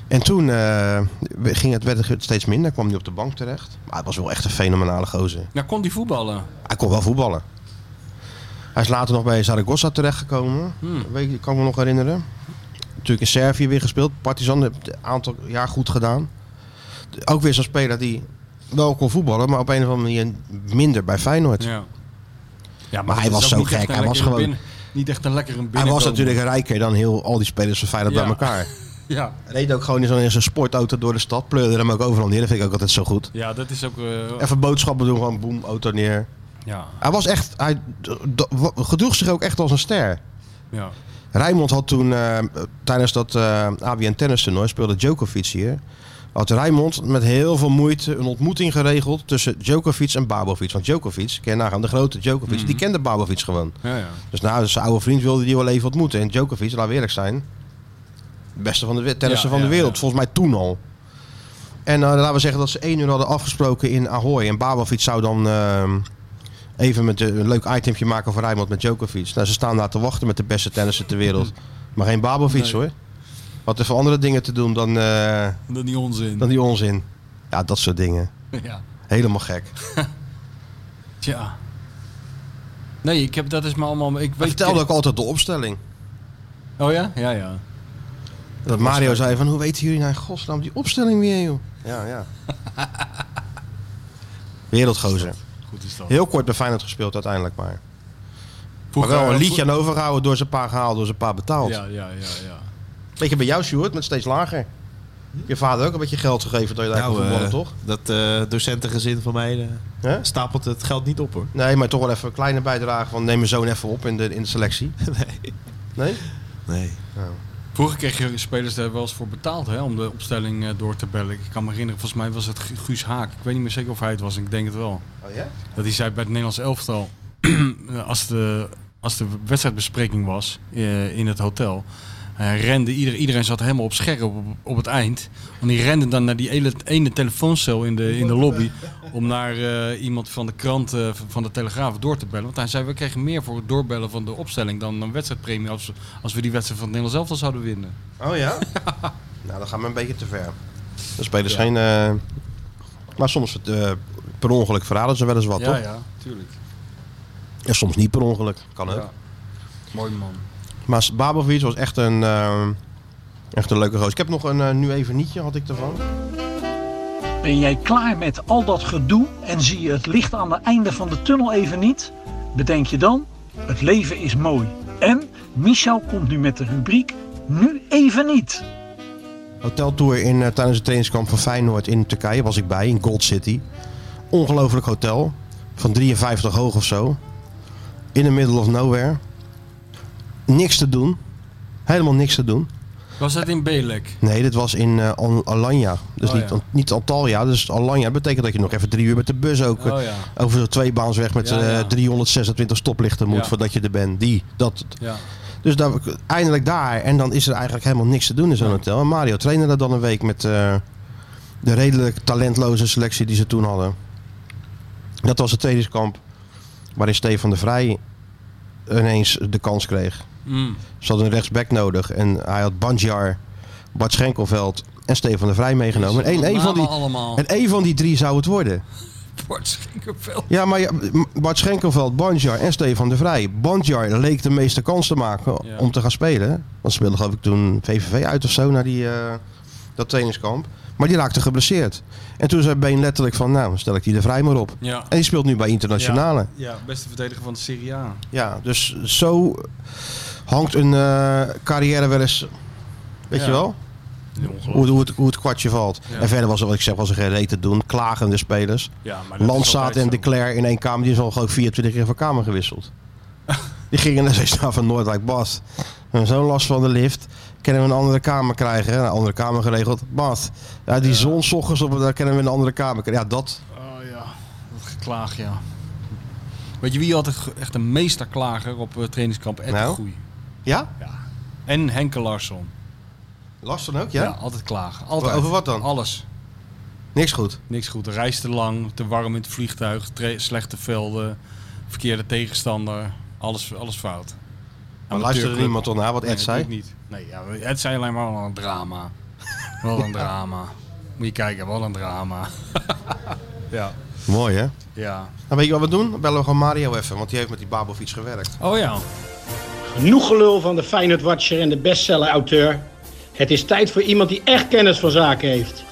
Speaker 2: en toen eh, ging het, werd het steeds minder. kwam hij op de bank terecht. Maar het was wel echt een fenomenale gozer.
Speaker 3: Nou, kon die voetballen.
Speaker 2: Hij kon wel voetballen. Hij is later nog bij Zaragoza terechtgekomen.
Speaker 3: Hmm.
Speaker 2: Weet ik, kan me nog herinneren. Natuurlijk in Servië weer gespeeld. Partizan heeft een aantal jaar goed gedaan. Ook weer zo'n speler die wel kon voetballen, maar op een of andere manier minder bij Feyenoord.
Speaker 3: Ja. Ja,
Speaker 2: Maar hij
Speaker 3: dat is
Speaker 2: was
Speaker 3: ook
Speaker 2: zo
Speaker 3: niet echt
Speaker 2: gek.
Speaker 3: een
Speaker 2: Hij was
Speaker 3: lekkere
Speaker 2: gewoon-
Speaker 3: binnen- niet echt een lekkere binnen.
Speaker 2: Hij was natuurlijk rijker dan heel al die spelers van Feyenoord
Speaker 3: Ja.
Speaker 2: bij elkaar.
Speaker 3: Ja.
Speaker 2: Hij reed ook gewoon in zo'n in zo'n sportauto door de stad. Pleurde hem ook overal neer. Dat vind ik ook altijd zo goed.
Speaker 3: ja, dat is ook. eh,
Speaker 2: Even boodschappen doen, gewoon boem, auto neer.
Speaker 3: ja.
Speaker 2: Hij was echt, hij d- d- gedroeg zich ook echt als een ster.
Speaker 3: ja.
Speaker 2: Rijmond had toen eh, tijdens dat eh ABN tennis toernooi speelde Djokovic hier. had Rijmond met heel veel moeite een ontmoeting geregeld tussen Djokovic en Babovic. Want Djokovic, ken je nagaan, de grote Djokovic, die kende Babovic gewoon.
Speaker 3: Ja, ja.
Speaker 2: Dus nou, zijn oude vriend wilde die wel even ontmoeten. En Djokovic, laat we eerlijk zijn, de beste van de we- tennisser
Speaker 3: Ja,
Speaker 2: van
Speaker 3: ja,
Speaker 2: de wereld.
Speaker 3: ja.
Speaker 2: Volgens mij toen al. En eh, laten we zeggen dat ze één uur hadden afgesproken in Ahoy. En Babovic zou dan ehm, even met de, een leuk itempje maken voor Rijmond met Djokovic. Nou, ze staan daar te wachten met de beste tennisser ter
Speaker 3: [laughs]
Speaker 2: wereld. Maar geen Babovic
Speaker 3: Nee.
Speaker 2: hoor. Wat er voor andere dingen te doen dan, eh,
Speaker 3: Dat die onzin.
Speaker 2: dan die onzin. Ja, dat soort dingen.
Speaker 3: Ja.
Speaker 2: Helemaal gek.
Speaker 3: Tja. Nee, ik heb, dat is me allemaal... Ik
Speaker 2: Maar
Speaker 3: weet,
Speaker 2: vertelde ook altijd de opstelling.
Speaker 3: Oh ja? Ja, ja.
Speaker 2: Dat Mario zei van, hoe weten jullie nou in godsnaam die opstelling weer, joh? Ja, ja. [laughs] Wereldgozer.
Speaker 3: Goed is dat.
Speaker 2: Heel kort bij Feyenoord gespeeld uiteindelijk maar. Maar
Speaker 3: Vroeger-
Speaker 2: wel een liedje aan overgehouden door zijn paar gehaald, door zijn paar betaald.
Speaker 3: Ja, ja, ja, ja.
Speaker 2: Weet je, bij jou, Sjoerd, met steeds lager. Je vader ook een beetje geld gegeven dat je daar kon
Speaker 4: eh,
Speaker 2: voetballen, toch?
Speaker 4: dat eh, docentengezin van mij eh,
Speaker 2: Hè?
Speaker 4: stapelt het geld niet op hoor.
Speaker 2: Nee, maar toch wel even een kleine bijdrage van neem mijn zoon even op in de, in de selectie. Nee. Nee?
Speaker 4: Nee.
Speaker 3: Vroeger kreeg je spelers daar wel eens voor betaald hè, om de opstelling eh, door te bellen. Ik kan me herinneren, volgens mij was het Gu- Guus Haak. Ik weet niet meer zeker of hij het was, ik denk het wel.
Speaker 2: Oh ja?
Speaker 3: Dat hij zei bij het Nederlands elftal, [clears throat] als de, als de wedstrijdbespreking was eh, in het hotel. Hij rende, ieder- iedereen zat helemaal op scherp op, op het eind. En die rende dan naar die ene, ene telefooncel in de, in de lobby. Om naar eh, iemand van de krant eh, van- van de Telegraaf door te bellen. Want hij zei, we kregen meer voor het doorbellen van de opstelling dan een wedstrijdpremie als, als we die wedstrijd van het Nederlands elftal zouden winnen.
Speaker 2: Oh
Speaker 3: [laughs]
Speaker 2: ja? nou, dan gaan we een beetje te ver. De spelers geen... eh, maar soms eh, per ongeluk verraden ze wel eens wat,
Speaker 3: ja,
Speaker 2: toch?
Speaker 3: ja, tuurlijk.
Speaker 2: En soms niet per ongeluk. Kan ook.
Speaker 3: Ja. Mooi man.
Speaker 2: Maar Babovic was echt een, ehm, echt een leuke roos. Ik heb nog een eh, nu even nietje, had ik ervan.
Speaker 6: Ben jij klaar met al dat gedoe en zie je het licht aan het einde van de tunnel even niet? Bedenk je dan, het leven is mooi. En Michel komt nu met de rubriek Nu even niet.
Speaker 2: Hoteltour in, eh, tijdens het trainingskamp van Feyenoord in Turkije was ik bij, in Gold City. Ongelooflijk hotel, van 53 hoog of zo. In the middle of nowhere. Niks te doen. Helemaal niks te doen.
Speaker 3: Was dat in Belek?
Speaker 2: Nee, dit was in eh, Al- Alanya. Dus
Speaker 3: Oh,
Speaker 2: niet,
Speaker 3: ja.
Speaker 2: niet Antalya, dus Alanya. Dat betekent dat je nog even drie uur met de bus ook... eh,
Speaker 3: Oh ja,
Speaker 2: Over zo'n tweebaansweg met
Speaker 3: Ja,
Speaker 2: eh,
Speaker 3: ja.
Speaker 2: 326 stoplichten moet
Speaker 3: Ja.
Speaker 2: voordat je er bent. Die, dat,
Speaker 3: ja.
Speaker 2: Dus daar, eindelijk daar. En dan is er eigenlijk helemaal niks te doen in zo'n hotel. En Mario trainde daar dan een week met eh, de redelijk talentloze selectie die ze toen hadden. Dat was het trainingskamp waarin Stefan de Vrij ineens de kans kreeg.
Speaker 3: Mm.
Speaker 2: Ze hadden een rechtsback nodig. En hij had Banjar, Bart Schenkelveld en Stefan de Vrij meegenomen. En één, één van die,
Speaker 3: Namen allemaal.
Speaker 2: en één van die drie zou het worden.
Speaker 3: Bart Schenkerveld.
Speaker 2: Ja, maar ja, Bart Schenkelveld, Banjar en Stefan de Vrij. Banjar leek de meeste kans te maken
Speaker 3: Ja.
Speaker 2: om te gaan spelen. Want ze speelden geloof ik toen VVV uit of zo naar die, eh, dat trainingskamp. Maar die raakte geblesseerd. En toen zei Been letterlijk van, nou, stel ik die de Vrij maar op.
Speaker 3: Ja.
Speaker 2: En die speelt nu bij Internationale. Ja,
Speaker 3: Ja, beste verdediger van de Serie A.
Speaker 2: dus zo hangt een eh, carrière wel eens... Weet
Speaker 3: Ja.
Speaker 2: je wel? Hoe, hoe, het, hoe het kwartje valt.
Speaker 3: Ja.
Speaker 2: En verder was er, wat ik zeg, was er geen reet te doen. Klagende spelers.
Speaker 3: Ja, maar dat is
Speaker 2: Landsaat
Speaker 3: altijd
Speaker 2: en
Speaker 3: zo.
Speaker 2: De Cler in één kamer. Die is al geloof ik 24 keer van kamer
Speaker 3: [laughs]
Speaker 2: gewisseld. Die gingen naar zijn staan van Noordwijk Bas. We hebben zo'n last van de lift. Kunnen we een andere kamer krijgen? Nou, Een andere kamer geregeld. Bas, ja, die zon 's ochtends op, daar kunnen we een andere kamer krijgen. Ja, dat.
Speaker 3: Oh ja, dat geklaag, ja. Weet je wie altijd ge- echt een meesterklager op eh, trainingskamp? Ed de
Speaker 2: Nou?
Speaker 3: Goeie.
Speaker 2: Ja?
Speaker 3: En Henke Larsson.
Speaker 2: Last dan ook, ja?
Speaker 3: Ja? altijd klagen. Altijd.
Speaker 2: Over wat dan?
Speaker 3: Alles.
Speaker 2: Niks goed.
Speaker 3: Niks goed. De reis te lang, te warm in het vliegtuig, tre- slechte velden, verkeerde tegenstander. Alles, alles fout.
Speaker 2: Maar luisterde
Speaker 3: Amateurclub.
Speaker 2: niemand naar wat Ed
Speaker 3: nee,
Speaker 2: zei?
Speaker 3: natuurlijk niet. Nee, ja, Ed zei alleen maar wel een drama. Wel een drama. Moet je kijken, wel een drama. [laughs] ja.
Speaker 2: Mooi, hè?
Speaker 3: Ja.
Speaker 2: Dan weet je wat we doen? Dan bellen we gewoon Mario even, want die heeft met die Babo fiets gewerkt.
Speaker 3: Oh ja.
Speaker 7: Genoeg gelul van de Feyenoord Watcher en de bestseller auteur. Het is tijd voor iemand die echt kennis van zaken heeft.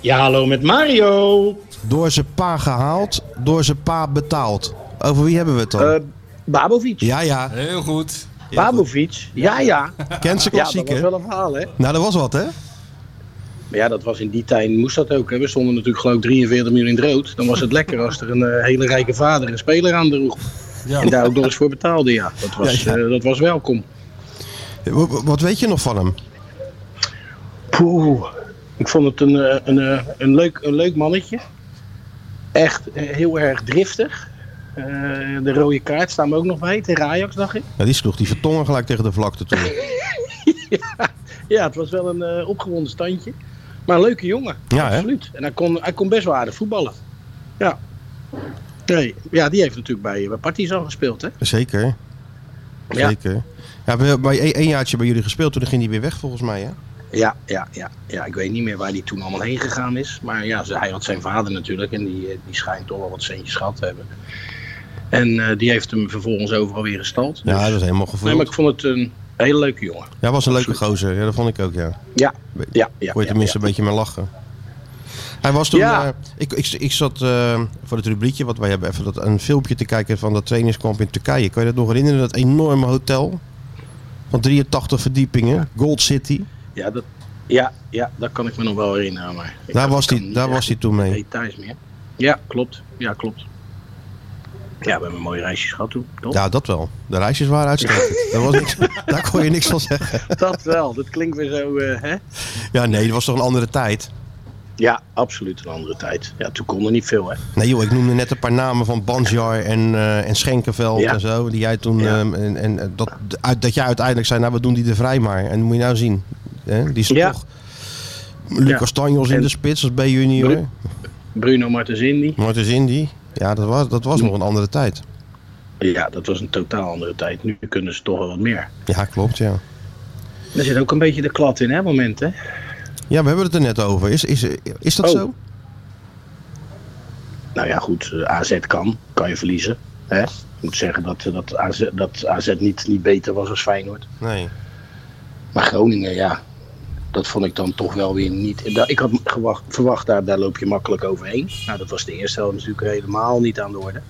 Speaker 7: Ja, hallo met Mario.
Speaker 2: Door zijn pa gehaald, door zijn pa betaald. Over wie hebben we het dan?
Speaker 8: Eh, Babovic.
Speaker 2: ja, ja.
Speaker 3: Heel goed.
Speaker 8: Babovic. Ja, ja.
Speaker 2: Kent ze
Speaker 8: Ja, dat
Speaker 2: klassiek,
Speaker 8: was
Speaker 2: hè?
Speaker 8: wel een verhaal, hè?
Speaker 2: Nou, dat was wat, hè?
Speaker 8: Maar ja, dat was in die tijd, moest dat ook. Hè? We stonden natuurlijk geloof ik 43 miljoen in het rood. Dan was het lekker als er een eh, hele rijke vader een speler aan droeg.
Speaker 3: Ja.
Speaker 8: En daar ook nog eens voor betaalde, ja. Dat was, eh, dat was welkom.
Speaker 2: W- Wat weet je nog van hem?
Speaker 8: Poeh. Ik vond het een, eh, een, eh, een, leuk, een leuk mannetje. Echt eh, heel erg driftig. Eh, de rode kaart staan we ook nog bij, tegen Ajax dacht ik.
Speaker 2: Ja, die sloeg die vertongen gelijk tegen de vlakte toe.
Speaker 8: Ja, het was wel een eh, opgewonden standje. Maar een leuke jongen,
Speaker 2: Ja, hè?
Speaker 8: absoluut. En hij kon, hij kon best wel aardig voetballen. Ja. Nee, ja, die heeft natuurlijk bij, bij Partizan gespeeld, hè?
Speaker 2: Zeker.
Speaker 8: Ja.
Speaker 2: Zeker. Ja, we- bij e-, één één jaartje bij jullie gespeeld, toen ging hij weer weg volgens mij. Hè?
Speaker 8: Ja, ja, ja, ja, ik weet niet meer waar die toen allemaal heen gegaan is. Maar ja, ze- hij had zijn vader natuurlijk en die, eh, die schijnt toch wel wat centjes gehad te hebben. En eh, die heeft hem vervolgens overal weer gestald.
Speaker 2: Ja,
Speaker 8: Dus-
Speaker 2: dat is helemaal
Speaker 8: nee, maar
Speaker 2: gevoeld.
Speaker 8: ik vond het een hele leuke jongen.
Speaker 2: Ja, was een leuke gozer. Ja, dat vond ik ook, ja.
Speaker 8: Ja, ja, ja.
Speaker 2: Kon je
Speaker 8: ja,
Speaker 2: tenminste
Speaker 8: ja.
Speaker 2: een beetje mee lachen. Hij was toen.
Speaker 8: Ja.
Speaker 2: eh, ik, ik, ik zat eh, voor het rubriekje wat wij hebben, even dat, een filmpje te kijken van dat trainingskamp in Turkije. Kan je dat nog herinneren? Dat enorme hotel van 83 verdiepingen, Gold City.
Speaker 8: Ja, dat, ja, ja, dat kan ik me nog wel herinneren. Maar ik
Speaker 2: Daar
Speaker 8: kan-
Speaker 2: was
Speaker 8: kan
Speaker 2: hij-
Speaker 8: niet
Speaker 2: daar
Speaker 8: echt
Speaker 2: was hij toen mee.
Speaker 8: Details meer. Ja, klopt. Ja, klopt. Ja, we hebben mooie reisjes gehad toen, toch?
Speaker 2: Ja, dat wel. De reisjes waren
Speaker 8: [laughs]
Speaker 2: uitstekend. Daar, was niks, daar kon je niks van zeggen.
Speaker 8: Dat wel, dat klinkt weer zo, eh, hè?
Speaker 2: Ja, nee, dat was toch een andere tijd.
Speaker 8: Ja, absoluut een andere tijd. Ja, toen kon er niet veel, hè?
Speaker 2: Nee joh, ik noemde net een paar namen van Banjar en, eh, en Schenkenveld
Speaker 8: Ja.
Speaker 2: en zo. Die jij toen,
Speaker 8: Ja.
Speaker 2: ehm, en, en eh, dat, uit, dat jij uiteindelijk zei, nou we doen die de vrij maar. En moet je nou zien. Hè? Die is
Speaker 8: Ja.
Speaker 2: toch... Lucas Tanjos in
Speaker 8: En-
Speaker 2: de spits als B-junior.
Speaker 8: Bru- Bruno Martensindi.
Speaker 2: Martens Indy. Ja, dat was, dat was nog een andere tijd.
Speaker 8: Ja, dat was een totaal andere tijd. Nu kunnen ze toch wel wat meer.
Speaker 2: Ja, klopt ja.
Speaker 8: Er zit ook een beetje de klad in, hè, moment, hè?
Speaker 2: Ja, we hebben het er net over. Is, is, is dat
Speaker 8: Oh.
Speaker 2: zo?
Speaker 8: Nou ja, goed, eh, AZ kan. Kan je verliezen, hè? Ik moet zeggen dat, eh, dat AZ, dat AZ niet, niet beter was als Feyenoord.
Speaker 2: Nee.
Speaker 8: Maar Groningen, ja, dat vond ik dan toch wel weer niet. da- Ik had gewacht, verwacht, daar, daar loop je makkelijk overheen. Nou, dat was de eerste helft natuurlijk helemaal niet aan de orde.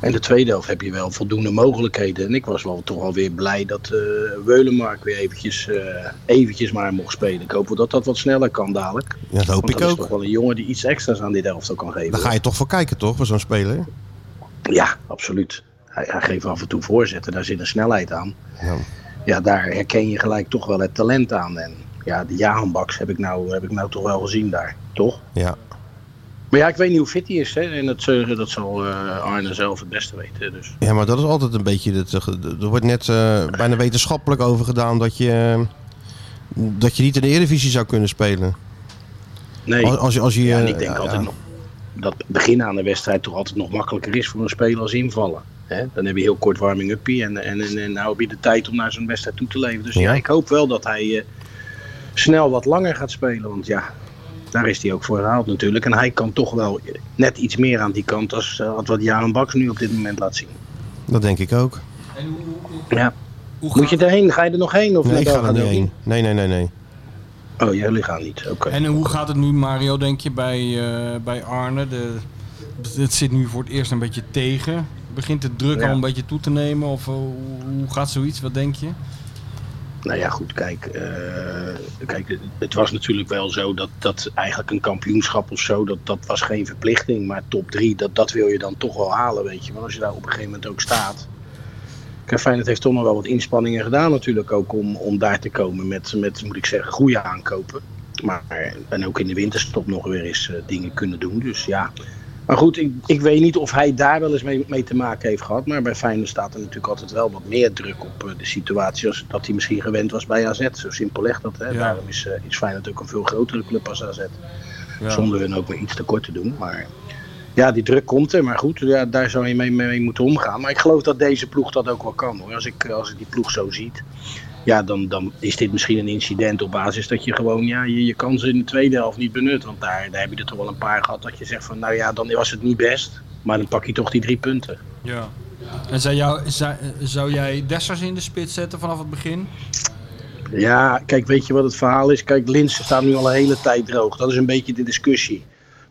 Speaker 8: En de tweede helft heb je wel voldoende mogelijkheden. En ik was wel toch alweer blij dat eh Weulenmark weer eventjes, eh, eventjes maar mocht spelen. Ik hoop wel dat dat wat sneller kan dadelijk.
Speaker 2: Ja, dat hoop
Speaker 8: Want
Speaker 2: ik
Speaker 8: dat is toch
Speaker 2: ook.
Speaker 8: wel een jongen die iets extra's aan dit elftal kan geven.
Speaker 2: Daar ga je toch voor kijken toch, voor zo'n speler?
Speaker 8: Ja, absoluut. Hij, hij geeft af en toe voorzetten, daar zit een snelheid aan.
Speaker 2: Ja.
Speaker 8: Ja. daar herken je gelijk toch wel het talent aan. En ja, de Jahan Baks heb ik nou, heb ik nou toch wel gezien daar, toch?
Speaker 2: Ja.
Speaker 8: Maar ja, ik weet niet hoe fit hij is, hè? En dat, eh, dat zal eh, Arne zelf het beste weten. Dus.
Speaker 2: Ja, maar dat is altijd een beetje. het, eh, ge- Er wordt net eh, bijna wetenschappelijk over gedaan dat je. eh, dat je niet in de Eredivisie zou kunnen spelen.
Speaker 8: Nee,
Speaker 2: Als, als je. Als je
Speaker 8: ja, en
Speaker 2: eh,
Speaker 8: ik denk
Speaker 2: ja,
Speaker 8: altijd
Speaker 2: ja.
Speaker 8: nog dat het begin aan de wedstrijd toch altijd nog makkelijker is voor een speler als invallen. Hè? Dan heb je heel kort warming-uppie en, en, en, en nou heb je de tijd om naar zo'n wedstrijd toe te leven. Dus ja,
Speaker 2: Ja.
Speaker 8: ik hoop wel dat hij eh, snel wat langer gaat spelen. Want ja, daar is hij ook voor gehaald natuurlijk. En hij kan toch wel eh, net iets meer aan die kant als eh, wat Jaren Baks nu op dit moment laat zien.
Speaker 2: Dat denk ik ook.
Speaker 3: En hoe, hoe,
Speaker 8: Ja.
Speaker 3: hoe gaat
Speaker 8: Moet je erheen? Ga je er nog heen? Of
Speaker 2: Nee, ik
Speaker 8: Nadal
Speaker 2: ga er
Speaker 8: gaat
Speaker 2: niet
Speaker 8: ook
Speaker 2: heen. Nee, nee, nee, nee.
Speaker 8: niet? Oh, jullie gaan niet. Oké.
Speaker 3: En hoe gaat het nu, Mario, denk je, bij, eh, bij Arne? De, het zit nu voor het eerst een beetje tegen. Begint de druk
Speaker 8: Ja.
Speaker 3: al een beetje toe te nemen? Of eh, hoe, hoe gaat zoiets? Wat denk je?
Speaker 8: Nou ja, goed, kijk, eh, kijk het was natuurlijk wel zo dat, dat eigenlijk een kampioenschap of zo, dat, dat was geen verplichting. Maar top 3, dat, dat wil je dan toch wel halen, weet je. Want als je daar op een gegeven moment ook staat. Kijk, Feyenoord heeft toch nog wel wat inspanningen gedaan natuurlijk ook om, om daar te komen met, met, moet ik zeggen, goede aankopen. Maar, en ook in de winterstop nog weer eens eh, dingen kunnen doen, dus ja. Maar goed, ik, ik weet niet of hij daar wel eens mee, mee te maken heeft gehad. Maar bij Feyenoord staat er natuurlijk altijd wel wat meer druk op eh, de situatie. Als dat hij misschien gewend was bij AZ. Zo simpel legt dat. Hè?
Speaker 3: Ja.
Speaker 8: Daarom is, eh, is Feyenoord ook een veel grotere club als AZ. Zonder hun ook maar iets tekort te doen. Maar ja, die druk komt er. Maar goed, ja, daar zou je mee, mee moeten omgaan. Maar ik geloof dat deze ploeg dat ook wel kan hoor. Als ik, eh, als ik die ploeg zo ziet. Ja, dan, dan is dit misschien een incident op basis dat je gewoon ja, je, je kan ze in de tweede helft niet benut. Want daar, daar heb je er toch wel een paar gehad dat je zegt van nou ja, dan was het niet best. Maar dan pak je toch die drie punten.
Speaker 3: Ja. En zou, jou, zou, zou jij Dessers in de spits zetten vanaf het begin?
Speaker 8: Ja, kijk, weet je wat het verhaal is? Kijk, Linsen staat nu al een hele tijd droog. Dat is een beetje de discussie.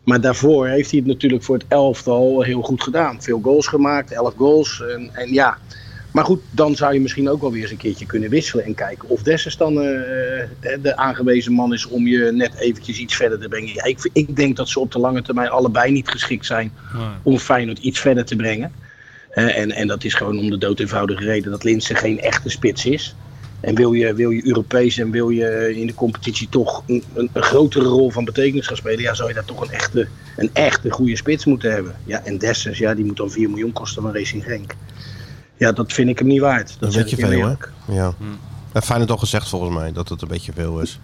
Speaker 8: Maar daarvoor heeft hij het natuurlijk voor het elftal heel goed gedaan. Veel goals gemaakt, elf goals. En, en ja. Maar goed, dan zou je misschien ook wel weer eens een keertje kunnen wisselen. En kijken of Dessers dan eh, eh, de aangewezen man is om je net eventjes iets verder te brengen. Ja, ik, ik denk dat ze op de lange termijn allebei niet geschikt zijn om Feyenoord iets verder te brengen. Eh, en, en dat is gewoon om de dood eenvoudige reden dat Linsen geen echte spits is. En wil je, wil je Europees en wil je in de competitie toch een, een, een grotere rol van betekenis gaan spelen, ja, zou je daar toch een echte, een echte goede spits moeten hebben. Ja, en Dessers, ja, die moet dan 4 miljoen kosten van Racing Genk. Ja, dat vind ik hem niet waard. Dat,
Speaker 2: Dat is
Speaker 8: zeg
Speaker 2: een beetje
Speaker 8: ik heel
Speaker 2: veel, hè?
Speaker 8: eerlijk.
Speaker 2: Ja. Dat Fijn het al gezegd volgens mij, dat het een beetje veel is.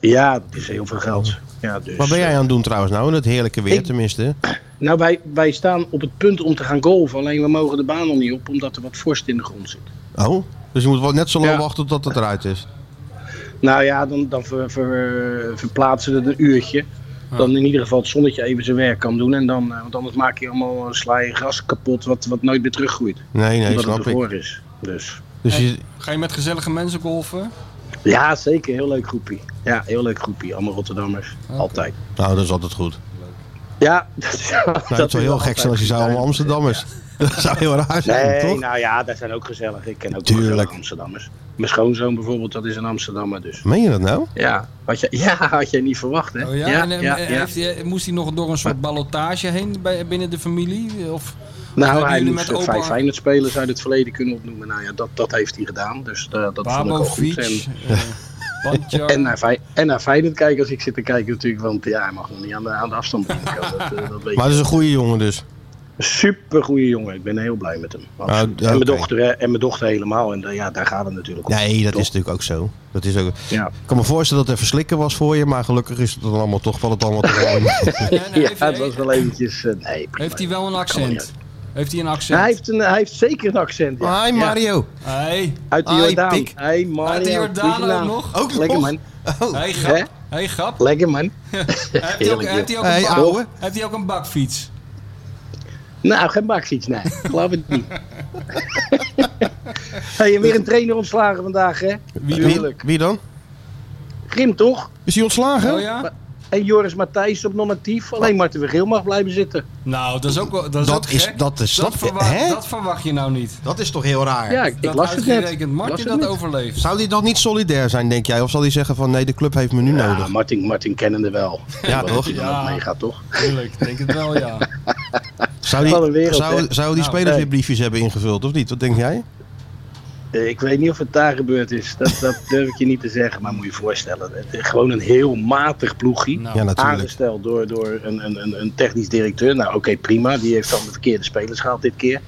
Speaker 8: Ja, het is heel veel geld. Ja, dus,
Speaker 2: Wat ben jij aan het doen trouwens nou? In het heerlijke weer
Speaker 8: Ik-
Speaker 2: tenminste.
Speaker 8: Nou, wij, wij staan op het punt om te gaan golven. Alleen we mogen de baan nog niet op, omdat er wat vorst in de grond zit.
Speaker 2: Oh, dus je moet wel net zo lang
Speaker 8: Ja.
Speaker 2: wachten tot het eruit is.
Speaker 8: Nou ja, dan, dan ver, ver- verplaatsen we het een uurtje. Dan in ieder geval het zonnetje even zijn werk kan doen. En dan, eh, want anders maak je allemaal eh, sla je gras kapot wat, wat nooit meer teruggroeit.
Speaker 2: Nee, nee,
Speaker 8: omdat
Speaker 2: snap
Speaker 8: het
Speaker 2: ik.
Speaker 8: ervoor is. Dus.
Speaker 2: Dus je,
Speaker 3: Ga je met gezellige mensen golven?
Speaker 8: Ja, zeker. Heel leuk groepie. Ja, heel leuk groepie. Allemaal Rotterdammers. Altijd.
Speaker 2: nou, dat is altijd goed.
Speaker 8: Ja, [laughs] dat, is- dat
Speaker 2: Nou, het zou heel gek zijn als je zou allemaal Amsterdammers. [laughs] Dat zou heel raar zijn,
Speaker 8: Nee,
Speaker 2: toch?
Speaker 8: nou ja, dat zijn ook gezellig. Ik ken ook
Speaker 2: Tuurlijk.
Speaker 8: gezellige Amsterdammers. Mijn schoonzoon bijvoorbeeld, dat is een Amsterdammer dus.
Speaker 2: Meen je dat nou?
Speaker 8: Ja, had je, [laughs] ja, had je niet verwacht, hè?
Speaker 3: Oh ja, en, eh,
Speaker 8: ja, ja.
Speaker 3: Heeft, hij- moest hij nog door een soort ballotage heen bij, binnen de familie? Of,
Speaker 8: Nou,
Speaker 3: hebben
Speaker 8: hij
Speaker 3: jullie
Speaker 8: moest
Speaker 3: met
Speaker 8: eh, vijf
Speaker 3: open-
Speaker 8: Feyenoord-spelers uit het verleden kunnen opnoemen. Nou ja, dat, dat heeft hij gedaan, dus eh, dat vond ik al goed.
Speaker 3: Babovic,
Speaker 8: En,
Speaker 3: eh, Bandjar.
Speaker 8: [laughs] en, naar, Fey- en naar Feyenoord kijken als ik zit te kijken natuurlijk, want ja, hij mag nog niet aan de, aan de afstand komen.
Speaker 2: [laughs]
Speaker 8: Dat, eh, dat weet
Speaker 2: Maar dat
Speaker 8: je.
Speaker 2: is een goede jongen dus.
Speaker 8: Super goede jongen, ik ben heel blij met hem. absoluut.
Speaker 2: ja,
Speaker 8: en,
Speaker 2: oké.
Speaker 8: mijn dochter, hè, en mijn dochter helemaal, en eh, ja, daar gaat het natuurlijk om.
Speaker 2: Nee, dat
Speaker 8: Toch?
Speaker 2: is natuurlijk ook zo. Dat is ook...
Speaker 8: Ja.
Speaker 2: Ik kan me voorstellen dat het even slikken was voor je, maar gelukkig is het dan allemaal toch, valt het allemaal
Speaker 8: [laughs]
Speaker 2: te
Speaker 3: Ja, en
Speaker 8: Ja,
Speaker 3: heeft,
Speaker 8: het
Speaker 3: hij,
Speaker 8: was wel eventjes... eh, nee, prima.
Speaker 3: heeft hij wel een
Speaker 8: Kan wel
Speaker 3: accent?
Speaker 8: niet.
Speaker 3: Heeft hij een accent?
Speaker 8: Hij heeft, een, hij heeft zeker een accent. Ja.
Speaker 2: Hi
Speaker 8: Ja.
Speaker 2: Mario.
Speaker 3: Hey,
Speaker 8: Uit de
Speaker 2: Hi,
Speaker 8: Jordaan.
Speaker 2: Pik.
Speaker 8: Hey, Mario.
Speaker 3: uit de Jordaan ook
Speaker 8: goedenavond.
Speaker 3: nog?
Speaker 2: Ook
Speaker 8: Lekker
Speaker 2: nog?
Speaker 8: man,
Speaker 2: Oh,
Speaker 3: Hey,
Speaker 8: Hè?
Speaker 3: grap. Hey, grap.
Speaker 8: lekker man.
Speaker 3: Heeft hij ook,
Speaker 8: Heerlijk,
Speaker 3: heeft hij ook
Speaker 2: Hey,
Speaker 3: een bak-
Speaker 2: ouwe.
Speaker 3: heeft hij ook een bakfiets?
Speaker 8: Nou, geen bakfiets, nee. Geloof het niet. hey, en weer een trainer ontslagen vandaag, hè?
Speaker 2: wie,
Speaker 8: Tuurlijk.
Speaker 2: wie dan?
Speaker 8: Grim toch?
Speaker 2: Is hij ontslagen?
Speaker 3: Oh ja?
Speaker 8: En Joris Matthijs op normatief. Alleen Marten Vergeel mag blijven zitten.
Speaker 3: Nou, dat is ook wel- dat is
Speaker 2: Dat
Speaker 3: ook
Speaker 2: is-
Speaker 3: gek.
Speaker 2: dat is- snap je,
Speaker 3: verwacht,
Speaker 2: hè?
Speaker 3: dat verwacht je nou niet.
Speaker 2: Dat is toch heel raar?
Speaker 8: Ja, ik, ik
Speaker 3: dat
Speaker 8: las het net. Ik
Speaker 3: uitgerekend
Speaker 8: las
Speaker 3: Martin
Speaker 8: het
Speaker 3: dat
Speaker 8: net.
Speaker 3: overleeft.
Speaker 2: Zou die dan niet solidair zijn, denk jij? Of zal hij zeggen van nee, de club heeft me nu
Speaker 8: Ja,
Speaker 2: nodig?
Speaker 8: Martin, Martin kennende wel.
Speaker 2: Ja, toch?
Speaker 8: Ja.
Speaker 3: Ja.
Speaker 8: Dat meegaat, toch?
Speaker 3: Tuurlijk, denk het wel, ja.
Speaker 2: Zou
Speaker 8: Wat een
Speaker 2: die,
Speaker 8: wereld,
Speaker 2: zou,
Speaker 8: hè?
Speaker 2: zou die
Speaker 3: Nou,
Speaker 2: spelers
Speaker 8: nee.
Speaker 2: weer briefjes hebben ingevuld of niet? Wat denk jij?
Speaker 8: Eh, Ik weet niet of het daar gebeurd is. Dat, dat [laughs] durf ik je niet te zeggen. Maar moet je je voorstellen. Het is gewoon een heel matig ploegie.
Speaker 3: Nou,
Speaker 2: Ja, natuurlijk.
Speaker 8: aangesteld door, door een, een, een, een technisch directeur. Nou, oké, prima. Die heeft dan de verkeerde spelers gehaald dit keer.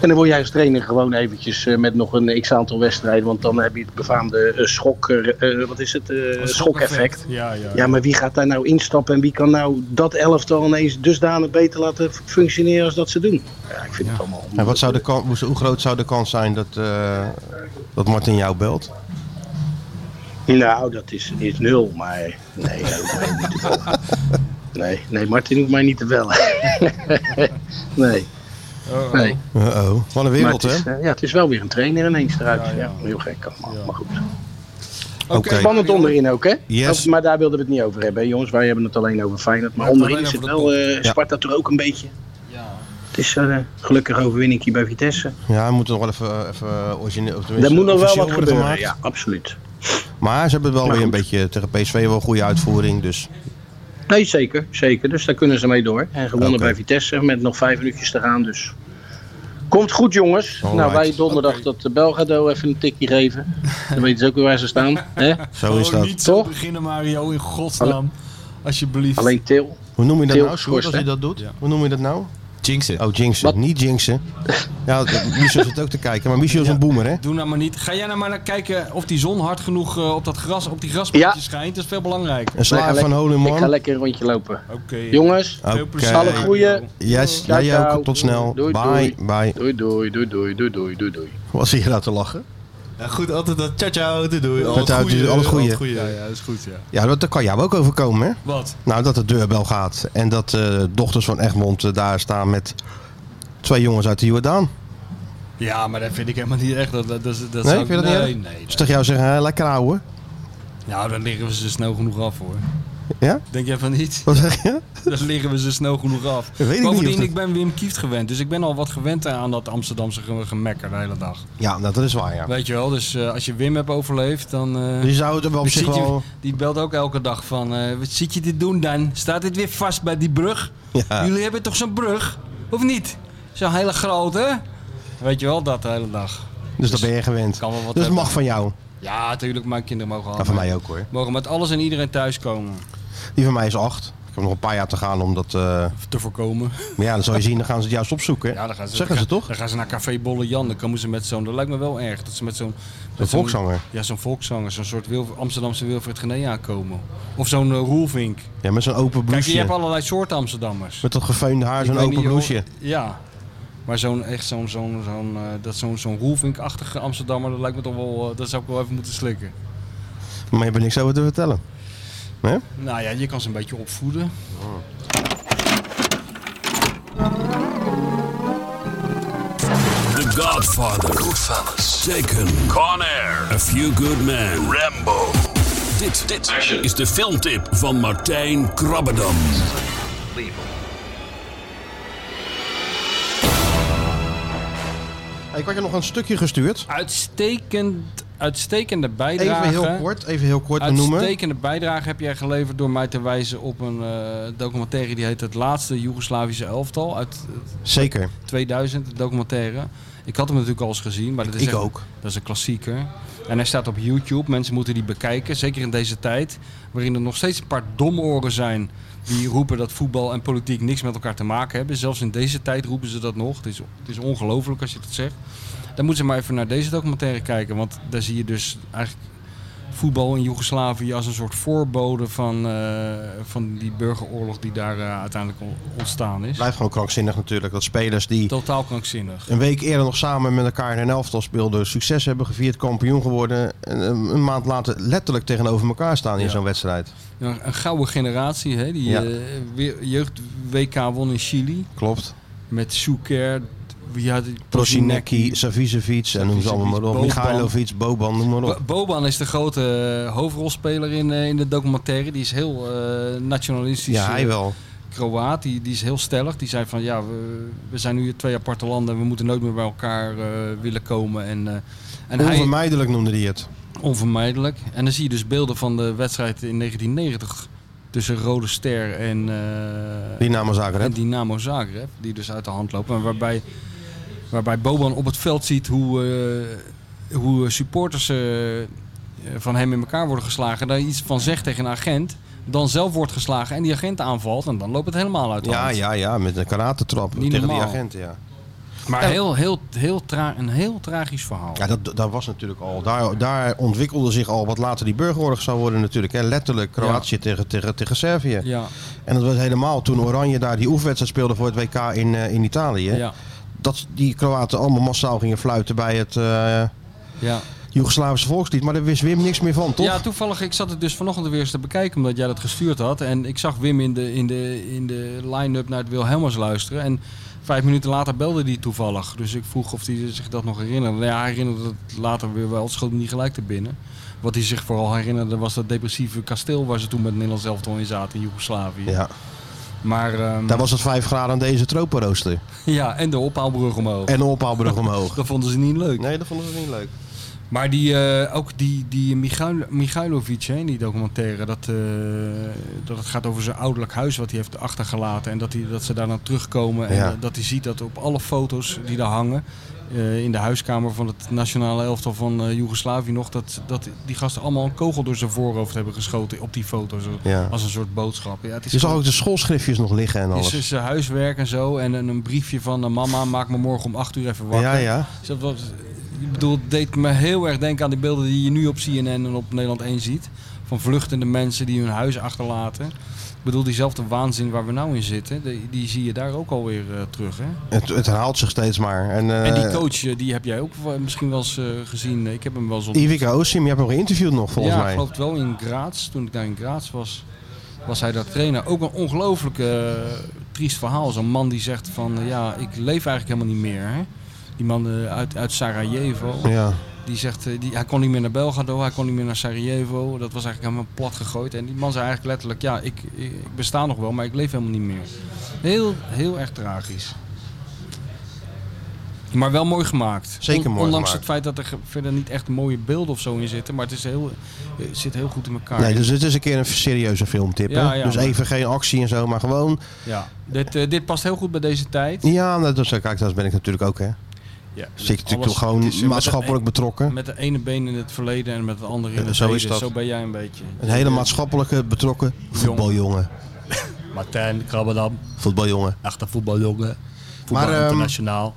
Speaker 8: En dan word jij als trainer gewoon eventjes eh, met nog een x-aantal wedstrijden. Want dan heb je het befaamde eh, schok... eh, eh, wat is het? eh schok-effect.
Speaker 3: Ja, ja.
Speaker 8: Ja, maar wie gaat daar nou instappen? En wie kan nou dat elftal ineens dusdanig beter laten f- functioneren als dat ze doen? Ja, ik vind het allemaal...
Speaker 2: En wat zou de kan- hoe, hoe groot zou de kans zijn dat, eh, dat Martin jou belt?
Speaker 8: Nou, dat is, is nul, maar nee, dat hoeft mij niet te bellen. Nee, nee, Martin hoeft mij niet te bellen. [laughs] nee,
Speaker 3: Oh, oh.
Speaker 8: nee.
Speaker 2: Uh-oh. Wat een wereld,
Speaker 8: maar
Speaker 2: hè?
Speaker 8: het is, eh, ja, het is wel weer een trainer ineens eruit.
Speaker 3: Ja,
Speaker 8: Ja,
Speaker 3: ja.
Speaker 8: heel gek allemaal, maar goed.
Speaker 3: Oké.
Speaker 2: Oké.
Speaker 8: Spannend onderin ook, hè?
Speaker 2: Yes.
Speaker 8: Of- maar daar wilden we het niet over hebben, hè, jongens. Wij hebben het alleen over Feyenoord. Maar
Speaker 3: Ja,
Speaker 8: onderin
Speaker 3: alleen
Speaker 8: is het
Speaker 3: over de
Speaker 8: wel eh Sparta toch ook een beetje.
Speaker 3: Ja.
Speaker 8: Het is eh, gelukkig overwinningje bij Vitesse.
Speaker 2: Ja, we moeten nog wel even, eh, even origineel. of tenminste,
Speaker 8: Daar moet nog wel
Speaker 2: officieel
Speaker 8: wat
Speaker 2: worden
Speaker 8: gebeuren,
Speaker 2: gemaakt.
Speaker 8: ja, absoluut.
Speaker 2: Maar ze hebben wel
Speaker 8: Maar
Speaker 2: weer een
Speaker 8: goed.
Speaker 2: beetje tegen PSV wel een goede uitvoering. Dus
Speaker 8: Nee, zeker, zeker. Dus daar kunnen ze mee door. En gewonnen
Speaker 2: Oké.
Speaker 8: bij Vitesse met nog vijf minuutjes te gaan. Dus komt goed, jongens.
Speaker 2: Alright.
Speaker 8: Nou, wij donderdag dat de Belgado even een tikje geven. Dan weten ze ook weer waar ze [laughs] staan. Hè?
Speaker 2: zo is
Speaker 3: Gewoon
Speaker 2: dat.
Speaker 3: niet zo
Speaker 8: Toch?
Speaker 3: beginnen, Mario, in godsnaam. Alsjeblieft.
Speaker 8: Alleen Til.
Speaker 2: Hoe noem je dat
Speaker 8: Heel
Speaker 2: nou, Sjoerd, als
Speaker 8: geschorst,
Speaker 2: hij dat doet?
Speaker 3: Ja.
Speaker 2: Hoe noem je dat nou?
Speaker 4: Jinxen.
Speaker 2: Oh, jinxen.
Speaker 8: Wat?
Speaker 2: Niet jinxen. Ja, Michel zit ook te kijken, maar Michel is een boemer, hè?
Speaker 3: Doe nou maar niet. Ga jij nou maar naar kijken of die zon hard genoeg eh, op dat gras, op die grasmatjes
Speaker 8: Ja.
Speaker 3: schijnt. Dat is veel belangrijker.
Speaker 2: Een
Speaker 8: Wij gaan
Speaker 2: slaaf van
Speaker 8: lekker- Ik ga
Speaker 2: Holeman.
Speaker 8: lekker een rondje lopen.
Speaker 3: Oké.
Speaker 8: Jongens,
Speaker 2: Oké.
Speaker 3: Veel plezier.
Speaker 8: Alle goeie.
Speaker 2: Yes,
Speaker 8: Ciao,
Speaker 2: jij ook.
Speaker 8: ciao.
Speaker 2: Tot snel.
Speaker 8: Doei,
Speaker 2: Bye, bye.
Speaker 8: doei doei, doei doei, doei doei, doei doei.
Speaker 2: Was hij nou te lachen?
Speaker 4: Ja, goed, altijd dat ciao ciao, doei doei. Al
Speaker 2: Ciao,
Speaker 4: het
Speaker 2: ciao, doei,
Speaker 4: goede.
Speaker 2: al het goede.
Speaker 3: Ja, ja, dat is goed, ja.
Speaker 2: Ja, dat, dat kan jou ook overkomen, hè?
Speaker 3: Wat?
Speaker 2: Nou, dat de deurbel gaat en dat eh dochters van Egmond eh, daar staan met twee jongens uit de Jordaan.
Speaker 3: Ja, maar dat vind ik helemaal niet echt. Dat, dat, dat, dat
Speaker 2: Nee,
Speaker 3: zou
Speaker 2: vind je dat niet
Speaker 3: nee,
Speaker 2: erg?
Speaker 3: nee, nee.
Speaker 2: Dus tegen jou zeggen, hè, lekker ouwe.
Speaker 3: Nou, dan liggen we ze snel genoeg af, hoor.
Speaker 2: Ja?
Speaker 3: Denk jij van
Speaker 2: [laughs]
Speaker 3: niet? [laughs]
Speaker 2: Wat zeg je?
Speaker 3: Dan liggen we ze snel genoeg af.
Speaker 2: weet ik niet
Speaker 3: Bovendien,
Speaker 2: of dat-
Speaker 3: ik ben Wim Kieft gewend. Dus ik ben al wat gewend aan dat Amsterdamse ge- gemekker de hele dag.
Speaker 2: Ja, nou, dat is waar, ja.
Speaker 3: Weet je wel, dus eh, als je Wim hebt overleefd, dan... eh,
Speaker 2: Dus je zou het er wel op
Speaker 3: Dus
Speaker 2: zich
Speaker 3: ziet je-
Speaker 2: wel...
Speaker 3: die belt ook elke dag van, eh, wat zit je dit doen dan? Staat dit weer vast bij die brug?
Speaker 2: Ja.
Speaker 3: Jullie hebben toch zo'n brug? Of niet? Zo'n hele grote? Weet je wel, dat de hele dag.
Speaker 2: Dus dat ben je gewend.
Speaker 3: kan wel wat
Speaker 2: Dus het
Speaker 3: hebben.
Speaker 2: mag van jou.
Speaker 3: Ja, natuurlijk, mijn kinderen mogen
Speaker 2: En
Speaker 3: allemaal.
Speaker 2: van mij ook hoor.
Speaker 3: Mogen met alles en iedereen thuiskomen.
Speaker 2: Die van mij is acht. Ik heb nog een paar jaar te gaan om dat... eh,
Speaker 3: Te voorkomen.
Speaker 2: Maar ja, dan zal je zien, dan gaan ze het juist opzoeken.
Speaker 3: Ja, dan gaan ze,
Speaker 2: Zeggen ze toch?
Speaker 3: Dan gaan ze naar Café Bolle Jan. Dan komen ze met zo'n. Dat lijkt me wel erg. Dat ze met zo'n.
Speaker 2: De
Speaker 3: met zo'n-
Speaker 2: volkszanger.
Speaker 3: Ja, zo'n volkszanger. Zo'n soort Wilf- Amsterdamse Wilfred Genee aankomen. Of zo'n eh, Roelvink.
Speaker 2: Ja, met zo'n open
Speaker 3: Kijk, je hebt
Speaker 2: bloesje.
Speaker 3: allerlei soorten Amsterdammers.
Speaker 2: Met dat gefeunde haar,
Speaker 3: Ik
Speaker 2: zo'n
Speaker 3: weet
Speaker 2: open
Speaker 3: niet hoe-
Speaker 2: bloesje.
Speaker 3: Ja. Maar zo'n echt zo'n zo'n zo'n eh, dat zo'n zo'n Roelvink-achtige Amsterdammer, dat lijkt me toch wel, eh, dat zou ik wel even moeten slikken.
Speaker 2: Maar je hebt niks over te vertellen. Hè?
Speaker 3: Nou ja, je kan ze een beetje opvoeden.
Speaker 9: The Godfather. Goodfellas. Taken. Con Air. A Few Good Men. Rambo. Dit, dit is de filmtip van Martijn Krabbedam.
Speaker 2: Ik had je nog een stukje gestuurd.
Speaker 3: Uitstekend, uitstekende bijdrage.
Speaker 2: Even heel kort, even heel kort benoemen.
Speaker 3: Uitstekende bijdrage heb jij geleverd door mij te wijzen op een eh, documentaire die heet Het Laatste Joegoslavische Elftal uit
Speaker 2: Zeker.
Speaker 3: 2000, de documentaire. Ik had hem natuurlijk al eens gezien, maar dat is
Speaker 2: ik
Speaker 3: echt-
Speaker 2: ook.
Speaker 3: Dat is een klassieker. En hij staat op YouTube. Mensen moeten die bekijken, zeker in deze tijd, waarin er nog steeds een paar domoren zijn die roepen dat voetbal en politiek niks met elkaar te maken hebben. Zelfs in deze tijd roepen ze dat nog. Het is, het is ongelooflijk als je dat zegt. Dan moeten ze maar even naar deze documentaire kijken, want daar zie je dus eigenlijk voetbal in Joegoslavië als een soort voorbode van, eh, van die burgeroorlog die daar eh, uiteindelijk on- ontstaan is.
Speaker 2: Blijft gewoon krankzinnig natuurlijk dat spelers die
Speaker 3: Totaal krankzinnig.
Speaker 2: een week eerder nog samen met elkaar in een elftal speelden, succes hebben gevierd, kampioen geworden. En een, een maand later letterlijk tegenover elkaar staan in
Speaker 3: Ja.
Speaker 2: zo'n wedstrijd.
Speaker 3: Ja, een gouden generatie, hè? die
Speaker 2: Ja.
Speaker 3: eh, weer- jeugd WK won in Chili.
Speaker 2: Klopt.
Speaker 3: Met Soeker, wie had het?
Speaker 2: Prosinecki, Savicevic en noem ze allemaal maar op.
Speaker 3: Boban.
Speaker 2: Michailovic, Boban, noem maar op.
Speaker 3: Bo- Boban is de grote eh, hoofdrolspeler in, eh, in de documentaire. Die is heel eh, nationalistisch.
Speaker 2: Ja, hij
Speaker 3: eh,
Speaker 2: wel.
Speaker 3: Kroaat, die, die is heel stellig. Die zei van ja, we, we zijn nu twee aparte landen. We moeten nooit meer bij elkaar eh, willen komen. En, eh, en hij,
Speaker 2: Onvermijdelijk noemde hij het.
Speaker 3: Onvermijdelijk. En dan zie je dus beelden van de wedstrijd in 1990 tussen Rode Ster en, eh,
Speaker 2: Dynamo Zagreb.
Speaker 3: en Dynamo Zagreb. Die dus uit de hand lopen. En waarbij, waarbij Boban op het veld ziet hoe, eh, hoe supporters eh, van hem in elkaar worden geslagen. Daar iets van zegt tegen een agent. Dan zelf wordt geslagen en die agent aanvalt. En dan loopt het helemaal uit de
Speaker 2: Ja,
Speaker 3: hand.
Speaker 2: ja, ja, met een karatentrap
Speaker 3: Niet
Speaker 2: tegen die
Speaker 3: normaal.
Speaker 2: agenten, ja.
Speaker 3: Maar heel, heel, heel tra- een heel tragisch verhaal.
Speaker 2: Ja, dat, dat was natuurlijk al. Daar, daar ontwikkelde zich al wat later die burgeroorlog zou worden natuurlijk. Hè. Letterlijk Kroatië tegen, tegen, tegen Servië.
Speaker 3: Ja,
Speaker 2: En dat was helemaal toen Oranje daar die oefenwedstrijd speelde voor het WK in, eh, in Italië.
Speaker 3: ja,
Speaker 2: Dat die Kroaten allemaal massaal gingen fluiten bij het eh
Speaker 3: ja.
Speaker 2: Joegoslavische volkslied. Maar daar wist Wim niks meer van, toch?
Speaker 3: Ja, toevallig. Ik zat het dus vanochtend weer eens te bekijken omdat jij dat gestuurd had. En ik zag Wim in de, in de, in de line-up naar het Wilhelmus luisteren. En vijf minuten later belde hij toevallig. Dus ik vroeg of hij zich dat nog herinnerde. Nou Ja, hij herinnerde het later weer wel. Het schoot hem niet gelijk te binnen. Wat hij zich vooral herinnerde was dat depressieve kasteel waar ze toen met Nederlands elftal in zaten in Joegoslavië.
Speaker 2: Ja.
Speaker 3: Maar ehm,
Speaker 2: Daar was het 5 graden aan deze tropenrooster.
Speaker 3: [laughs] ja, en de ophaalbrug omhoog.
Speaker 2: En de ophaalbrug omhoog.
Speaker 3: Dat vonden ze niet leuk.
Speaker 2: Nee, dat vonden ze niet leuk.
Speaker 3: Maar die, eh, ook die, die Michail, Michailovic hè, in die documentaire, dat, eh, dat het gaat over zijn ouderlijk huis wat hij heeft achtergelaten. En dat, hij, dat ze daar dan terugkomen. En
Speaker 2: Ja.
Speaker 3: eh, dat hij ziet dat op alle foto's die daar hangen, eh, in de huiskamer van het nationale elftal van eh, Joegoslavië nog, dat, dat die gasten allemaal een kogel door zijn voorhoofd hebben geschoten op die foto's. eh,
Speaker 2: Ja.
Speaker 3: Als een soort boodschap. Ja, het is
Speaker 2: Je zag
Speaker 3: gewoon-
Speaker 2: ook de schoolschriftjes nog liggen en
Speaker 3: is
Speaker 2: alles.
Speaker 3: dus zijn huiswerk en zo. En, en een briefje van eh, mama, maak me morgen om 8 uur even wakker.
Speaker 2: Ja, ja.
Speaker 3: Dus dat was, ik bedoel, het deed me heel erg denken aan die beelden die je nu op CNN en op Nederland 1 ziet. Van vluchtende mensen die hun huis achterlaten. Ik bedoel, diezelfde waanzin waar we nou in zitten, die, die zie je daar ook alweer eh, terug. Hè?
Speaker 2: Het, het herhaalt zich steeds maar. En, eh
Speaker 3: en die coach, eh, die heb jij ook wel- misschien wel eens eh, gezien. Ik heb hem wel eens op...
Speaker 2: Ivica Osim, je hebt hem geïnterviewd nog volgens
Speaker 3: ja,
Speaker 2: mij.
Speaker 3: ik geloof het wel in Graz. Toen ik daar in Graz was, was hij daar trainer. Ook een ongelooflijk eh, triest verhaal. Zo'n man die zegt van, eh, ja, ik leef eigenlijk helemaal niet meer. Hè? Die man eh, uit, uit Sarajevo.
Speaker 2: Ja.
Speaker 3: Die zegt, eh, die, hij kon niet meer naar Belgrado, hij kon niet meer naar Sarajevo. Dat was eigenlijk helemaal plat gegooid. En die man zei eigenlijk letterlijk, ja, ik, ik ik besta nog wel, maar ik leef helemaal niet meer. Heel, heel erg tragisch. Maar wel mooi gemaakt.
Speaker 2: Zeker mooi
Speaker 3: Ondanks
Speaker 2: gemaakt.
Speaker 3: het feit dat er ge- verder niet echt mooie beelden of zo in zitten. Maar het, is heel, het zit heel goed in elkaar.
Speaker 2: Nee, dus dit is een keer een serieuze filmtip.
Speaker 3: Ja,
Speaker 2: hè?
Speaker 3: ja,
Speaker 2: dus
Speaker 3: maar-
Speaker 2: even geen actie en zo, maar gewoon
Speaker 3: ja. dit, eh, dit past heel goed bij deze tijd.
Speaker 2: Ja, nou, dus, kijk, dat ben ik natuurlijk ook, hè.
Speaker 3: Ja.
Speaker 2: Zit je natuurlijk
Speaker 3: Alles-
Speaker 2: toch gewoon
Speaker 3: het is, eh, met de
Speaker 2: maatschappelijk betrokken.
Speaker 3: een- Met de ene been in het verleden en met de andere in
Speaker 2: Ja,
Speaker 3: het
Speaker 2: zo is
Speaker 3: heden.
Speaker 2: dat.
Speaker 3: Zo ben jij een beetje.
Speaker 2: Een hele maatschappelijke betrokken voetbaljongen.
Speaker 3: [laughs] Martijn Krabberdam,
Speaker 2: Voetbaljongen.
Speaker 3: echte voetbaljongen. Voetbal
Speaker 2: Maar, ehm,
Speaker 3: internationaal.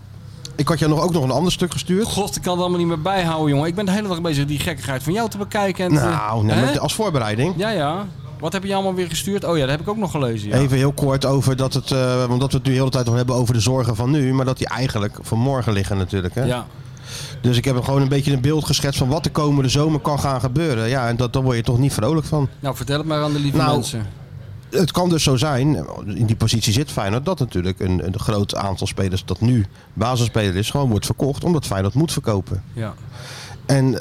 Speaker 2: Ik had jou nog ook nog een ander stuk gestuurd.
Speaker 3: God, ik kan het allemaal niet meer bijhouden, jongen. Ik ben de hele dag bezig die gekkigheid van jou te bekijken. En te-
Speaker 2: Nou, nee,
Speaker 3: Hè?
Speaker 2: maar als voorbereiding.
Speaker 3: Ja, ja. Wat heb je allemaal weer gestuurd? Oh ja, dat heb ik ook nog gelezen. Ja.
Speaker 2: Even heel kort over dat het, eh, omdat we het nu de hele tijd nog hebben over de zorgen van nu, maar dat die eigenlijk van morgen liggen natuurlijk. Hè?
Speaker 3: ja.
Speaker 2: Dus ik heb er gewoon een beetje een beeld geschetst van wat de komende zomer kan gaan gebeuren. Ja, en dat, daar word je toch niet vrolijk van.
Speaker 3: Nou, vertel het maar aan de lieve
Speaker 2: Nou,
Speaker 3: mensen.
Speaker 2: Het kan dus zo zijn, in die positie zit Feyenoord, dat natuurlijk een, een groot aantal spelers dat nu basisspeler is, gewoon wordt verkocht omdat Feyenoord moet verkopen.
Speaker 3: Ja,
Speaker 2: En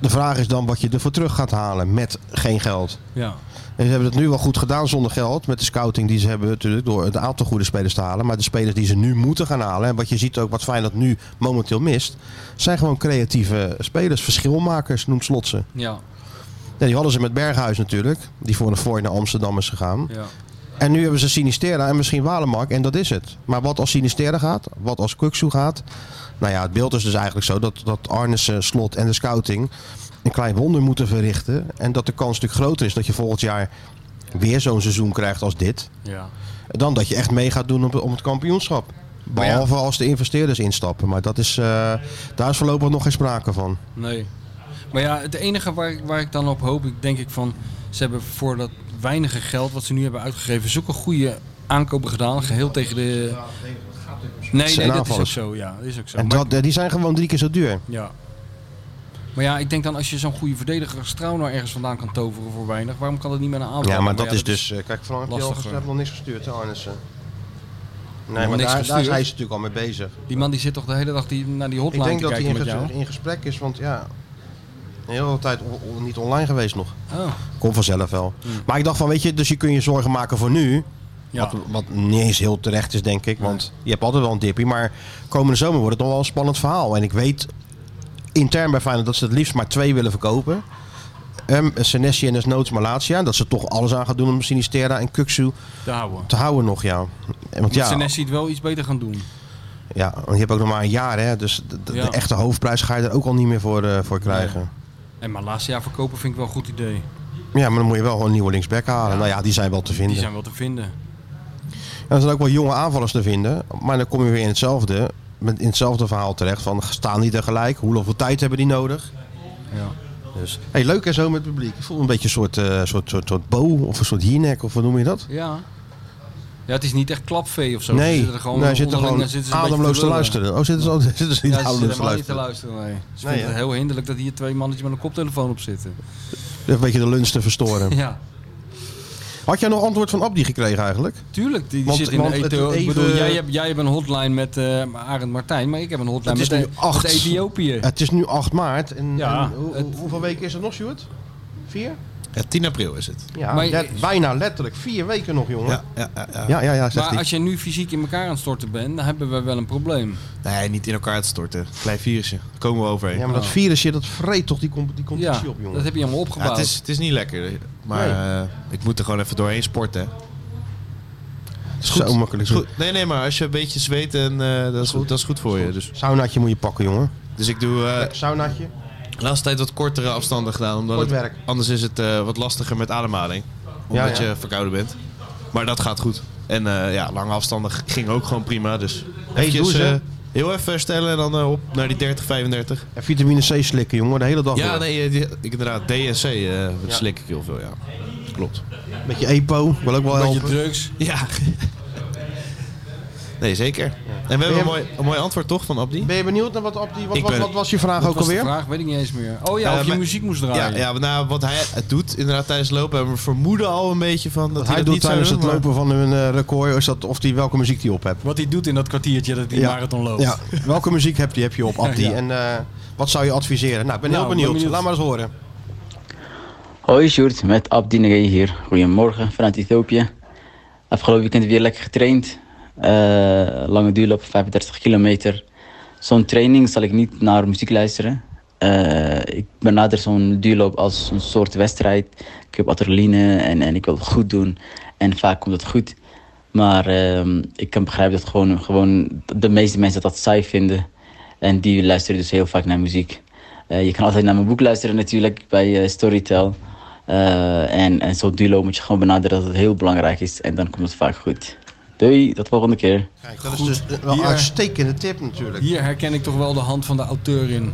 Speaker 2: de vraag is dan wat je ervoor terug gaat halen met geen geld.
Speaker 3: ja.
Speaker 2: En ze hebben het nu wel goed gedaan zonder geld. Met de scouting die ze hebben natuurlijk. Door een aantal goede spelers te halen. Maar de spelers die ze nu moeten gaan halen. En wat je ziet ook wat Feyenoord nu momenteel mist. Zijn gewoon creatieve spelers. Verschilmakers noemt Slot ze.
Speaker 3: Ja,
Speaker 2: Ja, die hadden ze met Berghuis natuurlijk. Die voor een fooi naar Amsterdam is gegaan.
Speaker 3: ja.
Speaker 2: En nu hebben ze Sinistera en misschien Walemark. En dat is het. Maar wat als Sinistera gaat? Wat als Kuksu gaat? Nou ja, het beeld is dus eigenlijk zo dat, dat Arnissen, Slot en de scouting een klein wonder moeten verrichten. En dat de kans natuurlijk groter is dat je volgend jaar weer zo'n seizoen krijgt als dit.
Speaker 3: ja.
Speaker 2: Dan dat je echt mee gaat doen op, om het kampioenschap. Behalve als de investeerders instappen. Maar dat is, eh, daar is voorlopig nog geen sprake van.
Speaker 3: Nee. Maar ja, het enige waar, ik- waar ik dan op hoop, ik denk ik van... Ze hebben voor dat weinige geld wat ze nu hebben uitgegeven... zulke goede aankopen gedaan. Geheel tegen de... Nee, nee, dat is ook
Speaker 2: aanvallers.
Speaker 3: zo. Ja, dat is ook zo.
Speaker 2: En
Speaker 3: Maar-
Speaker 2: dat, eh, die zijn gewoon drie keer zo duur.
Speaker 3: Ja. Maar ja, ik denk dan als je zo'n goede verdediger als Trauner ergens vandaan kan toveren voor weinig, waarom kan dat niet met een aanval?
Speaker 2: Ja, maar dat is dus. eh, Kijk, Frank heeft
Speaker 3: lastiger.
Speaker 2: nog niks gestuurd, hè, Arnissen. Nee, maar
Speaker 3: Nog niks
Speaker 2: daar, daar
Speaker 3: gestuurd?
Speaker 2: zijn ze natuurlijk al mee bezig.
Speaker 3: Die man die zit toch de hele dag die, naar die
Speaker 2: Ik
Speaker 3: hotline
Speaker 2: denk
Speaker 3: te
Speaker 2: dat hij
Speaker 3: kijken
Speaker 2: in,
Speaker 3: met
Speaker 2: ges-
Speaker 3: jou?
Speaker 2: in gesprek is, want ja. Een hele tijd on- on- niet online geweest nog.
Speaker 3: Oh,
Speaker 2: Kom vanzelf wel. Maar ik dacht van, weet je, dus je kun je zorgen maken voor nu.
Speaker 3: ja.
Speaker 2: Wat, wat niet eens heel terecht is, denk ik. Want je hebt altijd wel een dippie. Maar komende zomer wordt het nog wel een spannend verhaal. En ik weet intern bij Feyenoord dat ze het liefst maar twee willen verkopen. Um, Senesi en desnoods Malatia. En Dat ze toch alles aan gaan doen om Sinistera en Kuksu
Speaker 3: Te houden.
Speaker 2: te houden nog, ja. En Want
Speaker 3: Ja.
Speaker 2: ja,
Speaker 3: Senesi het wel iets beter gaan doen.
Speaker 2: ja, want je hebt ook nog maar een jaar, hè. Dus de, de- de
Speaker 3: Ja.
Speaker 2: echte hoofdprijs ga je er ook al niet meer voor, eh, voor krijgen.
Speaker 3: En maar laatste jaar verkopen vind ik wel een goed idee.
Speaker 2: Ja, maar dan moet je wel gewoon een nieuwe linksback halen. Nou ja, die zijn wel te
Speaker 3: Die
Speaker 2: vinden.
Speaker 3: zijn wel te vinden.
Speaker 2: En er zijn ook wel jonge aanvallers te vinden. Maar dan kom je weer in hetzelfde, met, in hetzelfde verhaal terecht. Van, staan die er gelijk? Hoe hoeveel tijd hebben die nodig?
Speaker 3: Ja.
Speaker 2: Dus, hey, leuk en zo met het publiek. Ik voel me een beetje een soort, eh soort, soort, soort bow of een soort hiernek of wat noem je dat?
Speaker 3: Ja. Ja, het is niet echt klapvee of zo. Ze
Speaker 2: Nee,
Speaker 3: zitten er gewoon,
Speaker 2: nee, zitten
Speaker 3: onderling-
Speaker 2: gewoon
Speaker 3: zitten ze een beetje
Speaker 2: ademloos te
Speaker 3: lullen.
Speaker 2: luisteren. Oh, zitten ze, al- [laughs] zitten ze niet
Speaker 3: Ja, ze zitten
Speaker 2: ademloos te
Speaker 3: helemaal niet te
Speaker 2: luisteren?
Speaker 3: luisteren. Nee. Ze vinden
Speaker 2: Nee, hè?
Speaker 3: het heel hinderlijk dat hier twee mannetjes met een koptelefoon op zitten.
Speaker 2: Even een beetje de lunch te verstoren.
Speaker 3: Ja.
Speaker 2: Had jij nog antwoord van Abdi gekregen eigenlijk?
Speaker 3: Tuurlijk, die, die
Speaker 2: Want-
Speaker 3: zit in
Speaker 2: want
Speaker 3: de
Speaker 2: het
Speaker 3: Ethio- Ik
Speaker 2: even-
Speaker 3: bedoel, jij hebt, jij hebt een hotline met eh Arend Martijn, maar ik heb een hotline
Speaker 2: Het is
Speaker 3: met,
Speaker 2: nu
Speaker 3: met
Speaker 2: acht.
Speaker 3: Ethiopië.
Speaker 2: Het is nu 8 maart. En,
Speaker 3: Ja,
Speaker 2: en hoe-
Speaker 3: het-
Speaker 2: hoeveel weken is het nog, Stuart? Vier?
Speaker 4: Ja, 10 april is het.
Speaker 2: Ja,
Speaker 3: Maar-
Speaker 2: let- bijna letterlijk. Vier weken nog, jongen.
Speaker 4: Ja,
Speaker 2: Ja,
Speaker 4: ja, ja, ja.
Speaker 2: ja, ja, zegt
Speaker 3: maar
Speaker 2: hij.
Speaker 3: als je nu fysiek in elkaar aan het storten bent, dan hebben we wel een probleem.
Speaker 4: Nee, niet in elkaar te storten. Klein virusje. Daar komen we overheen.
Speaker 2: Ja,
Speaker 4: Ja,
Speaker 2: maar dat virusje, dat vreet toch die, comp- die
Speaker 3: Ja,
Speaker 2: competitie op, jongen.
Speaker 3: dat heb je allemaal
Speaker 4: het,
Speaker 3: opgebouwd.
Speaker 4: is, het is niet lekker. Maar eh, ik moet er gewoon even doorheen sporten. hè.
Speaker 2: Dat is
Speaker 4: goed.
Speaker 2: Zo makkelijk.
Speaker 4: Is goed. Nee, nee, maar als je een beetje zweet, en, eh, dat, is goed, dat is goed voor je. Dus,
Speaker 2: Saunaatje moet je pakken, jongen.
Speaker 4: dus ik doe eh,
Speaker 2: Saunaatje.
Speaker 4: de laatste tijd wat kortere afstanden gedaan. Omdat
Speaker 2: Kort
Speaker 4: het-
Speaker 2: werk.
Speaker 4: anders is het eh, wat lastiger met ademhaling.
Speaker 2: Ja,
Speaker 4: Omdat
Speaker 2: ja.
Speaker 4: je verkouden bent. Maar dat gaat goed. En eh, ja, lange afstanden g- ging ook gewoon prima. Dus eventjes,
Speaker 2: doe ze.
Speaker 4: eh, heel even herstellen en dan eh, op naar die 30, 35.
Speaker 2: En vitamine C slikken, jongen. De hele dag
Speaker 4: Ja,
Speaker 2: door.
Speaker 4: nee, eh, die- ik inderdaad. D en C eh, dat slik ik heel veel, ja. Klopt.
Speaker 2: Beetje EPO. Wil ook wel
Speaker 3: Een beetje
Speaker 2: helpen.
Speaker 3: drugs.
Speaker 4: Ja. Nee, zeker. En we hebben een mooi, een mooi antwoord toch van Abdi?
Speaker 2: Ben je benieuwd naar wat Abdi... Wat,
Speaker 4: Ik
Speaker 2: wat,
Speaker 4: ben-
Speaker 2: wat was je vraag
Speaker 3: Dat
Speaker 2: ook
Speaker 3: was de
Speaker 2: alweer?
Speaker 3: vraag, weet ik niet eens meer. Oh ja,
Speaker 4: Eh,
Speaker 3: of je
Speaker 4: maar-
Speaker 3: muziek moest
Speaker 4: Ja,
Speaker 3: draaien.
Speaker 4: ja maar nou, wat hij het doet inderdaad tijdens het lopen hebben we vermoeden al een beetje van dat hij,
Speaker 2: Hij
Speaker 4: dat
Speaker 2: doet
Speaker 4: niet zou
Speaker 2: tijdens
Speaker 4: doen,
Speaker 2: het
Speaker 4: maar-
Speaker 2: lopen van een eh, record is dat, of die, welke muziek die op hebt.
Speaker 3: Wat hij doet in dat kwartiertje dat hij
Speaker 2: Ja.
Speaker 3: marathon loopt.
Speaker 2: Ja. Welke muziek heb je, heb [laughs] je op, Abdi?
Speaker 3: Ja.
Speaker 2: En eh, wat zou je adviseren? Nou, ik ben
Speaker 3: Nou,
Speaker 2: heel
Speaker 3: ben
Speaker 2: benieuwd.
Speaker 3: benieuwd.
Speaker 2: Laat maar eens horen.
Speaker 10: Hoi Sjoerd, met Abdi Neré hier. Goedemorgen vanuit Ethiopië. Afgelopen weekend weer lekker getraind. Eh, lange duurloop, 35 kilometer. Zo'n training zal ik niet naar muziek luisteren. Eh, ik benader zo'n duurloop als een soort wedstrijd. Ik heb adrenaline en, en ik wil het goed doen. En vaak komt het goed. Maar ehm, ik kan begrijpen dat gewoon, gewoon de meeste mensen dat saai vinden. En die luisteren dus heel vaak naar muziek. Eh, je kan altijd naar mijn boek luisteren natuurlijk bij eh, Storytel. Eh, en, en zo'n duo moet je gewoon benaderen dat het heel belangrijk is. En dan komt het vaak goed. Doei, tot volgende keer.
Speaker 2: Kijk, dat
Speaker 3: Goed.
Speaker 2: is dus wel een
Speaker 3: Hier.
Speaker 2: uitstekende tip natuurlijk.
Speaker 3: Hier herken ik toch wel de hand van de auteur in.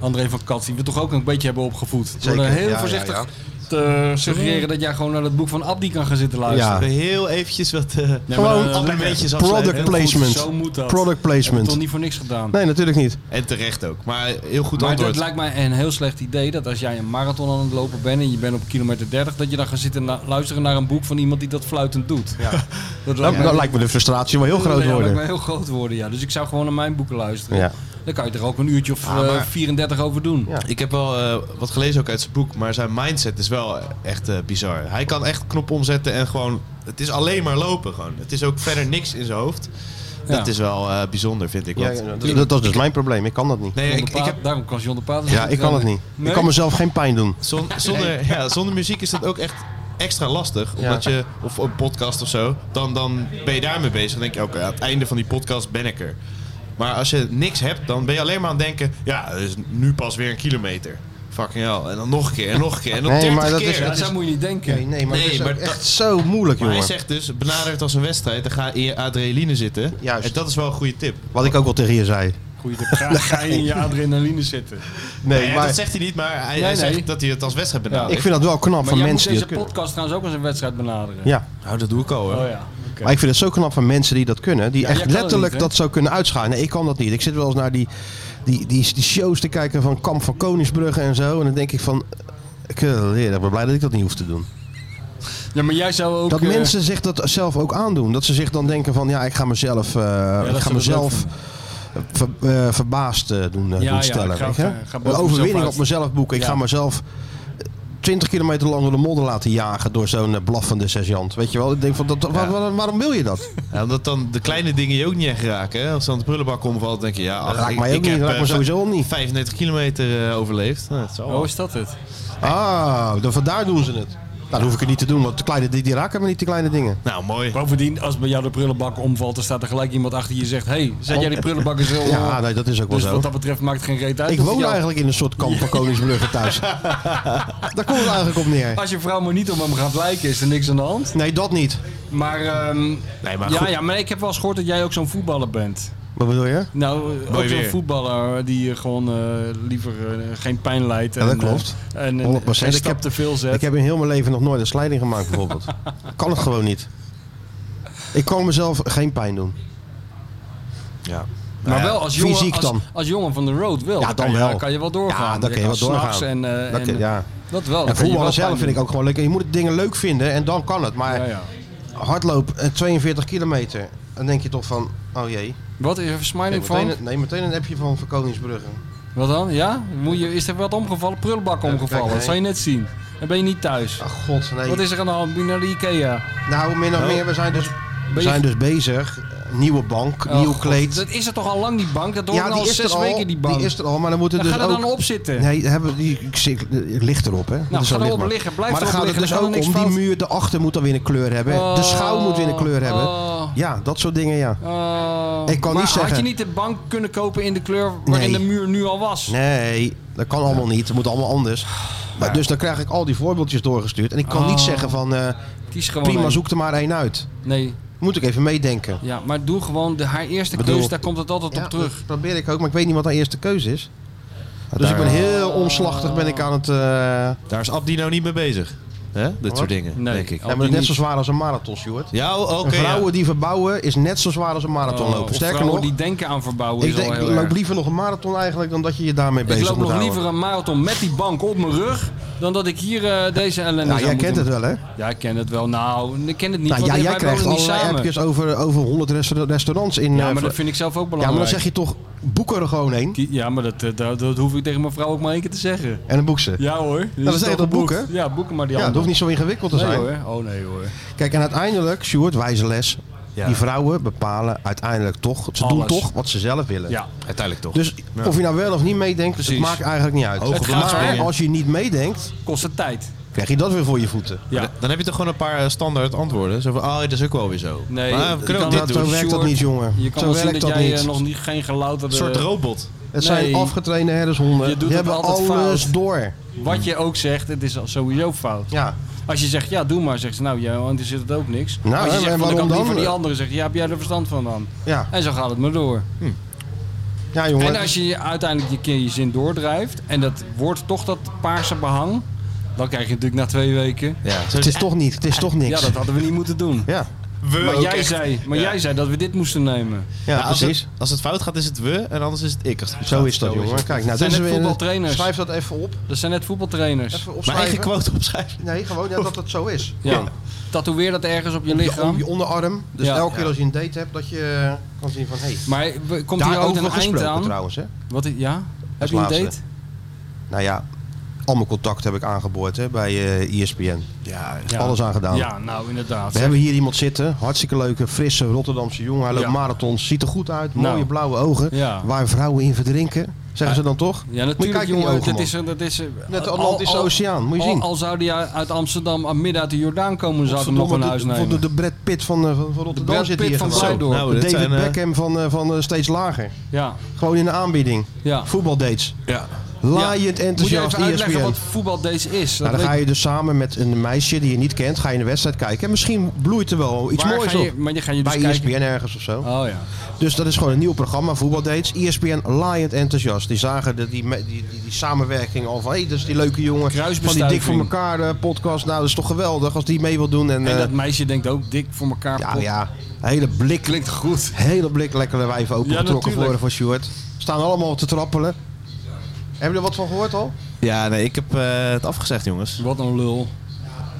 Speaker 3: André van Kat, die we toch ook een beetje hebben opgevoed. Door
Speaker 2: Zeker,
Speaker 3: dan heel
Speaker 2: ja,
Speaker 3: voorzichtig
Speaker 2: ja,
Speaker 3: te suggereren dat jij gewoon naar het boek van Abdi kan gaan zitten
Speaker 2: Ja.
Speaker 3: luisteren.
Speaker 4: ben heel eventjes wat eh
Speaker 3: maar dan-
Speaker 4: andere
Speaker 3: lekker.
Speaker 4: beetjes afsluiten.
Speaker 2: Product
Speaker 4: Heel
Speaker 2: placement.
Speaker 3: Zo moet dat.
Speaker 2: Product
Speaker 3: Heb ik toch
Speaker 2: placement.
Speaker 3: niet voor niks gedaan.
Speaker 2: Nee, natuurlijk niet.
Speaker 4: goed. En terecht ook. Maar heel goed
Speaker 3: Maar
Speaker 4: antwoord.
Speaker 3: het lijkt mij een heel slecht idee dat als jij een marathon aan het lopen bent en je bent op kilometer 30, dat je dan gaat zitten na- luisteren naar een boek van iemand die dat fluitend doet. [laughs] Dat
Speaker 2: Dan,
Speaker 3: lijkt mij-
Speaker 2: dan lijkt me de frustratie wel heel
Speaker 3: Ja,
Speaker 2: groot
Speaker 3: dat lijkt mij
Speaker 2: worden.
Speaker 3: heel groot worden, ja. Dus ik zou gewoon naar mijn boeken luisteren.
Speaker 2: Ja.
Speaker 3: Dan kan je er ook een uurtje of
Speaker 2: Ja, maar-
Speaker 3: eh, 34 over doen.
Speaker 2: Ja.
Speaker 4: Ik heb wel eh, wat gelezen ook uit zijn boek, maar zijn mindset is wel echt eh, bizar. Hij kan echt knop omzetten en gewoon... Het is alleen maar lopen gewoon. Het is ook verder niks in zijn hoofd.
Speaker 3: Ja.
Speaker 4: Dat is wel eh, bijzonder, vind ik.
Speaker 2: Ja,
Speaker 4: want-
Speaker 2: dat, dat is dus mijn probleem. Ik kan dat niet.
Speaker 4: nee,
Speaker 3: John
Speaker 4: ik,
Speaker 3: de
Speaker 4: ik
Speaker 3: Paat-
Speaker 4: heb
Speaker 3: Daarom kan John de Paat dus
Speaker 2: Ja, ik kan het niet.
Speaker 3: Nee?
Speaker 2: Ik kan mezelf geen pijn doen.
Speaker 4: Zon- zonder, ja, zonder muziek is dat ook echt extra lastig. Omdat je, of een podcast of zo, dan, dan ben je daarmee bezig. Dan denk je, oké, aan het einde van die podcast ben ik er. Maar als je niks hebt, dan ben je alleen maar aan het denken... Ja, het is nu pas weer een kilometer. Fucking hell. En dan nog een keer, en nog een keer, en dan
Speaker 2: Nee,
Speaker 4: 30
Speaker 2: maar dat
Speaker 4: keer.
Speaker 2: is-
Speaker 3: Ja, dat moet je niet denken.
Speaker 2: Nee, nee, maar
Speaker 4: Nee,
Speaker 2: het is ook
Speaker 4: maar
Speaker 2: echt
Speaker 4: dat-
Speaker 2: zo moeilijk,
Speaker 4: Maar hij
Speaker 2: jongen.
Speaker 4: zegt dus, benader het als een wedstrijd, dan ga je in je adrenaline zitten.
Speaker 2: Juist.
Speaker 4: En dat is wel een goede tip.
Speaker 2: Wat ik ook al tegen je zei.
Speaker 3: Goeie, dan ga, ga je in je adrenaline zitten.
Speaker 2: Nee,
Speaker 4: Ja,
Speaker 2: maar
Speaker 4: Dat zegt hij niet, maar hij,
Speaker 3: Nee,
Speaker 4: hij
Speaker 3: nee.
Speaker 4: zegt dat hij het als wedstrijd benadert.
Speaker 2: ik vind dat wel knap
Speaker 3: Maar
Speaker 2: van
Speaker 3: jij moet
Speaker 2: mensen die
Speaker 3: deze
Speaker 2: dat kunnen.
Speaker 3: podcast trouwens ook als een wedstrijd benaderen.
Speaker 2: Ja,
Speaker 4: Nou, dat doe ik al hoor.
Speaker 3: Oh ja. oké.
Speaker 2: maar ik vind het zo knap van mensen die dat kunnen. Die
Speaker 3: jij
Speaker 2: echt
Speaker 3: kan het
Speaker 2: letterlijk
Speaker 3: niet, hè?
Speaker 2: dat zo kunnen uitschalen. Nee, ik kan dat niet. Ik zit wel eens naar die, die, die, die shows te kijken van Kamp van Koningsbrugge en zo. En dan denk ik van... Ik eh, ik ben blij dat ik dat niet hoef te doen.
Speaker 3: Ja, maar jij zou ook...
Speaker 2: Dat
Speaker 3: eh,
Speaker 2: mensen zich dat zelf ook aandoen. Dat ze zich dan denken van ja, ik ga mezelf, eh,
Speaker 3: dat
Speaker 2: ik ga
Speaker 3: ze dat leuk
Speaker 2: mezelf ver- eh, verbaasd eh, doen, eh,
Speaker 3: Ja,
Speaker 2: doen
Speaker 3: ja,
Speaker 2: stellen.
Speaker 3: ik ga-
Speaker 2: weet je?
Speaker 3: ga- ga boven
Speaker 2: Een overwinning
Speaker 3: mezelf
Speaker 2: op mezelf boeken. Ik
Speaker 3: Ja.
Speaker 2: ga mezelf 20 kilometer lang door de modder laten jagen door zo'n eh, blaffende sergeant. Weet je wel? Ik denk van dat, waar- waar- waarom wil je dat?
Speaker 4: Ja, omdat dan de kleine dingen je ook niet echt raken. Hè? Als dan de prullenbak omvalt, denk je, ja, ach,
Speaker 2: raakt
Speaker 4: ik,
Speaker 2: mij ook
Speaker 4: ik
Speaker 2: niet,
Speaker 4: heb
Speaker 2: raakt
Speaker 4: eh,
Speaker 2: me sowieso
Speaker 4: vij-
Speaker 2: niet.
Speaker 4: 35 kilometer eh, overleefd. Nou, dat zal wel.
Speaker 3: Oh, is dat het?
Speaker 2: Ah, dan vandaar doen ze het. Nou, dat hoef ik het niet te doen, want de kleine, die, die raken me niet, die kleine dingen.
Speaker 4: nou, mooi.
Speaker 3: Bovendien, als bij jou de prullenbak omvalt, dan staat er gelijk iemand achter je die zegt... hey, zet jij die prullenbak eens heel...
Speaker 2: Oh. Ja, nee, dat is ook wel
Speaker 3: dus
Speaker 2: zo.
Speaker 3: wat dat betreft maakt het geen reet uit.
Speaker 2: Ik
Speaker 3: of het
Speaker 2: woon
Speaker 3: jou-
Speaker 2: eigenlijk in een soort kamp van
Speaker 3: [laughs]
Speaker 2: Koningsbrugge thuis. Daar komt het eigenlijk op neer.
Speaker 3: Als je vrouw maar niet om hem gaat lijken, is er niks aan de hand.
Speaker 2: Nee, dat niet.
Speaker 3: Maar, ehm,
Speaker 4: Nee, maar
Speaker 3: ja,
Speaker 4: goed.
Speaker 3: ja, maar ik heb wel eens gehoord dat jij ook zo'n voetballer bent.
Speaker 2: Wat bedoel je?
Speaker 3: Nou, eh, ook
Speaker 4: Mooi
Speaker 3: zo'n
Speaker 4: weer.
Speaker 3: voetballer die eh, gewoon eh, liever eh, geen pijn lijdt.
Speaker 2: dat
Speaker 3: en, eh,
Speaker 2: klopt.
Speaker 3: En, en,
Speaker 2: 100%.
Speaker 3: en
Speaker 2: Ik
Speaker 3: stap
Speaker 2: heb-
Speaker 3: te veel zet.
Speaker 2: Ik heb in heel mijn leven nog nooit een slijding gemaakt, bijvoorbeeld. kan het gewoon niet. Ik kan mezelf geen pijn doen.
Speaker 4: Ja.
Speaker 3: maar wel als jongen,
Speaker 2: fysiek
Speaker 3: als,
Speaker 2: dan.
Speaker 3: als jongen van de road wel.
Speaker 2: Ja,
Speaker 3: kan
Speaker 2: dan
Speaker 3: je,
Speaker 2: wel.
Speaker 3: Dan kan je wel doorgaan.
Speaker 2: Ja, dan kan je wel
Speaker 3: s'nachts
Speaker 2: doorgaan.
Speaker 3: En, eh,
Speaker 2: Dat,
Speaker 3: en,
Speaker 2: ja.
Speaker 3: dat wel.
Speaker 2: En
Speaker 3: dan kan je wel
Speaker 2: voetballen zelf
Speaker 3: pijn
Speaker 2: vind ik
Speaker 3: doen.
Speaker 2: ook gewoon leuk. Je moet de dingen leuk vinden en dan kan het. Maar
Speaker 3: Ja, ja.
Speaker 2: hardloop eh, 42 kilometer, dan denk je toch van, oh jee.
Speaker 3: Wat is er versmijning
Speaker 2: meteen,
Speaker 3: van?
Speaker 2: een- nee, meteen een appje van Van Koningsbrugge.
Speaker 3: Wat dan? Ja? Moet je, is er wat omgevallen? Prullenbak
Speaker 2: Even
Speaker 3: omgevallen.
Speaker 2: kijken,
Speaker 3: Dat zal je net zien. Dan ben je niet thuis.
Speaker 2: Ach god, nee.
Speaker 3: Wat is er aan de hand? Moet je naar de Ikea?
Speaker 2: Nou, min of
Speaker 4: Oh.
Speaker 2: meer, we zijn dus, we
Speaker 3: je-
Speaker 2: zijn dus bezig. Nieuwe bank,
Speaker 3: Oh,
Speaker 2: nieuw
Speaker 3: God,
Speaker 2: kleed.
Speaker 3: Dat is er toch al lang, die bank? Dat hoort
Speaker 2: ja,
Speaker 3: er
Speaker 2: die
Speaker 3: al
Speaker 2: is
Speaker 3: zes
Speaker 2: er al.
Speaker 3: weken, die bank.
Speaker 2: is er al, maar dan moeten
Speaker 3: dan
Speaker 2: dus
Speaker 3: ga er
Speaker 2: ook...
Speaker 3: dan op zitten. Nou,
Speaker 2: Nee, hebben die ik zie- het ligt erop, hè? Dat is
Speaker 3: ga
Speaker 2: zo'n
Speaker 3: erop
Speaker 2: lichtbak.
Speaker 3: liggen, blijf
Speaker 2: maar dan
Speaker 3: erop
Speaker 2: gaat het
Speaker 3: liggen,
Speaker 2: dus
Speaker 3: dan
Speaker 2: ook
Speaker 3: kan er
Speaker 2: om
Speaker 3: niks
Speaker 2: die
Speaker 3: fout.
Speaker 2: muur erachter moet dan weer een kleur hebben. de schouw moet weer een kleur hebben.
Speaker 3: Oh,
Speaker 2: Ja, dat soort dingen, ja.
Speaker 3: oh.
Speaker 2: Ik kan
Speaker 3: maar
Speaker 2: niet zeggen-
Speaker 3: had je niet de bank kunnen kopen in de kleur waarin
Speaker 2: Nee.
Speaker 3: de muur nu al was?
Speaker 2: Nee, dat kan allemaal niet. Het moet allemaal anders. Maar, dus dan krijg ik al die voorbeeldjes doorgestuurd. En ik kan niet
Speaker 3: Oh.
Speaker 2: zeggen van, eh,
Speaker 3: Kies gewoon
Speaker 2: prima,
Speaker 3: een.
Speaker 2: zoek er maar één uit.
Speaker 3: Nee,
Speaker 2: Moet ik even meedenken.
Speaker 3: ja, maar doe gewoon de, haar eerste
Speaker 2: Bedoel-
Speaker 3: keus, daar komt het altijd op terug.
Speaker 2: dat probeer ik ook, maar ik weet niet wat haar eerste keuze is. Dus ik ben heel omslachtig ben ik aan het... eh
Speaker 4: Daar is Abdi nou niet mee bezig. Hè? Dit soort dingen,
Speaker 3: Nee.
Speaker 4: denk ik.
Speaker 2: ja,
Speaker 3: Oh.
Speaker 2: maar het is net
Speaker 3: niet.
Speaker 2: zo zwaar als een marathon, Stuart.
Speaker 4: Ja, o- oké. ja.
Speaker 2: vrouwen die verbouwen is net zo zwaar als een marathon
Speaker 3: Oh,
Speaker 2: lopen.
Speaker 3: of
Speaker 2: Sterker
Speaker 3: vrouwen
Speaker 2: nog,
Speaker 3: die denken aan verbouwen
Speaker 2: ik
Speaker 3: is al
Speaker 2: denk, ik
Speaker 3: heel
Speaker 2: loop
Speaker 3: erg.
Speaker 2: liever nog een marathon eigenlijk dan dat je je daarmee
Speaker 3: Ik
Speaker 2: bezig
Speaker 3: loop
Speaker 2: moet
Speaker 3: nog
Speaker 2: houden.
Speaker 3: liever een marathon met die bank op mijn rug dan dat ik hier eh, deze ellende
Speaker 2: Nou,
Speaker 3: zou
Speaker 2: jij
Speaker 3: moeten
Speaker 2: kent het
Speaker 3: doen.
Speaker 2: wel, hè?
Speaker 3: Ja, ik ken het wel. Nou, ik ken het niet,
Speaker 2: Nou,
Speaker 3: want
Speaker 2: ja,
Speaker 3: wij
Speaker 2: jij
Speaker 3: wonen
Speaker 2: krijgt
Speaker 3: niet
Speaker 2: allerlei
Speaker 3: samen.
Speaker 2: appjes over, over 100 rest- restaurants in...
Speaker 3: Ja,
Speaker 2: eh,
Speaker 3: maar dat
Speaker 2: Vla-
Speaker 3: vind ik zelf ook
Speaker 2: ja,
Speaker 3: belangrijk.
Speaker 2: maar dan zeg je toch, boek er gewoon heen
Speaker 3: Die- Ja, maar dat, eh, dat, dat hoef ik tegen mijn vrouw ook maar één keer te zeggen.
Speaker 2: en dan boek ze.
Speaker 3: Ja hoor. Dus
Speaker 2: dat is
Speaker 3: toch
Speaker 2: echt dat
Speaker 3: geboekt.
Speaker 2: boeken.
Speaker 3: Ja, boeken maar die
Speaker 2: Ja, dat
Speaker 3: andere.
Speaker 2: hoeft niet zo ingewikkeld te zijn.
Speaker 3: hoor. Oh nee hoor.
Speaker 2: Kijk, en uiteindelijk, Sjoerd, wijze les.
Speaker 4: Ja.
Speaker 2: Die vrouwen bepalen uiteindelijk toch, ze
Speaker 3: Alles.
Speaker 2: doen toch wat ze zelf willen.
Speaker 3: Ja.
Speaker 4: Uiteindelijk toch.
Speaker 2: Dus of je nou wel of niet meedenkt,
Speaker 3: Precies.
Speaker 2: het maakt eigenlijk niet uit.
Speaker 4: Hoge
Speaker 2: maar
Speaker 4: belastingen.
Speaker 2: als je niet meedenkt,
Speaker 3: Kost het tijd.
Speaker 2: krijg je dat weer voor je voeten.
Speaker 3: Ja.
Speaker 4: Dan heb je toch gewoon een paar eh, standaard antwoorden. Zo van, oh, dat is ook wel weer zo.
Speaker 3: Nee,
Speaker 4: maar, we
Speaker 3: je
Speaker 4: kunnen ook
Speaker 3: kan
Speaker 4: dit
Speaker 2: zo
Speaker 4: doen.
Speaker 3: doen,
Speaker 2: werkt dat
Speaker 3: Sjoerd.
Speaker 2: niet, jongen.
Speaker 3: Je kan
Speaker 2: zo
Speaker 3: wel zien
Speaker 2: werkt
Speaker 3: dat
Speaker 2: dat
Speaker 3: jij
Speaker 2: niet.
Speaker 3: eh, nog niet, geen gelouterde...
Speaker 4: Een soort robot.
Speaker 2: Het zijn
Speaker 3: Nee.
Speaker 2: afgetrainde herdershonden.
Speaker 3: Je
Speaker 2: die
Speaker 3: doet het
Speaker 2: hebben
Speaker 3: altijd
Speaker 2: alles
Speaker 3: fout.
Speaker 2: door.
Speaker 3: Wat je ook zegt, het is al sowieso fout.
Speaker 2: Ja.
Speaker 3: Als je zegt, ja, doe maar, zegt ze, nou, ja, want er zit het ook niks.
Speaker 2: Nou,
Speaker 3: Als je
Speaker 2: en
Speaker 3: zegt, van, ik
Speaker 2: waarom
Speaker 3: had liever
Speaker 2: dan?
Speaker 3: die andere, zegt, ja, heb jij er verstand van dan?
Speaker 2: Ja.
Speaker 3: En zo gaat het maar door.
Speaker 2: ja, jongen.
Speaker 3: En als je je uiteindelijk je keer je zin doordrijft en dat wordt toch dat paarse behang, dan krijg je natuurlijk na twee weken.
Speaker 2: ja. Het is toch niet. Het is toch niks.
Speaker 3: Ja, dat hadden we niet moeten doen.
Speaker 2: Ja.
Speaker 3: maar
Speaker 4: ook
Speaker 3: jij,
Speaker 4: echt.
Speaker 3: zei, maar
Speaker 4: Ja.
Speaker 3: jij zei dat we dit moesten nemen.
Speaker 2: Ja,
Speaker 4: als,
Speaker 2: precies.
Speaker 4: het, als het fout gaat, is het we en anders is het ik. Als het goed
Speaker 2: Zo
Speaker 4: gaat.
Speaker 2: is dat, jongen. Kijk, nou,
Speaker 3: zijn net
Speaker 2: dat is weer-
Speaker 3: voetbaltrainers.
Speaker 2: Schrijf dat even op.
Speaker 3: Dat zijn net voetbaltrainers.
Speaker 2: Even
Speaker 4: Mijn eigen
Speaker 2: opschrijven.
Speaker 4: quote opschrijven.
Speaker 2: Nee, gewoon ja, dat
Speaker 3: [laughs]
Speaker 2: dat zo is.
Speaker 3: Ja. Tatoeëer dat ergens op je
Speaker 2: Je, om
Speaker 3: lichaam.
Speaker 2: je onderarm. Dus
Speaker 3: Ja.
Speaker 2: elke keer als je een date hebt, dat je eh, kan zien van... Hey,
Speaker 3: Maar we- komt hier ook
Speaker 2: daarover
Speaker 3: een eind
Speaker 2: gesproken
Speaker 3: aan?
Speaker 2: trouwens, hè.
Speaker 3: Wat, i- ja? Heb
Speaker 2: Als
Speaker 3: je een
Speaker 2: laatste.
Speaker 3: date?
Speaker 2: Nou ja, al mijn contacten heb ik aangeboord hè, bij eh, ESPN.
Speaker 4: Ja,
Speaker 2: Ja. Alles aan gedaan.
Speaker 3: Ja, nou inderdaad.
Speaker 2: We hebben hier iemand zitten, hartstikke leuke, frisse Rotterdamse jongen. Hij loopt
Speaker 3: Ja.
Speaker 2: marathons, ziet er goed uit,
Speaker 3: Nou.
Speaker 2: mooie blauwe ogen.
Speaker 3: Ja.
Speaker 2: Waar vrouwen in verdrinken, zeggen ze dan toch?
Speaker 3: Ja,
Speaker 2: Moet je
Speaker 3: natuurlijk,
Speaker 2: kijken in die
Speaker 3: jongen.
Speaker 2: ogen,
Speaker 3: Dat is,
Speaker 2: man.
Speaker 3: dat is,
Speaker 2: Net de Atlantische Oceaan, moet je
Speaker 3: al-
Speaker 2: zien.
Speaker 3: Al zou die uit Amsterdam, aan midden uit de Jordaan komen, zou ik hem nog
Speaker 2: Verdomme,
Speaker 3: een
Speaker 2: de-
Speaker 3: huis
Speaker 2: van
Speaker 3: nemen.
Speaker 2: de, de Brad Pitt van, eh, van van Rotterdam
Speaker 3: Brad
Speaker 2: zit
Speaker 3: Pitt
Speaker 2: hier
Speaker 3: van Oh,
Speaker 2: gewoon.
Speaker 3: Blijdorp.
Speaker 2: De
Speaker 4: Nou, dit
Speaker 2: David
Speaker 4: zijn, eh,
Speaker 2: Beckham van, eh, van eh, steeds lager.
Speaker 3: ja,
Speaker 2: Gewoon in de aanbieding.
Speaker 3: ja.
Speaker 2: Voetbaldates.
Speaker 4: Ja.
Speaker 2: Laaiend
Speaker 3: Moet je
Speaker 2: enthousiast E
Speaker 3: even uitleggen
Speaker 2: ESPN.
Speaker 3: wat voetbal deze is? Dat
Speaker 2: Nou, dan
Speaker 3: weet-
Speaker 2: ga je dus samen met een meisje die je niet kent, ga je een wedstrijd kijken. En misschien bloeit er wel iets
Speaker 3: waar
Speaker 2: moois
Speaker 3: ga je,
Speaker 2: op.
Speaker 3: Maar je gaat je dus
Speaker 2: Bij E
Speaker 3: kijken...
Speaker 2: ESPN ergens of zo.
Speaker 3: Oh ja.
Speaker 2: Dus dat is gewoon een nieuw programma, E voetbaldates. ESPN laaiend enthousiast. Die zagen de, die, me- die, die, die samenwerking al van, hé, dat is die leuke jongen. Van die Dik
Speaker 3: Kruisbestuiving.
Speaker 2: voor elkaar eh, podcast. Nou, dat is toch geweldig als die mee wil doen. En,
Speaker 3: En
Speaker 2: eh,
Speaker 3: dat meisje denkt ook dik voor elkaar.
Speaker 2: ja,
Speaker 3: pot.
Speaker 2: ja, hele blik.
Speaker 3: Klinkt goed.
Speaker 2: Hele blik lekkere wijven
Speaker 3: Ja,
Speaker 2: opengetrokken
Speaker 3: natuurlijk.
Speaker 2: worden voor Sjoerd. Staan allemaal te trappelen. Hebben jullie er wat van gehoord al?
Speaker 4: Ja, nee, ik heb eh, het afgezegd, jongens.
Speaker 3: Wat een lul.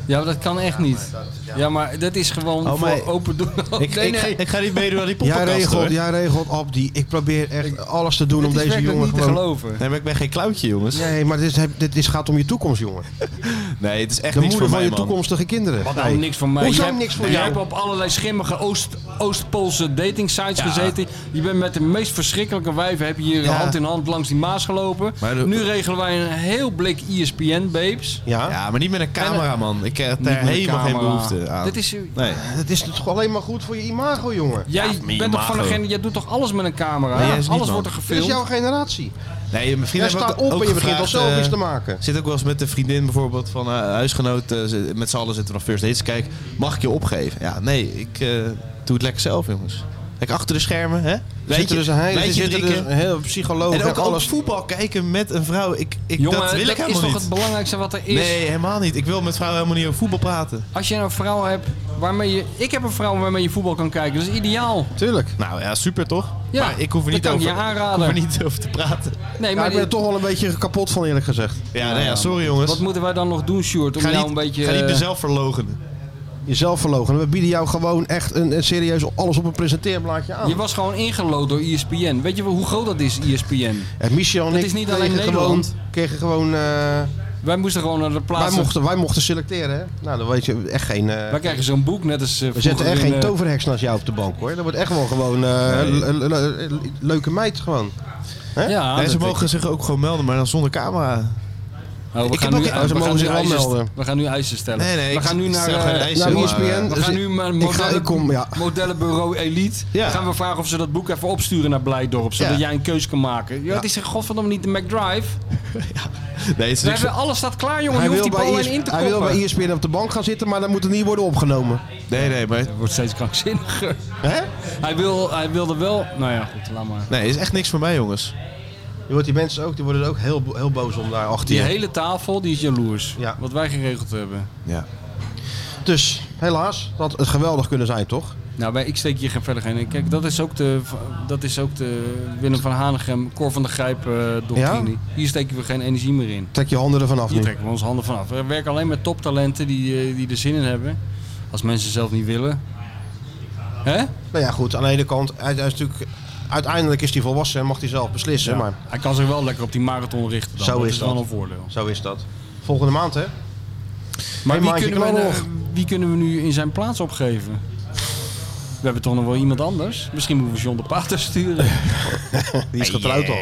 Speaker 3: Ja, maar dat kan echt niet. Ja, maar dat is gewoon
Speaker 4: Oh, maar-
Speaker 3: voor open doen.
Speaker 4: Ik,
Speaker 3: Oh, nee,
Speaker 4: ik,
Speaker 3: nee.
Speaker 4: ik ga niet meedoen aan die
Speaker 2: Jij
Speaker 4: podcast,
Speaker 2: regelt,
Speaker 4: hoor.
Speaker 2: jij regelt, Abdi. Ik probeer echt alles te doen
Speaker 3: Het
Speaker 2: om
Speaker 3: is
Speaker 2: deze
Speaker 3: werkelijk
Speaker 2: jongen
Speaker 3: niet te
Speaker 2: gewoon...
Speaker 3: geloven.
Speaker 4: Nee, maar ik ben geen klauwtje, jongens.
Speaker 2: Nee, maar dit, is, dit is, gaat om je toekomst, jongen.
Speaker 4: Nee, het is echt
Speaker 2: De moeder
Speaker 4: niks voor
Speaker 2: van
Speaker 4: mij,
Speaker 2: je
Speaker 4: man.
Speaker 2: toekomstige kinderen.
Speaker 3: Wat nou niks van mij.
Speaker 2: Hoezo
Speaker 3: Jij hebt-
Speaker 2: niks van
Speaker 3: Jij
Speaker 2: jou?
Speaker 3: hebt op allerlei schimmige Oost, Oost-Poolse dating sites gezeten. Je bent met de meest verschrikkelijke wijven heb je hier
Speaker 2: Ja.
Speaker 3: hand in hand langs die Maas gelopen.
Speaker 4: Maar de-
Speaker 3: Nu regelen wij een heel blik E ESPN babes.
Speaker 2: Ja?
Speaker 4: Ja, maar niet met een camera, man. Ik heb
Speaker 3: Niet
Speaker 4: daar
Speaker 3: met de
Speaker 4: helemaal geen
Speaker 3: camera.
Speaker 4: behoefte Ah, aan.
Speaker 3: Dit is,
Speaker 4: Nee.
Speaker 2: Het is toch alleen maar goed voor je imago, jongen.
Speaker 3: jij
Speaker 4: maar
Speaker 3: bent toch
Speaker 4: imago.
Speaker 3: van degene, jij doet toch alles met een camera?
Speaker 4: Nee, jij is
Speaker 3: alles
Speaker 4: niet, man.
Speaker 3: wordt er
Speaker 2: Dit is
Speaker 3: gefilmd.
Speaker 2: jouw generatie.
Speaker 4: Nee, mijn
Speaker 2: Jij
Speaker 4: vrienden
Speaker 2: staat
Speaker 4: hebben
Speaker 2: op
Speaker 4: ook-
Speaker 2: en
Speaker 4: ook
Speaker 2: je begint al
Speaker 4: gevraagd,
Speaker 2: zelf iets
Speaker 4: eh,
Speaker 2: te maken.
Speaker 4: Zit ook wel eens met de vriendin bijvoorbeeld van eh huisgenoot. eh, ze- met z'n allen zitten we nog first dates. Kijk, mag ik je opgeven? Ja, nee, ik eh, doe het lekker zelf, jongens. Kijk, achter de schermen, hè?
Speaker 2: Zit er dus een hele,
Speaker 4: wijntje
Speaker 2: zit er dus
Speaker 4: drinken.
Speaker 2: een hele psycholoog
Speaker 4: En
Speaker 2: en
Speaker 4: ook alles
Speaker 2: alles.
Speaker 4: voetbal kijken met een vrouw. Ik, ik,
Speaker 3: Jongen,
Speaker 4: dat wil ik
Speaker 3: is
Speaker 4: helemaal
Speaker 3: toch
Speaker 4: niet.
Speaker 3: het belangrijkste wat er is?
Speaker 4: Nee, helemaal niet. Ik wil met vrouwen helemaal niet over voetbal praten.
Speaker 3: Als je nou een vrouw hebt waarmee je... Ik heb een vrouw waarmee je voetbal kan kijken. Dat is ideaal.
Speaker 2: Tuurlijk.
Speaker 4: Nou ja, super toch?
Speaker 3: Ja,
Speaker 4: maar ik hoef er
Speaker 3: dat
Speaker 4: niet
Speaker 3: kan ik
Speaker 4: over,
Speaker 3: je aanraden.
Speaker 4: ik hoef er niet over te praten.
Speaker 3: Nee,
Speaker 2: Ja,
Speaker 3: maar
Speaker 2: ik ben er
Speaker 3: dit-
Speaker 2: toch wel een beetje kapot van, eerlijk gezegd.
Speaker 4: Ja, nou ja, sorry jongens.
Speaker 3: wat moeten wij dan nog doen, Sjoerd? Om
Speaker 4: ga
Speaker 3: jou
Speaker 4: niet,
Speaker 3: een beetje...
Speaker 4: ga niet
Speaker 3: eh,
Speaker 4: mezelf verlogenen.
Speaker 2: Jezelf verlogen. We bieden jou gewoon echt een, een serieus alles op een presenteerblaadje aan.
Speaker 3: Je was gewoon ingelood door E ESPN. Weet je wel hoe groot dat is, E ESPN?
Speaker 2: En Michel en
Speaker 3: Dat
Speaker 2: ik
Speaker 3: is niet alleen
Speaker 2: kregen gewoon,
Speaker 3: Nederland.
Speaker 2: kregen gewoon eh,
Speaker 3: Wij moesten gewoon naar de
Speaker 2: wij,
Speaker 3: plaats.
Speaker 2: mochten, wij mochten selecteren. Hè? Nou, dan weet je echt geen... eh,
Speaker 3: Wij krijgen zo'n boek, net als eh,
Speaker 2: we
Speaker 3: vroeger
Speaker 2: zetten echt
Speaker 3: in,
Speaker 2: geen
Speaker 3: eh,
Speaker 2: toverheks naast jou op de bank hoor. Dat wordt echt wel gewoon eh, le- le- le- leuke meid gewoon. hè?
Speaker 3: Ja,
Speaker 4: nee,
Speaker 3: dat
Speaker 4: ze
Speaker 3: ik-
Speaker 4: mogen zich ook gewoon melden, maar dan zonder camera.
Speaker 3: Oh, we
Speaker 2: ik
Speaker 3: gaan
Speaker 2: heb
Speaker 3: nu-
Speaker 2: ook-
Speaker 3: eh,
Speaker 2: ze
Speaker 3: we
Speaker 2: mogen
Speaker 3: gaan
Speaker 2: zich
Speaker 3: nu eisen
Speaker 2: aanmelden.
Speaker 3: st- We gaan nu eisen stellen.
Speaker 4: Nee, nee,
Speaker 3: we
Speaker 4: ik
Speaker 3: gaan nu
Speaker 4: stel
Speaker 3: naar,
Speaker 4: geen
Speaker 3: eh,
Speaker 2: Nou,
Speaker 4: eisen. Maar,
Speaker 2: ESPN,
Speaker 3: we gaan nu naar modellen,
Speaker 2: ik kom, ja.
Speaker 3: modellenbureau Elite.
Speaker 4: Ja.
Speaker 3: Dan gaan we vragen of ze dat boek even opsturen naar Blijdorp. Zodat
Speaker 4: Ja.
Speaker 3: jij een keus kan maken. Ja, Het is in godverdomme niet de McDrive.
Speaker 4: Nee, het is
Speaker 3: We
Speaker 4: niks
Speaker 3: hebben, alles staat klaar, jongen.
Speaker 2: Dus Hij
Speaker 3: je hoeft
Speaker 2: wil,
Speaker 3: die
Speaker 2: bij E
Speaker 3: bal
Speaker 2: ES
Speaker 3: alleen in te
Speaker 2: hij wil bij
Speaker 3: koppen.
Speaker 2: ESPN op de bank gaan zitten, maar dan moet het niet worden opgenomen.
Speaker 4: Nee, nee, maar
Speaker 3: Het wordt steeds krankzinniger.
Speaker 2: Hè?
Speaker 3: Hij, wil, hij wilde wel... Nou ja, goed, laat maar.
Speaker 4: nee, het is echt niks voor mij, jongens.
Speaker 2: Je wordt die mensen ook, die worden er ook heel, bo- heel boos om daar achter
Speaker 3: Die
Speaker 2: je.
Speaker 3: hele tafel die is jaloers.
Speaker 2: Ja.
Speaker 3: Wat wij geregeld hebben.
Speaker 4: Ja.
Speaker 2: Dus, helaas, dat had het geweldig kunnen zijn, toch?
Speaker 3: Nou, wij, ik steek hier geen verder geen. in. Kijk, dat is ook de, dat is ook de Willem van Hanegem, Cor van der Grijp eh doctrine.
Speaker 2: Ja?
Speaker 3: Hier steken we geen energie meer in.
Speaker 2: Trek je handen ervan af
Speaker 3: Hier
Speaker 2: nu.
Speaker 3: trekken we onze handen vanaf. We werken alleen met toptalenten die, eh, die er zin in hebben. Als mensen zelf niet willen. Hè?
Speaker 2: Nou ja, goed, aan de ene kant, hij, hij is natuurlijk, uiteindelijk is hij volwassen en mag hij zelf beslissen. Maar
Speaker 3: Hij kan zich wel lekker op die marathon richten. Dan.
Speaker 2: Zo
Speaker 3: dat
Speaker 2: is
Speaker 3: is wel
Speaker 2: dat.
Speaker 3: een voordeel.
Speaker 2: zo is dat. Volgende maand, hè?
Speaker 3: Maar wie
Speaker 2: maandje
Speaker 3: kunnen, wij, nou-
Speaker 2: knallen
Speaker 3: wie kunnen we nu in zijn plaats opgeven? We hebben toch nog wel iemand anders? Misschien moeten we John de Pater sturen.
Speaker 2: Die
Speaker 3: Ah,
Speaker 2: is getrouwd
Speaker 3: Ja, ja.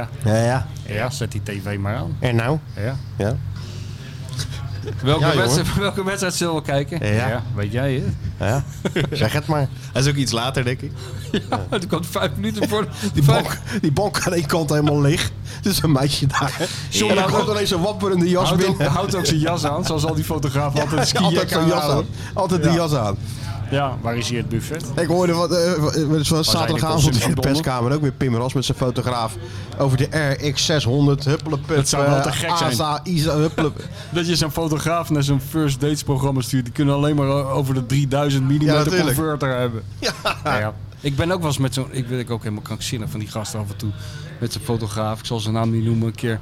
Speaker 2: al. Ja, ja.
Speaker 3: ja, zet die tv maar aan.
Speaker 2: En nou?
Speaker 3: Ja.
Speaker 2: Ja.
Speaker 3: Welke,
Speaker 2: Ja, jongen.
Speaker 3: wedstrijd, [laughs] welke wedstrijd zullen we kijken?
Speaker 2: Ja.
Speaker 3: weet jij het?
Speaker 2: Ja, zeg het maar.
Speaker 4: Hij is ook iets later, denk ik.
Speaker 3: Ja, het Nou, komt vijf minuten voor.
Speaker 2: Die
Speaker 3: vijf-
Speaker 2: bank, die bank aan één kant helemaal [laughs] leeg. Dus een meisje daar. John, en dan komt ineens een wapperende jas
Speaker 3: Houdt ook,
Speaker 2: binnen.
Speaker 3: houdt ook zijn jas aan, zoals al die
Speaker 2: [laughs]
Speaker 3: fotografen altijd een
Speaker 2: Altijd
Speaker 3: skijak
Speaker 2: zo'n jas aan.
Speaker 3: aanhouden.
Speaker 2: Altijd die jas aan.
Speaker 3: Ja, waar is hier het buffet?
Speaker 2: Ik hoorde wat, eh, wat- van zaterdagavond in de
Speaker 3: consumptiebanden?
Speaker 2: perskamer ook weer Pim Ras met zijn fotograaf over de RX600. Huppeleput.
Speaker 3: Dat zou wel
Speaker 2: eh,
Speaker 3: te gek zijn.
Speaker 2: ASA, ISA, huppeleput.
Speaker 3: Dat je zo'n fotograaf naar zo'n first dates programma stuurt. Die kunnen alleen maar over de 3000 mm
Speaker 2: Ja, natuurlijk.
Speaker 3: converter hebben. Nou ja. Ik ben ook wel eens met zo'n... Ik ben ook helemaal krankzinnig van die gasten af en toe. Met zijn fotograaf, ik zal zijn naam niet noemen, een keer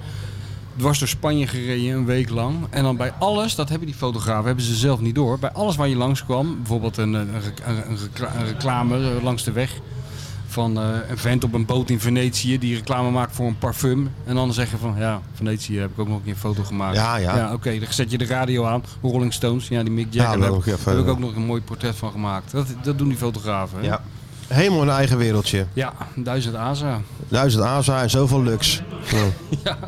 Speaker 3: dwars door Spanje gereden, een week lang. En dan bij alles, dat hebben die fotografen, hebben ze zelf niet door. Bij alles waar je langskwam, bijvoorbeeld een, eh, een, rec- een, een recla- een reclame eh, langs de weg... Van eh, een vent op een boot in Venetië die reclame maakt voor een parfum. En dan zeggen van ja, Venetië heb ik ook nog een keer een foto gemaakt.
Speaker 2: Ja, ja.
Speaker 3: oké, dan zet je de radio aan. Rolling Stones, ja, die Mick
Speaker 2: Ja,
Speaker 3: Jagger.
Speaker 2: dat
Speaker 3: daar
Speaker 2: ook, ja,
Speaker 3: heb, daar heb ik ook nog een mooi portret van gemaakt. Dat, dat doen die fotografen. hè?
Speaker 2: Ja. Helemaal een eigen wereldje.
Speaker 3: Ja, duizend ASA.
Speaker 2: Duizend ASA en zoveel
Speaker 3: [laughs]
Speaker 2: lux. Ja.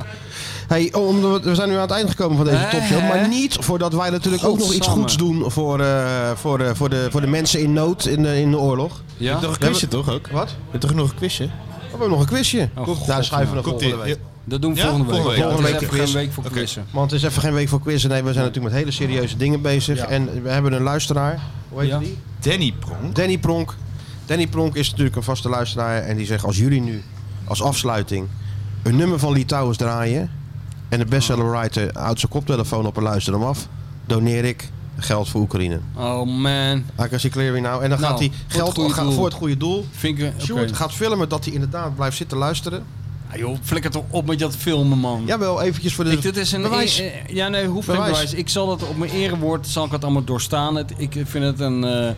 Speaker 2: Hey, om de- we zijn nu aan het eind gekomen van deze
Speaker 3: Hè,
Speaker 2: topshow.
Speaker 3: hè?
Speaker 2: Maar niet voordat wij natuurlijk ook nog iets
Speaker 3: Godsamme.
Speaker 2: goeds doen voor, eh, voor, eh, voor, de, voor de mensen in nood in de, in de oorlog.
Speaker 3: Ja?
Speaker 4: Nog een quizje, toch ook?
Speaker 2: Wat?
Speaker 4: Je hebt toch nog een quizje?
Speaker 2: We hebben nog een quizje.
Speaker 3: Oh,
Speaker 2: Komt-
Speaker 3: God,
Speaker 2: Daar schuiven we
Speaker 3: ja.
Speaker 2: nog volgende week.
Speaker 3: Dat doen we
Speaker 4: Ja?
Speaker 3: volgende week.
Speaker 4: Volgende week,
Speaker 3: Volgende
Speaker 2: ja.
Speaker 3: week,
Speaker 2: Quiz.
Speaker 3: geen week voor quizzen.
Speaker 2: Want het is even geen week voor quizzen. Nee, we zijn natuurlijk met hele serieuze dingen bezig.
Speaker 3: Ja.
Speaker 2: En we hebben een luisteraar. Hoe heet
Speaker 3: Ja.
Speaker 2: die?
Speaker 4: Danny Prong.
Speaker 2: Danny Pronk. Danny Pronk is natuurlijk een vaste luisteraar. En die zegt als jullie nu als afsluiting een nummer van Litouwers draaien. En de bestseller writer houdt zijn koptelefoon op en luistert hem af. Doneer ik geld voor Oekraïne.
Speaker 3: Oh man.
Speaker 2: I can see clearly now. En dan
Speaker 3: Nou,
Speaker 2: gaat hij
Speaker 3: voor het
Speaker 2: geld
Speaker 3: goede
Speaker 2: gaat
Speaker 3: doel.
Speaker 2: voor het goede doel.
Speaker 3: Vinken.
Speaker 2: Sjoerd gaat filmen dat hij inderdaad blijft zitten luisteren.
Speaker 3: Ah, joh, flikker toch op met dat filmen, man.
Speaker 2: Jawel, eventjes voor de
Speaker 3: Ik, dit is een
Speaker 2: bewijs.
Speaker 3: eh, eh, ja, nee, hoeft geen
Speaker 2: Bewijs.
Speaker 3: bewijs. Ik zal dat op mijn erewoord zal ik het allemaal doorstaan. Het, ik vind het een. eh,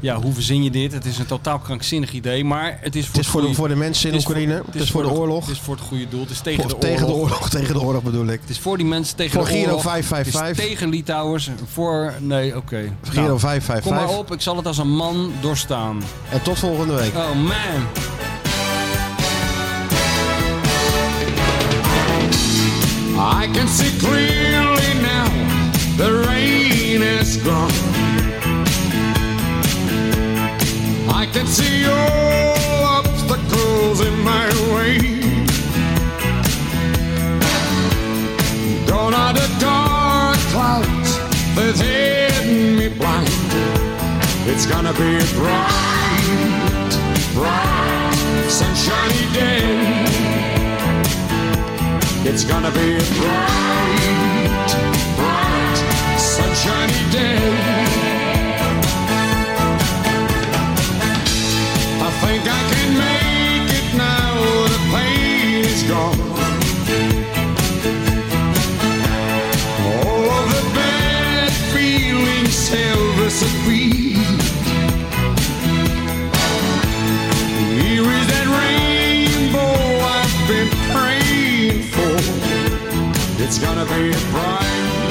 Speaker 3: ja, hoe verzin je dit? Het is een totaal krankzinnig idee, maar het is voor,
Speaker 2: Het is voor de,
Speaker 3: goede-
Speaker 2: voor de mensen in
Speaker 3: het is
Speaker 2: Oekraïne. het, is voor de oorlog.
Speaker 3: Het is voor het goede doel. Het is tegen,
Speaker 2: Of
Speaker 3: de,
Speaker 2: tegen de
Speaker 3: oorlog.
Speaker 2: oorlog, [laughs] tegen de oorlog bedoel ik.
Speaker 3: Het is voor die mensen tegen
Speaker 2: Voor
Speaker 3: de
Speaker 2: Giro
Speaker 3: oorlog.
Speaker 2: 555.
Speaker 3: Het is tegen Litouwers. Voor. Nee, oké.
Speaker 2: Giro
Speaker 3: Nou, Kom maar
Speaker 2: 555.
Speaker 3: op, ik zal het als een man doorstaan.
Speaker 2: En tot volgende week.
Speaker 3: Oh man.
Speaker 11: I can see clearly now the rain is gone. I can see all obstacles in my way. Gone are the dark clouds that hid me blind. It's gonna be a bright, bright, sunshiny day. It's gonna be a bright, bright, sunshiny day. I think I can make it now. The pain is gone. All of the bad feelings have disappeared. Here is that rainbow I've been praying for. It's gonna be a bright,